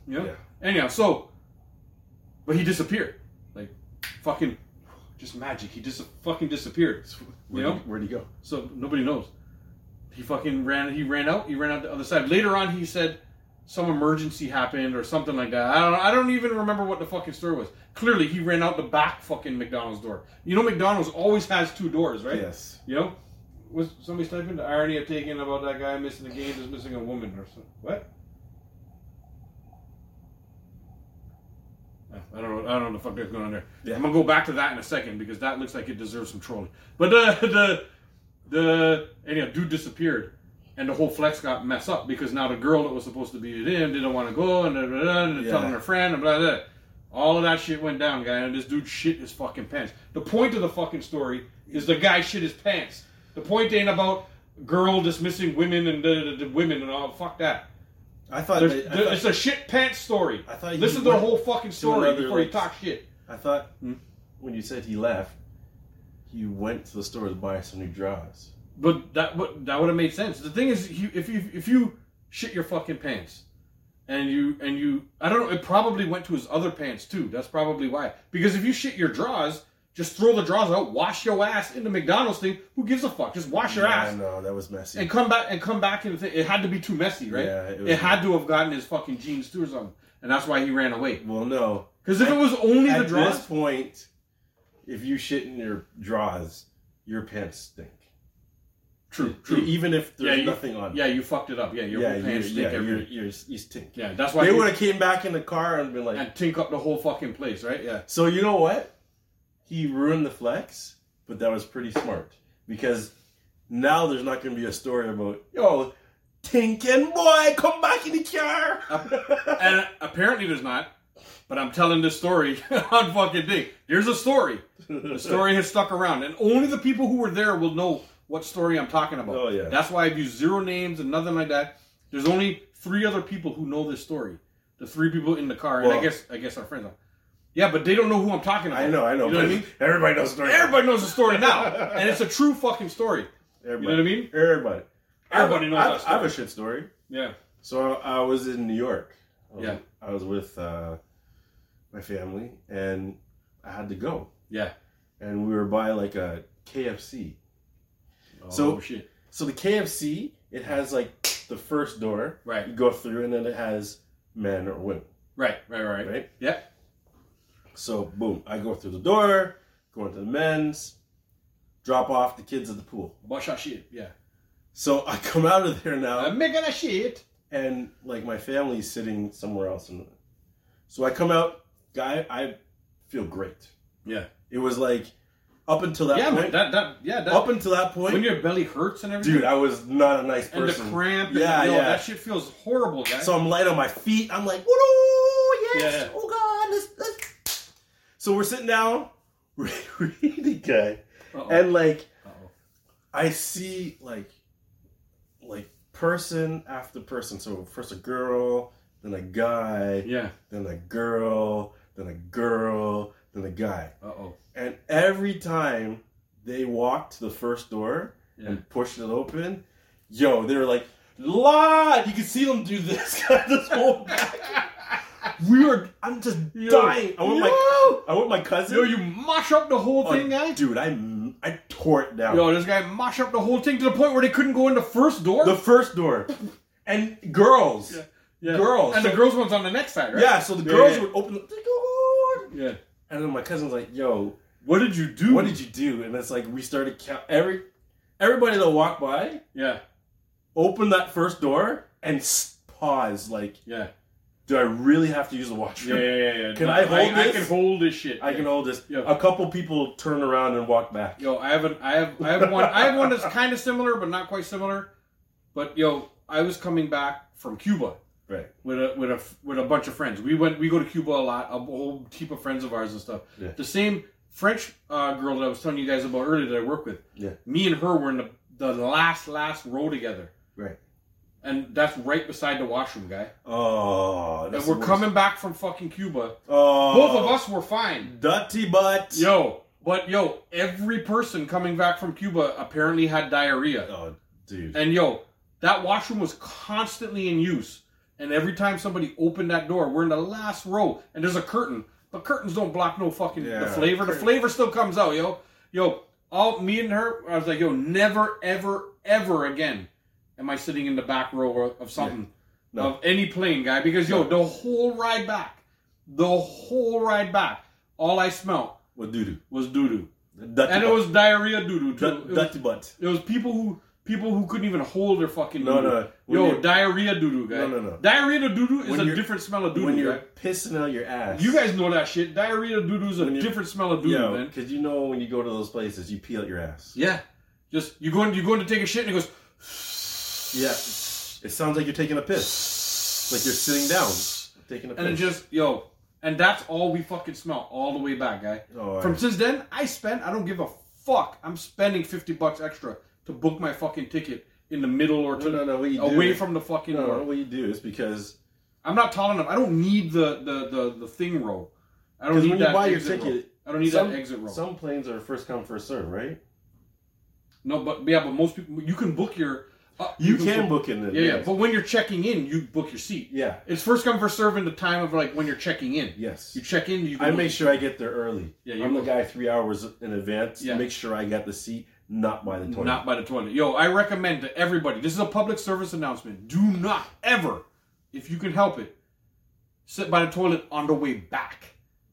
S3: You know?
S4: Yeah.
S3: Anyhow, so but he disappeared. Like fucking just magic. He just fucking disappeared. You
S4: Where'd,
S3: know?
S4: he, where'd he go?
S3: So nobody knows. He fucking ran. He ran out. He ran out the other side. Later on, he said some emergency happened or something like that. I don't. I don't even remember what the fucking story was. Clearly, he ran out the back fucking McDonald's door. You know, McDonald's always has two doors, right?
S4: Yes.
S3: You know, was somebody typing the irony of taking about that guy missing the game, just missing a woman or something? What? I don't know. I don't know what the fuck that's going on there.
S4: Yeah.
S3: I'm gonna go back to that in a second because that looks like it deserves some trolling. But the the the anyhow, dude disappeared, and the whole flex got messed up because now the girl that was supposed to be it in didn't want to go and, da, da, da, and
S4: Yeah.
S3: telling her friend and blah blah. blah. All of that shit went down, guy, and this dude shit his fucking pants. The point of the fucking story is the guy shit his pants. The point ain't about girl dismissing women and the, the, the women and all. Fuck that.
S4: I thought,
S3: There's-
S4: they, I,
S3: there-
S4: thought
S3: it's a shit pants story.
S4: I thought he
S3: Listen to the
S4: went
S3: whole fucking
S4: to
S3: story
S4: another,
S3: before you
S4: like,
S3: talk shit.
S4: I thought
S3: Hmm?
S4: when you said he left, he went to the store to buy some new draws.
S3: But that would that would have made sense. The thing is, you, if you if you shit your fucking pants, and you and you, I don't know. It probably went to his other pants too. That's probably why. Because if you shit your drawers, just throw the drawers out, wash your ass in the McDonald's thing. Who gives a fuck? Just wash your
S4: Yeah,
S3: ass
S4: I know that was messy.
S3: and come back and come back and th- it had to be too messy, right?
S4: Yeah,
S3: it,
S4: it was-
S3: had to have gotten his fucking jeans too or something, and that's why he ran away.
S4: well, no,
S3: Because if it was only the
S4: at
S3: drawers,
S4: this point, if you shit in your draws, your pants stink.
S3: true, true.
S4: Even if there's
S3: you-
S4: nothing on.
S3: Yeah, you fucked it up. Yeah, your
S4: yeah,
S3: whole
S4: you
S3: pants
S4: yeah,
S3: stink every-
S4: you're- you're- you stink.
S3: Yeah, that's why
S4: They
S3: he-
S4: would have came back in the car and been like,
S3: and tink up the whole fucking place, right? Yeah.
S4: So you know what? He ruined the flex, but that was pretty smart because now there's not going to be a story about yo Tinkin boy come back in the car.
S3: and uh, apparently there's not. But I'm telling this story on fucking thing. There's a story. The story has stuck around, and only the people who were there will know what story I'm talking about.
S4: Oh, yeah.
S3: That's why I've used zero names and nothing like that. There's only three other people who know this story. The three people in the car, and I
S4: Well-
S3: guess I guess our friends. Are. Yeah, but they don't know who I'm talking about.
S4: I know, I know.
S3: You know what I
S4: but
S3: mean?
S4: Everybody knows the story.
S3: Everybody knows the story now, and it's a true fucking story.
S4: Everybody.
S3: You know what I mean?
S4: Everybody.
S3: Everybody knows
S4: I,
S3: that
S4: I have a
S3: story.
S4: shit story.
S3: Yeah.
S4: So I was in New York. I was-
S3: Yeah.
S4: I was with uh, my family, and I had to go.
S3: Yeah.
S4: And we were by like a KFC.
S3: oh, shit.
S4: So the KFC, it has like the first door.
S3: Right.
S4: You go through and then it has men or women,
S3: Right. Right. Right.
S4: right?
S3: Yeah.
S4: So boom, I go through the door, go into the men's, drop off the kids at the pool.
S3: Wash our shit. Yeah.
S4: So I come out of there
S3: I'm
S4: now
S3: Uh, making a shit.
S4: and like my family's sitting somewhere else in the So I come out, guy, I feel great.
S3: Yeah.
S4: It was like up until that
S3: yeah, man,
S4: point.
S3: that that yeah that
S4: up until that point,
S3: when your belly hurts and everything,
S4: dude, I was not a nice
S3: and
S4: person.
S3: the cramp, and
S4: Yeah,
S3: the, yo,
S4: yeah.
S3: that shit feels horrible, guys.
S4: So I'm light on my feet. I'm like, woo yes,
S3: Yeah.
S4: oh god, let's, let's. So we're sitting down, we're reading the guy,
S3: Uh-oh.
S4: and like
S3: Uh-oh.
S4: I see like, like person after person. So first a girl, then a guy,
S3: yeah,
S4: then a girl, then a girl, then a guy,
S3: uh oh,
S4: and every time they walked to the first door
S3: yeah,
S4: and pushed it open, yo, they were like. Lord, you can see them do this. this whole we are. I'm just dying. I want my. I want my cousin.
S3: yo, you mosh up the whole
S4: Oh,
S3: thing, guy.
S4: Dude, I I tore it down.
S3: Yo, this guy mosh up the whole thing to the point where they couldn't go in the first door.
S4: the first door, and girls. Yeah.
S3: yeah.
S4: girls.
S3: and the
S4: So-
S3: girls one's on the next side, right?
S4: so the
S3: Yeah,
S4: girls
S3: yeah.
S4: would open. The,
S3: yeah.
S4: and then my cousin's like, "Yo,
S3: What did you do?
S4: what did you do?" And it's like we started count every everybody that walked by
S3: Yeah,
S4: opened that first door and s- paused like.
S3: yeah.
S4: Do I really have to use the washroom?
S3: yeah.
S4: Can I hold
S3: I,
S4: this?
S3: can hold this shit.
S4: I can hold this.
S3: Yeah.
S4: A couple people turn around and walk back.
S3: Yo, I have an, I have, I have one, I have one that's kind of similar, but not quite similar. But yo, I was coming back from Cuba
S4: Right.
S3: with a with a with a bunch of friends. We went, we go to Cuba a lot, a whole heap of friends of ours and stuff.
S4: Yeah.
S3: The same French uh, girl that I was telling you guys about earlier that I work with.
S4: Yeah.
S3: Me and her were in the, the last last row together,
S4: Right.
S3: and that's right beside the washroom guy.
S4: Oh,
S3: And
S4: that's
S3: we're
S4: the worst.
S3: coming back from fucking Cuba.
S4: Oh,
S3: Both of us were fine.
S4: Dirty butt.
S3: Yo, but yo, every person coming back from Cuba apparently had diarrhea.
S4: Oh, dude.
S3: And yo, that washroom was constantly in use. And every time somebody opened that door, we're in the last row, and there's a curtain, but curtains don't block no fucking the
S4: Yeah.
S3: flavor. The flavor still comes out, yo. Yo, all me and her, I was like, yo, never, ever, ever again am I sitting in the back row of- of something
S4: No.
S3: of any plane, guy. Because yo, the whole ride back, the whole ride back, all I smelled
S4: What doo doo?
S3: was doo doo,
S4: Dirty
S3: and it
S4: butt.
S3: was diarrhea doo doo too.
S4: Dir-
S3: It was-
S4: dirty butt.
S3: it was people who people who couldn't even hold their fucking
S4: No,
S3: doo-doo.
S4: no. When
S3: Yo,
S4: you're-
S3: diarrhea doo doo, guy.
S4: No, no, no.
S3: Diarrhea doo doo is
S4: When
S3: a
S4: you're-
S3: different smell of doo
S4: when
S3: doo.
S4: you're
S3: Right?
S4: pissing out your ass.
S3: You guys know that shit. Diarrhea doo doo is a
S4: When you're-
S3: different smell of doo doo,
S4: Yo,
S3: man.
S4: because you know when you go to those places, you pee out your ass.
S3: Yeah, just you going you going to take a shit and it goes.
S4: Yeah. It sounds like you're taking a piss. Like you're sitting down, taking a piss.
S3: and it just yo and that's all we fucking smell all the way back guy
S4: Oh,
S3: from
S4: yeah.
S3: since then i spent i don't give a fuck i'm spending 50 bucks extra to book my fucking ticket in the middle or to,
S4: No, no, no, what you do
S3: away
S4: is-
S3: from the fucking
S4: no,
S3: door.
S4: what you do is because
S3: i'm not tall enough i don't need the the the, the thing row i don't
S4: Because
S3: need
S4: when you
S3: that
S4: buy your
S3: exit row.
S4: ticket,
S3: i don't need
S4: some,
S3: that exit row
S4: some planes are first come first serve, right?
S3: no but yeah but most people you can book your uh,
S4: You, can book in the
S3: yeah, yeah but when you're checking in you book your seat
S4: Yeah.
S3: it's first come first serve in the time of like when you're checking in
S4: Yes.
S3: you check in you
S4: I
S3: can-
S4: make sure I get there early.
S3: Yeah, you
S4: I'm the
S3: will.
S4: guy three hours in advance.
S3: Yeah.
S4: Make sure I got the seat, not by the toilet.
S3: Not by the toilet. Yo, I recommend to everybody. This is a public service announcement. Do not ever, if you can help it, sit by the toilet on the way back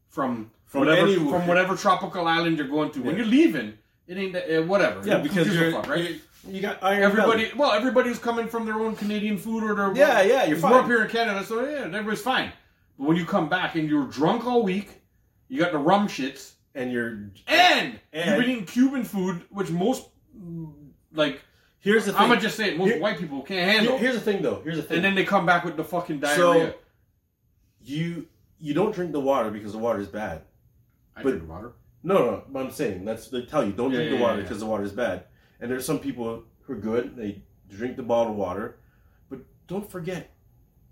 S3: from
S4: From
S3: whatever
S4: anywhere.
S3: from whatever tropical island you're going to. When
S4: Yeah.
S3: you're leaving, it ain't that, eh, whatever.
S4: yeah,
S3: Who
S4: because
S3: gives a
S4: you're,
S3: fuck, right.
S4: you got iron
S3: Everybody, well, everybody who's coming from their own Canadian food or their
S4: Yeah, yeah, you're
S3: We're up
S4: fine.
S3: here in Canada, so yeah, everybody's fine. But when you come back and you're drunk all week, you got the rum shits,
S4: and you're
S3: and,
S4: And-
S3: you've been eating Cuban food, which most mm, like
S4: here's the thing.
S3: I'm gonna just say it. Most
S4: Here-
S3: white people can't handle.
S4: Here- here's the thing though. Here's the thing.
S3: and then they come back with the fucking
S4: So-
S3: diarrhea.
S4: you you don't drink the water because the water is bad.
S3: I
S4: but-
S3: drink water.
S4: No, no, but I'm saying that's they tell you don't
S3: Yeah,
S4: drink
S3: yeah,
S4: the water
S3: yeah, yeah.
S4: because the water is bad. And there's some people who are good; they drink the bottled water, but don't forget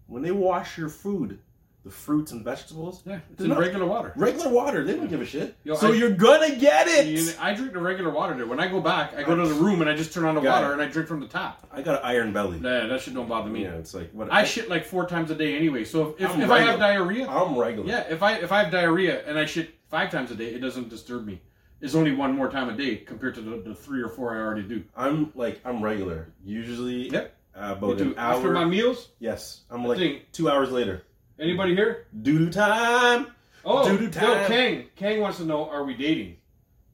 S4: when they wash your food, the fruits and vegetables,
S3: Yeah, it's
S4: they're
S3: in
S4: not-
S3: regular water.
S4: regular water. They don't give a shit.
S3: Yo,
S4: so
S3: I-
S4: you're gonna get it.
S3: You- I drink the regular water there. When I go back, I go to the room and I just turn on the
S4: Got
S3: water
S4: it.
S3: and I drink from the tap.
S4: I got an iron belly.
S3: Nah, that shit don't bother me.
S4: yeah, it's like what
S3: I shit like four times a day anyway. So if, if,
S4: I'm
S3: if I have
S4: regular.
S3: diarrhea,
S4: I'm regular.
S3: yeah, if I if I have diarrhea and I shit five times a day, it doesn't disturb me. It's only one more time a day compared to the, the three or four I already do.
S4: I'm like I'm regular. Usually,
S3: Yep.
S4: uh,
S3: You
S4: about
S3: do
S4: an
S3: after my
S4: hour.
S3: meals.
S4: yes, I'm like
S3: think-
S4: two hours later.
S3: Anybody here?
S4: Doo doo time.
S3: Oh,
S4: Doo-doo
S3: yo,
S4: time.
S3: Kang. Kang wants to know: Are we dating?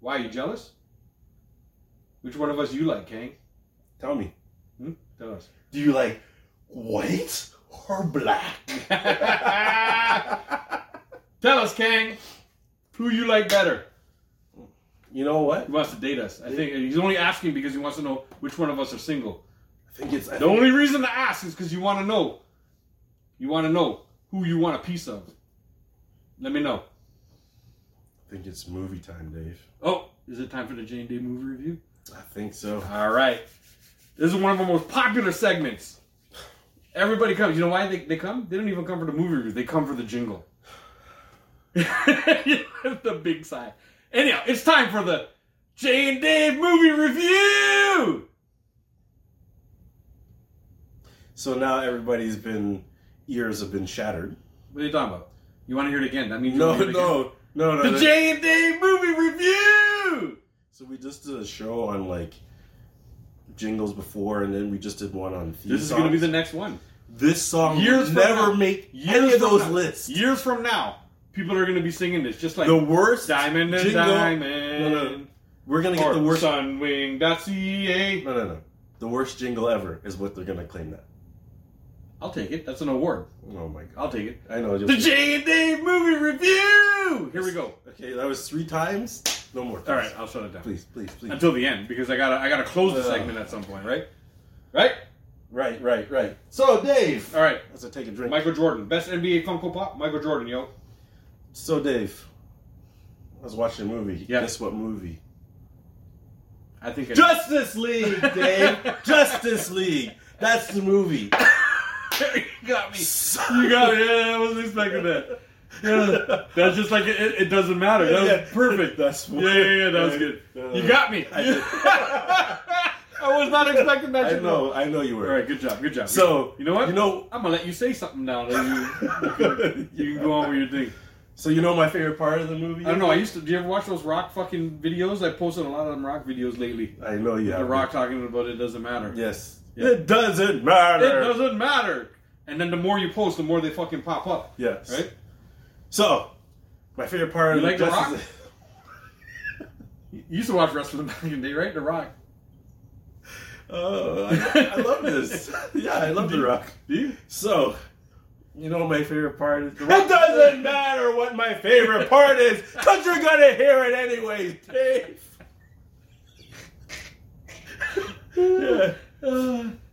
S3: Why you jealous? Which one of us you like, Kang?
S4: Tell me.
S3: Hmm? Tell us.
S4: Do you like white or black?
S3: Tell us, Kang. Who you like better?
S4: you know what?
S3: He wants to date us. I think he's only asking because he wants to know which one of us are single.
S4: I think it's I
S3: The only reason to ask is because you want to know. You want to know who you want a piece of. Let me know.
S4: think it's movie time, Dave.
S3: Oh, is it time for the Jane Day movie review?
S4: I think so.
S3: All right. This is one of our most popular segments. Everybody comes. You know why they, they come? They don't even come for the movie review. They come for the jingle. the big sigh. Anyhow, it's time for the Jay and Dave movie review.
S4: So now everybody's been ears have been shattered.
S3: What are you talking about? You want to hear it again? That means you
S4: No,
S3: wanna hear
S4: no,
S3: it
S4: no, no.
S3: again.
S4: no.
S3: The Jay and Dave movie review.
S4: So we just did a show on like jingles before, and then we just did one on. theme
S3: This is going to be
S4: songs.
S3: the next one.
S4: This song
S3: Years
S4: will
S3: from
S4: never
S3: now.
S4: make
S3: Years
S4: any of
S3: from
S4: those
S3: now.
S4: lists.
S3: Years from now, people are going to be singing this, just like
S4: the worst
S3: Diamond and
S4: jingle-
S3: Diamond.
S4: No, no, no. We're gonna get
S3: or
S4: the worst.
S3: sunwing.ca.
S4: No, no, no. The worst jingle ever is what they're gonna claim that.
S3: I'll take it. That's an award.
S4: Oh my god.
S3: I'll take it.
S4: I know.
S3: The
S4: Just,
S3: Jay and Dave movie review. Here we go.
S4: okay, that was three times. No more.
S3: All right, I'll shut it down
S4: Please, please, please.
S3: until the end because I gotta I gotta close the segment at some point, right? Right.
S4: right, right, right. So Dave.
S3: All right.
S4: Let's take a drink.
S3: Michael Jordan, best NBA Funko Pop. Michael Jordan, yo.
S4: So Dave. I was watching a movie.
S3: Yeah.
S4: Guess what movie?
S3: I think I
S4: Justice League, Dave. Justice League. That's the movie.
S3: you got me. You got me. Yeah, I wasn't expecting that. Yeah, that's just like it, it, it doesn't matter. That was
S4: Yeah.
S3: perfect.
S4: That's
S3: yeah, yeah, yeah. That was good. you got me. I was not expecting that.
S4: I
S3: shit.
S4: know. I know you were.
S3: All right, good job. Good job.
S4: So
S3: you know what?
S4: You know.
S3: I'm gonna let you say something now. That you, you can go on with your thing.
S4: So you know my favorite part of the movie.
S3: I don't know. I used to. Do you ever watch those rock fucking videos? I posted a lot of them rock videos lately.
S4: I know you.
S3: The
S4: have.
S3: rock talking about it doesn't matter.
S4: Yes.
S3: Yeah.
S4: It doesn't matter.
S3: It doesn't matter. And then the more you post, the more they fucking pop up.
S4: Yes.
S3: Right?
S4: So, my favorite part
S3: You
S4: of
S3: like The
S4: the Justice
S3: Rock? You used to watch wrestling back in the day, right? The Rock.
S4: Oh, I, I love this. yeah, I love The Rock.
S3: Do you?
S4: So, you know my favorite part is The Rock. It doesn't matter what my favorite part is, because you're going to hear it anyways, Dave.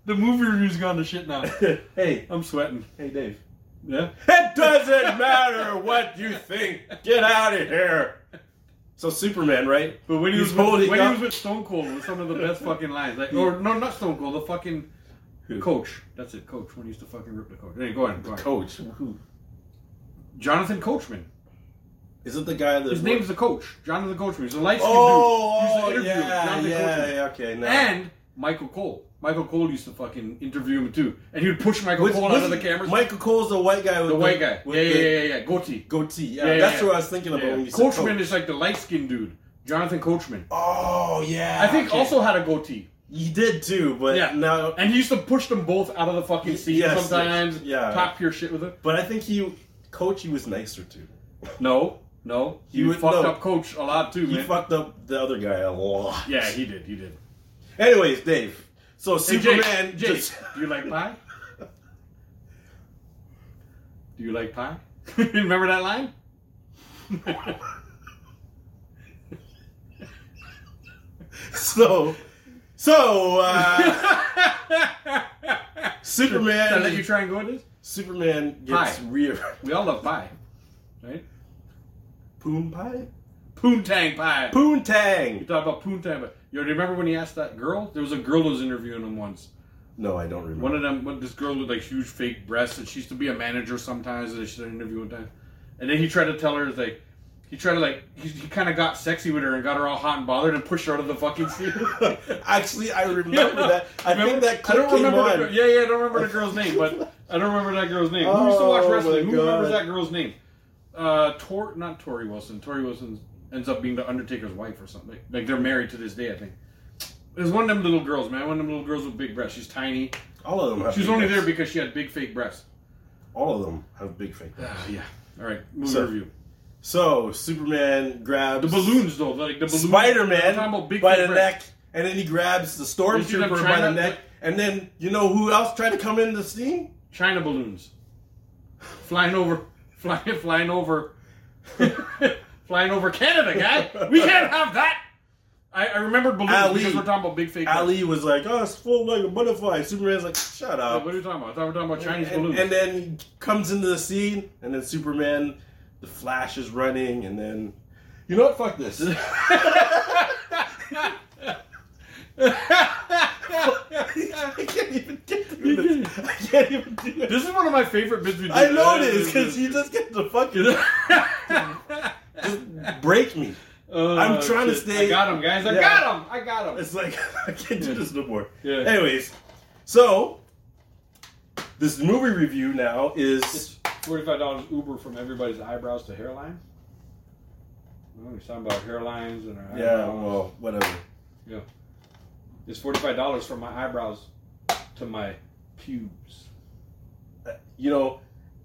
S3: The movie review's gone to shit now.
S4: hey,
S3: I'm sweating.
S4: hey, Dave.
S3: Yeah.
S4: It doesn't matter what you think. Get out of here. So, Superman, right?
S3: But when he
S4: He's
S3: was
S4: holding
S3: with, when he
S4: up-
S3: was with Stone Cold, it was some of the best fucking lines. Like, or no, not Stone Cold, the fucking coach. That's it, coach. When he used to fucking rip the coach. Hey, go on, go on.
S4: Coach. Who?
S3: Jonathan Coachman.
S4: Is it the guy that
S3: His name's the coach. Jonathan Coachman. He's a light skinned
S4: Oh, oh
S3: dude. He used to interview him,
S4: yeah,
S3: Jonathan
S4: yeah,
S3: Coachman.
S4: yeah, okay. Now.
S3: And Michael Cole. Michael Cole used to fucking interview him too, and he would push Michael
S4: Which-
S3: Cole out
S4: which-
S3: of the cameras.
S4: Michael Cole's the white guy with
S3: the white guy.
S4: with
S3: Yeah, yeah,
S4: the
S3: yeah, yeah, yeah. Goatee.
S4: goatee. Yeah,
S3: Yeah, yeah,
S4: that's
S3: yeah.
S4: what I was thinking about
S3: Yeah.
S4: when you said
S3: Coachman
S4: Coach.
S3: is like the light skinned dude. Jonathan Coachman.
S4: Oh yeah,
S3: I think
S4: okay.
S3: also had a goatee.
S4: he did too, but
S3: Yeah.
S4: now.
S3: And he used to push them both out of the fucking scene
S4: Yes,
S3: sometimes.
S4: yes, yeah.
S3: Pop your shit with it.
S4: But I think he, Coach, he was nicer too.
S3: No, no.
S4: He
S3: He
S4: would-
S3: fucked
S4: no.
S3: up coach a lot too,
S4: He
S3: man.
S4: fucked up the other guy a lot.
S3: yeah, he did. He did.
S4: Anyways, Dave. So
S3: Hey, Jake, Jake,
S4: Superman just
S3: do you like pie? Do you like pie? Remember that line?
S4: so. So uh,
S3: Should I let you
S4: Superman,
S3: try and go with this?
S4: Superman gets
S3: Hi.
S4: rear
S3: We all love pie, right?
S4: poon pie,
S3: Poontang pie.
S4: poontang.
S3: You talk about poontang, but you remember when he asked that girl? There was a girl that was interviewing him once.
S4: No, I don't remember.
S3: One of them, what- this girl with like huge fake breasts, and she used to be a manager sometimes, and she's an interview one time. And then he tried to tell her like, he tried to like, he, he kind of got sexy with her and got her all hot and bothered and pushed her out of the fucking scene.
S4: Actually, I remember that. I
S3: Remember-
S4: think that
S3: I
S4: clip
S3: don't
S4: came
S3: remember. The,
S4: on.
S3: girl- yeah, yeah, I don't remember the girl's name, but I don't remember that girl's name. Who used to watch
S4: Oh,
S3: wrestling?
S4: my
S3: Who remembers
S4: God.
S3: that girl's name? Uh, Tor, not Tori Wilson. Tori Wilson ends up being the Undertaker's wife or something. Like, like they're married to this day, I think. There's one of them little girls, man. One of them little girls with big breasts. She's tiny.
S4: All of them. Have
S3: She was
S4: big
S3: only
S4: breasts.
S3: there because she had big fake breasts.
S4: All of them have big fake. breasts.
S3: Ah, yeah. All right, movie
S4: So-
S3: review.
S4: So Superman grabs
S3: The balloons, though, like the balloons.
S4: Spider-Man
S3: I'm talking about big
S4: by
S3: fake
S4: the
S3: breasts.
S4: neck, and then he grabs the
S3: You see them
S4: stormtrooper by
S3: trying
S4: the
S3: to-
S4: neck, and then you know who else tried to come in the scene?
S3: China balloons, flying over, flying, flying over, flying over Canada, guy. We can't have that. I, I remembered balloons
S4: Ali.
S3: because we're talking about big fake.
S4: Ali was like, "Oh, it's full like a butterfly." Superman's like, "Shut
S3: balloons.
S4: up."
S3: What are you talking about? I thought we were talking about Chinese
S4: and,
S3: balloons.
S4: and then he comes into the scene, and then Superman, the Flash is running, and then you know what? Fuck this. I can't even get through this. I can't even do it.
S3: this is one of my favorite bits. we did. Uh,
S4: I know it is because you just get to fucking just break me.
S3: Uh,
S4: I'm trying to
S3: shit.
S4: stay-
S3: I got him, guys. I
S4: Yeah.
S3: got him. I got him.
S4: It's like I can't do this no more.
S3: Yeah.
S4: Anyways, so this movie review now is
S3: It's forty-five dollars Uber from everybody's eyebrows to hairline. Well, We're talking about hairlines and our
S4: yeah,
S3: eyebrows.
S4: well, whatever.
S3: Yeah. It's forty-five dollars from my eyebrows to my pubes.
S4: you know,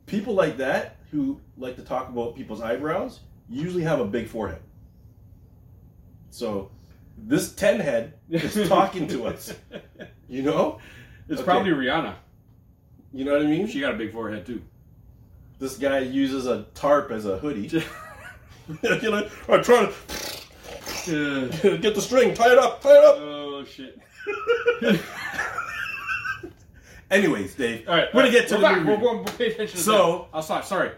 S4: people like that who like to talk about people's eyebrows usually have a big forehead. So this ten head is talking to us. You know?
S3: It's
S4: Okay.
S3: probably Rihanna.
S1: You know what I mean?
S3: She got a big forehead too.
S1: this guy uses a tarp as a hoodie. you know, I'm trying to get the string, tie it up, tie it up.
S3: Oh shit!
S1: Anyways, Dave,
S3: All right,
S1: we're gonna get to
S3: we're
S1: the
S3: back.
S1: movie.
S3: We're going. Pay attention. To
S1: So-
S3: that. I'll stop. Sorry.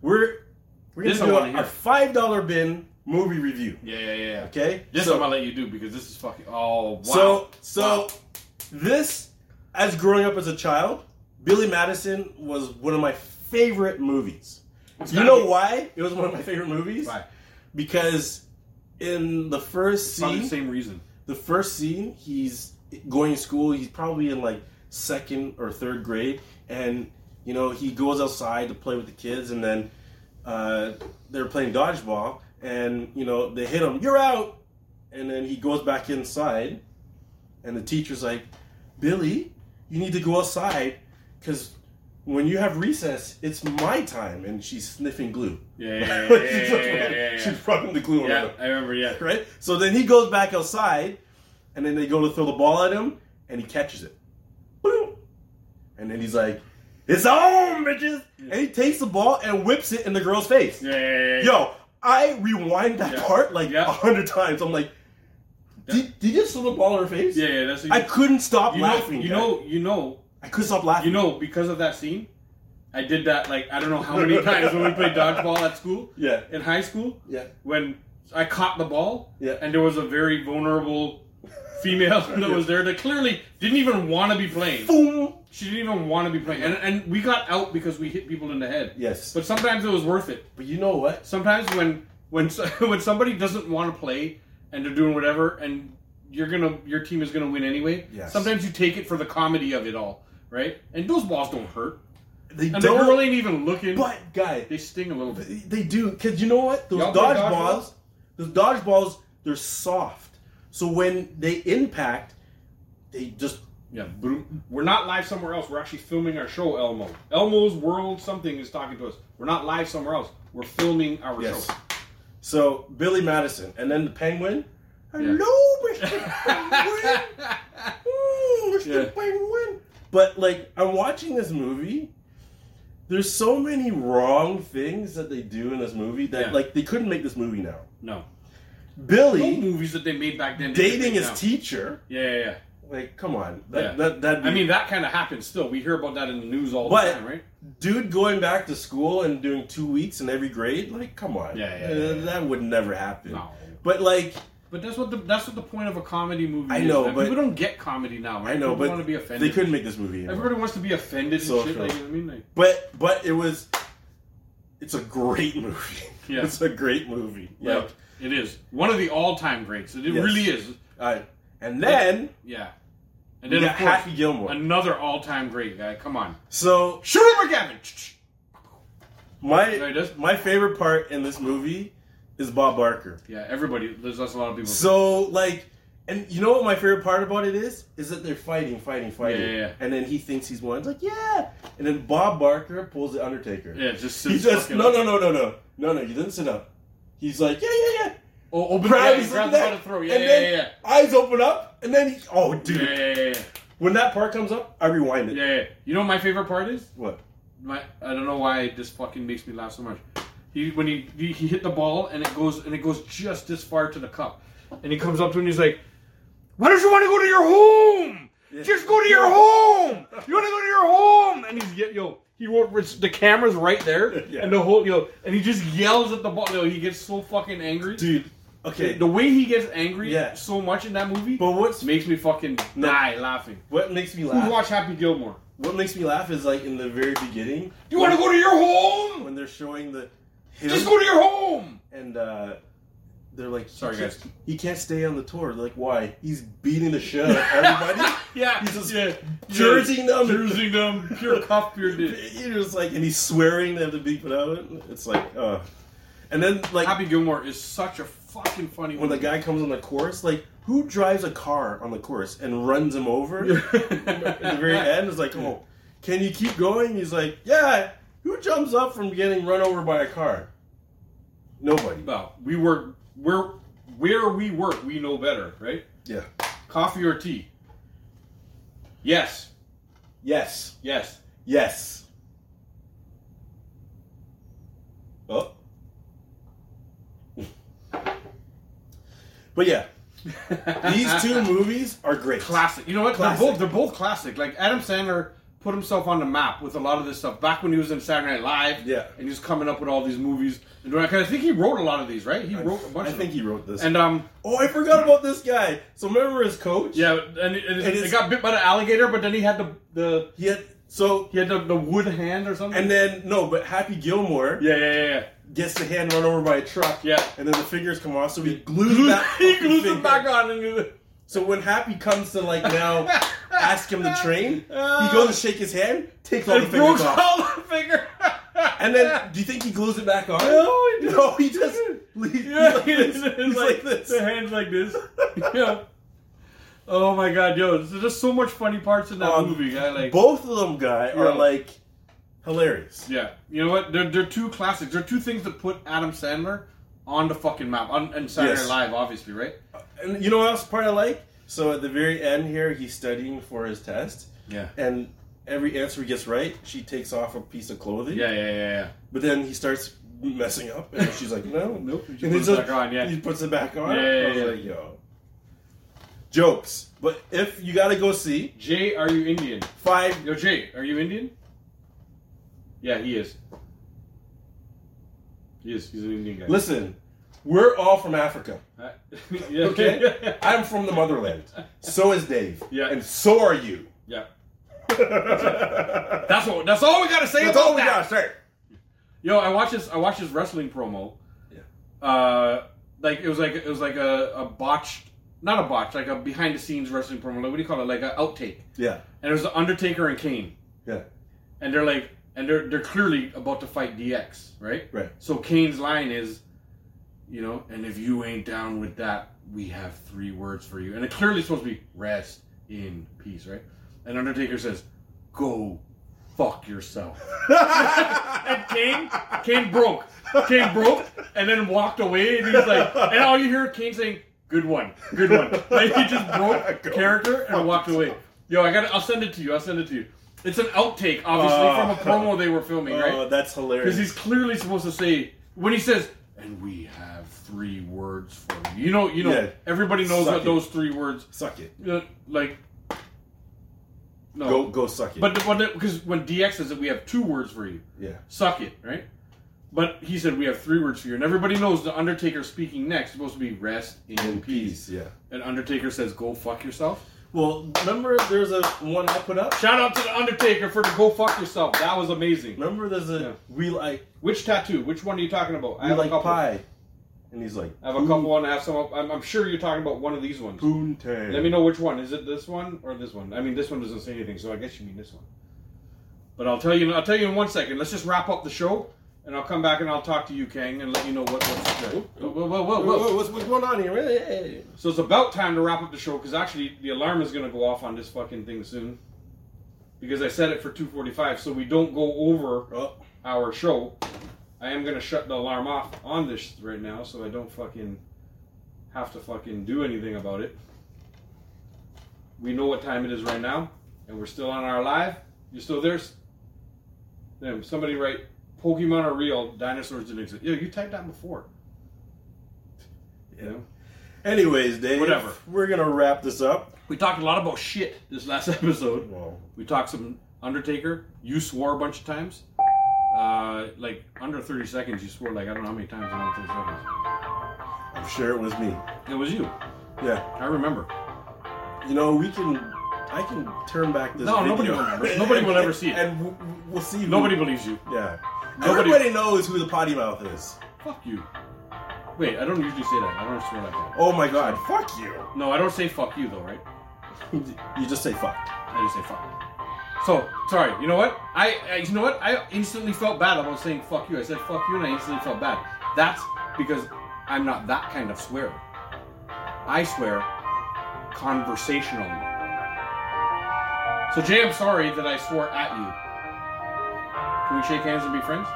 S1: We're we're
S3: This I
S1: gonna
S3: wanna
S1: do
S3: hear.
S1: a, a five dollar bin movie review.
S3: Yeah, yeah, yeah.
S1: Okay,
S3: This
S1: so,
S3: I'm gonna let you do because this is fucking. Oh wow.
S1: so so this as growing up as a child, Billy Madison was one of my favorite movies. You know why it was one of my favorite movies?
S3: Why?
S1: Because in the first
S3: Probably
S1: scene,
S3: the same reason.
S1: the first scene, he's going to school. He's probably in like second or third grade, and you know he goes outside to play with the kids, and then uh, they're playing dodgeball, and you know they hit him. You're out, and then he goes back inside, and the teacher's like, Billy, you need to go outside because when you have recess, it's my time, and she's sniffing glue.
S3: Yeah, yeah, yeah,
S1: She's
S3: yeah, yeah, yeah, yeah, yeah.
S1: She's rubbing the glue. around
S3: Yeah,
S1: him
S3: I remember. Yeah.
S1: right? So then he goes back outside, and then they go to throw the ball at him, and he catches it. Boom! And then he's like, "It's on, bitches!" And he takes the ball and whips it in the girl's face.
S3: Yeah, yeah, yeah, yeah.
S1: Yo, I rewind that
S3: Yeah.
S1: part like a
S3: Yeah.
S1: hundred times. I'm like, did, "Did you just throw the ball in her face?"
S3: Yeah, yeah. That's
S1: I couldn't stop
S3: you know,
S1: laughing.
S3: you
S1: guy.
S3: know, you know,
S1: I couldn't stop laughing.
S3: you know, because of that scene, I did that like I don't know how many times when we played dodgeball at school.
S1: Yeah.
S3: In high school.
S1: Yeah.
S3: When I caught the ball.
S1: Yeah.
S3: And there was a very vulnerable female that was there that clearly didn't even want to be playing.
S1: Boom.
S3: She didn't even want to be playing, and, and we got out because we hit people in the head.
S1: Yes.
S3: But sometimes it was worth it.
S1: But you know what?
S3: Sometimes when when so- when somebody doesn't want to play and they're doing whatever and you're gonna your team is gonna win anyway.
S1: Yes.
S3: Sometimes you take it for the comedy of it all, right? And those balls don't hurt,
S1: They
S3: and the
S1: don't.
S3: girl ain't even looking.
S1: but guy,
S3: they sting a little bit.
S1: They do because you know what those
S3: Y'all play
S1: dodgeballs, those dodgeballs, they're soft. So when they impact, they just
S3: Yeah, boom. We're not live somewhere else. We're actually filming our show, Elmo. Elmo's World something is talking to us. We're not live somewhere else. We're filming our
S1: Yes.
S3: show.
S1: so Billy Madison and then the Penguin. Hello, Mr. Penguin. Ooh, Mr.
S3: Yeah.
S1: Penguin. But like I'm watching this movie. There's so many wrong things that they do in this movie that
S3: Yeah.
S1: like they couldn't make this movie now.
S3: No. No
S1: Billy
S3: movies that they made back then.
S1: dating his
S3: now.
S1: teacher.
S3: Yeah, yeah, yeah.
S1: Like, come on.
S3: Yeah.
S1: That, that, that'd be
S3: I mean, that kind of happens still. We hear about that in the news all the
S1: But-
S3: time, right?
S1: dude going back to school and doing two weeks in every grade like come on
S3: Yeah, yeah,
S1: Uh,
S3: yeah, yeah.
S1: that would never happen
S3: No.
S1: but like
S3: But that's what the that's what the point of a comedy movie.
S1: I
S3: is,
S1: know,
S3: man.
S1: but-
S3: people don't get comedy now.
S1: i
S3: Right?
S1: know
S3: people
S1: but
S3: want to be
S1: they
S3: offended.
S1: couldn't make this movie anymore.
S3: Everybody wants to be offended and
S1: So
S3: shit.
S1: true.
S3: Like, you know what I mean, like,
S1: but but it was it's a great movie
S3: Yeah.
S1: it's a great movie
S3: yeah,
S1: like
S3: it is one of the all-time greats. It, it
S1: Yes.
S3: really is.
S1: I- and then
S3: Yeah. And
S1: we
S3: then
S1: got
S3: of course,
S1: happy gilmore
S3: another all-time great guy. Come on,
S1: so
S3: shoot him, McGavin.
S1: my
S3: Sorry, does-
S1: my favorite part in this movie is bob barker
S3: Yeah, everybody. There's that's a lot of people.
S1: So like, and you know what my favorite part about it is, is that they're fighting, fighting, fighting,
S3: Yeah, yeah, yeah.
S1: and then he thinks he's won. He's like, yeah, and then Bob Barker pulls the Undertaker.
S3: yeah, just
S1: he
S3: sits
S1: just
S3: fucking
S1: no,
S3: up.
S1: no, no, no, no, no, no. You didn't sit up. He's like, yeah, yeah, yeah.
S3: Oh, open
S1: Grabs
S3: yeah, he
S1: his
S3: grabs
S1: neck,
S3: by the throat. Yeah,
S1: and
S3: yeah,
S1: then
S3: yeah,
S1: Eyes open up, and then he, oh,
S3: yeah.
S1: dude,
S3: yeah, yeah, yeah, yeah.
S1: when that part comes up, I rewind it.
S3: Yeah, yeah. You know what my favorite part is?
S1: What?
S3: My I don't know why this fucking makes me laugh so much. He when he he, he hit the ball and it goes and it goes just this far to the cup, and he comes up to him and he's like, "Why don't you want to go to your home? Just go to your home. You want to go to your home?" And he's ye- yo. He won't. it's- The camera's right there,
S1: Yeah.
S3: and the whole yo, and he just yells at the ball. Yo, he gets so fucking angry,
S1: Dude, okay.
S3: The way he gets angry
S1: Yeah.
S3: so much in that movie
S1: But what's
S3: makes me fucking
S1: No.
S3: die laughing.
S1: what makes me
S3: Who
S1: laugh?
S3: watch Happy Gilmore?
S1: What makes me laugh is like in the very beginning
S3: You want to go to your home?
S1: when they're showing the him
S3: Just go to your home.
S1: and uh, they're like,
S3: Sorry,
S1: he can't-
S3: guys.
S1: he can't stay on the tour. They're like, why? He's beating the shit out of everybody.
S3: Yeah,
S1: he's just
S3: yeah,
S1: jerseying them.
S3: jerseying them, pure cuff, pure dick.
S1: He was like, and he's swearing they have to beep it out. It's like, uh, and then like
S3: Happy Gilmore is such a fucking funny
S1: when the guy comes on the course, like who drives a car on the course and runs him over at the very end? It's like, oh, can you keep going? He's like, yeah. Who jumps up from getting run over by a car? Nobody.
S3: Well, we work where where we work, we know better, right?
S1: Yeah.
S3: Coffee or tea? Yes,
S1: Yes.
S3: yes.
S4: Yes. Oh. But yeah, these two movies are great.
S3: classic. You know what?
S4: Classic.
S3: They're both they're both classic. Like Adam Sandler put himself on the map with a lot of this stuff back when he was in Saturday Night Live.
S4: Yeah.
S3: and he was coming up with all these movies and doing. Cause I think he wrote a lot of these, right? He wrote a bunch.
S4: I
S3: of
S4: think
S3: them.
S4: he wrote this.
S3: And um,
S4: oh, I forgot about this guy. So remember his coach?
S3: yeah, and, and,
S4: It is-
S3: it got bit by the alligator, but then he had the the
S4: He had so
S3: he had the, the wood hand or something.
S4: and then no, but Happy Gilmore
S3: yeah, yeah, yeah, yeah.
S4: gets the hand run over by a truck.
S3: Yeah.
S4: and then the fingers come off. So he glues that.
S3: he
S4: fucking
S3: glued
S4: finger.
S3: them back on and. he-
S4: So when Happy comes to like now ask him to train, he goes to shake his hand, takes all the
S3: It broke
S4: fingers off.
S3: all the finger.
S4: And then, do you think he glues it back on?
S3: No, he
S4: No, he just. He,
S3: Yeah,
S4: he
S3: it's,
S4: like,
S3: like,
S4: this. He's like this.
S3: The hands like this. yeah. Oh my god, yo, there's just so much funny parts in that
S4: Um,
S3: movie. I like.
S4: Both of them, guy, are
S3: Yeah.
S4: like hilarious.
S3: yeah, you know what? They're, they're two classics. They're two things that put Adam Sandler on the fucking map. On and Saturday
S4: Yes.
S3: Night Live, obviously, right?
S4: And you know what else part I like? So at the very end here, he's studying for his test,
S3: Yeah.
S4: and every answer he gets right, she takes off a piece of clothing.
S3: Yeah, yeah, yeah, yeah.
S4: But then he starts messing up, and she's like, "No,
S3: Nope, she
S4: And he
S3: puts it
S4: just-
S3: back on, yeah.
S4: he puts it back on.
S3: Yeah, yeah,
S4: I was
S3: yeah.
S4: like, "Yo, jokes." But if you gotta go see
S3: Jay, are you Indian?
S4: five,
S3: Yo, Jay, are you Indian? Yeah, he is. He is. He's an Indian guy.
S4: listen, we're all from Africa.
S3: Uh, yeah.
S4: Okay, I'm from the motherland. So is Dave.
S3: Yeah.
S4: and so are you.
S3: yeah. That's what. That's all we gotta say
S4: That's
S3: about
S4: all we
S3: that.
S4: gotta say.
S3: Yo, I watched this. I watched this wrestling promo. Yeah. Uh, like it was like it was like a, a botched, not a botch, like a behind the scenes wrestling promo. Like what do you call it? Like an outtake.
S4: Yeah,
S3: And it was the Undertaker and Kane,
S4: yeah,
S3: and they're like, and they're they're clearly about to fight DX, right?
S4: Right.
S3: So Kane's line is, you know, and if you ain't down with that, we have three words for you, and it clearly supposed to be rest in peace, right? And Undertaker says, go fuck yourself. and Kane, Kane broke. Kane broke and then walked away. And he's like, and all you hear Kane saying, "Good one, good one." Like he just broke character and walked away. Yo, I got. to I'll send it to you. I'll send it to you. It's an outtake, obviously, from a promo they were filming,
S4: Oh,
S3: right?
S4: that's
S3: Because
S4: hilarious.
S3: he's clearly supposed to say when he says, "And we have three words for you." You know, you know,
S4: Yeah.
S3: everybody knows
S4: Suck
S3: what
S4: it.
S3: those three words.
S4: Suck it.
S3: uh, Like, no,
S4: Go, go, suck it.
S3: but because when DX says it, we have two words for you
S4: yeah,
S3: suck it, right? But he said we have three words for you, and everybody knows the Undertaker speaking next is supposed to be rest in,
S4: in
S3: peace.
S4: peace. Yeah.
S3: And Undertaker says, "Go fuck yourself."
S4: Well, remember there's a one I put up.
S3: Shout out to the Undertaker for the "Go fuck yourself." That was amazing.
S4: Remember there's a
S3: Yeah.
S4: we like
S3: Which tattoo? Which one are you talking about?
S4: we like pie, and he's like
S3: I have a couple. On, I have some. up- I'm, I'm sure you're talking about one of these ones.
S4: poontang.
S3: Let me know which one. Is it this one or this one? I mean, this one doesn't say anything, so I guess you mean this one. But I'll tell you. I'll tell you in one second. Let's just wrap up the show, and I'll come back and I'll talk to you, Kang, and let you know what. What's the whoa, whoa, whoa, whoa,
S4: Whoa, whoa, what's, what's going on here? Hey, hey, hey.
S3: So it's about time to wrap up the show because actually the alarm is going to go off on this fucking thing soon because I set it for 2:45 so we don't go over
S4: Oh,
S3: our show. I am going to shut the alarm off on this right now so I don't fucking have to fucking do anything about it. We know what time it is right now and we're still on our live. You still there? Then somebody write Pokemon are real, dinosaurs didn't exist. Yeah, you typed that before.
S4: yeah. Anyways, Dave.
S3: Whatever.
S4: We're gonna wrap this up.
S3: We talked a lot about shit this last episode.
S4: Well,
S3: We talked some Undertaker. You swore a bunch of times. Uh, like under 30 seconds, you swore like I don't know how many times in under 30 seconds.
S4: I'm sure it was me.
S3: It was you.
S4: Yeah.
S3: I remember.
S4: You know we can. I can turn back this.
S3: No,
S4: video.
S3: nobody will remember. Nobody will ever see it.
S4: And w- w- we'll see. who-
S3: Nobody believes you.
S4: Yeah.
S3: Nobody-
S4: Everybody knows who the potty mouth is.
S3: Fuck you. Wait, I don't usually say that. I don't swear like that.
S4: Oh my god. Fuck you.
S3: No, I don't say fuck you though, right?
S4: You just say fuck.
S3: I just say fuck. So sorry. You know what? I, I you know what? I instantly felt bad about saying fuck you. I said fuck you, and I instantly felt bad. That's because I'm not that kind of swearer. I swear conversationally. So Jay, I'm sorry that I swore at you. Can we shake hands and be friends?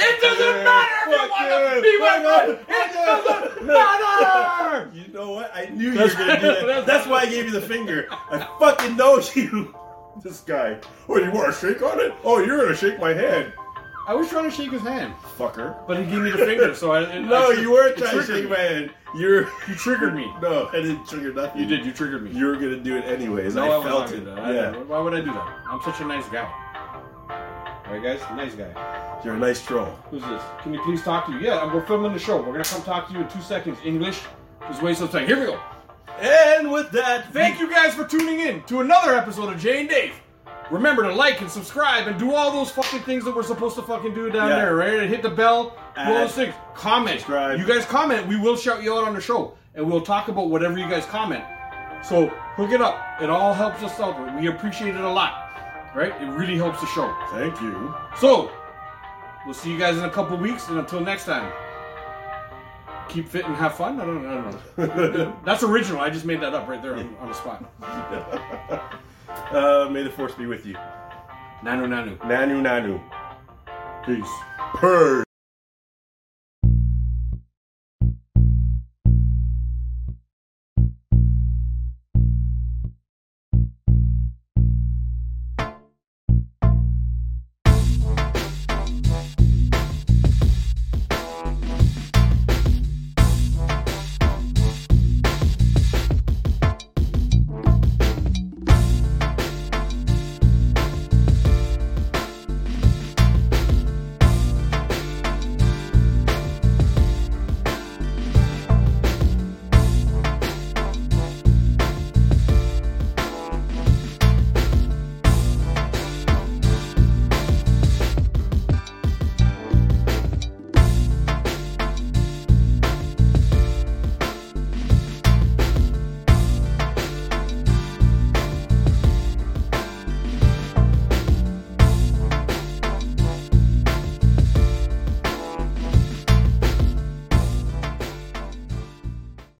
S3: It doesn't matter if you want to be my friend. It doesn't matter.
S4: You know what? I knew you were gonna do that. That's why I gave you the finger. I fucking know you. This guy. Oh, you want to shake on it? Oh, you're gonna shake my hand,
S3: I was trying to shake his hand,
S4: fucker.
S3: but he gave me the finger, so I. and
S4: No,
S3: I-
S4: you weren't
S3: it
S4: trying to
S3: triggered
S4: shake
S3: me.
S4: my hand. You're
S3: You triggered me.
S4: no, I didn't trigger nothing.
S3: You did. You triggered me.
S4: You were gonna do it anyways.
S3: No,
S4: I
S3: would
S4: felt
S3: not do
S4: it.
S3: that. I-
S4: Yeah,
S3: Why would I do that? I'm such a nice guy. Alright, guys? Nice guy.
S4: you're a nice troll.
S3: Who's this? Can we please talk to you? Yeah, we're filming the show. We're gonna come talk to you in two seconds. English is way so tight. Here we go.
S4: And with that,
S3: Thank you guys for tuning in to another episode of Jay and Dave. Remember to like and subscribe and do all those fucking things that we're supposed to fucking do down
S4: Yeah.
S3: there, right? And hit the bell, do all
S4: Add,
S3: those things. Comment.
S4: subscribe.
S3: You guys comment, we will shout you out on the show. And we'll talk about whatever you guys comment. So hook it up. It all helps us out. We appreciate it a lot. Right? It really helps the show.
S4: Thank you.
S3: So, we'll see you guys in a couple weeks, and until next time, keep fit and have fun. I don't, I don't know. That's original. I just made that up right there on, on the spot.
S4: Uh, may the force be with you.
S3: Nanu nanu.
S4: Nanu nanu.
S3: Peace.
S4: Purr.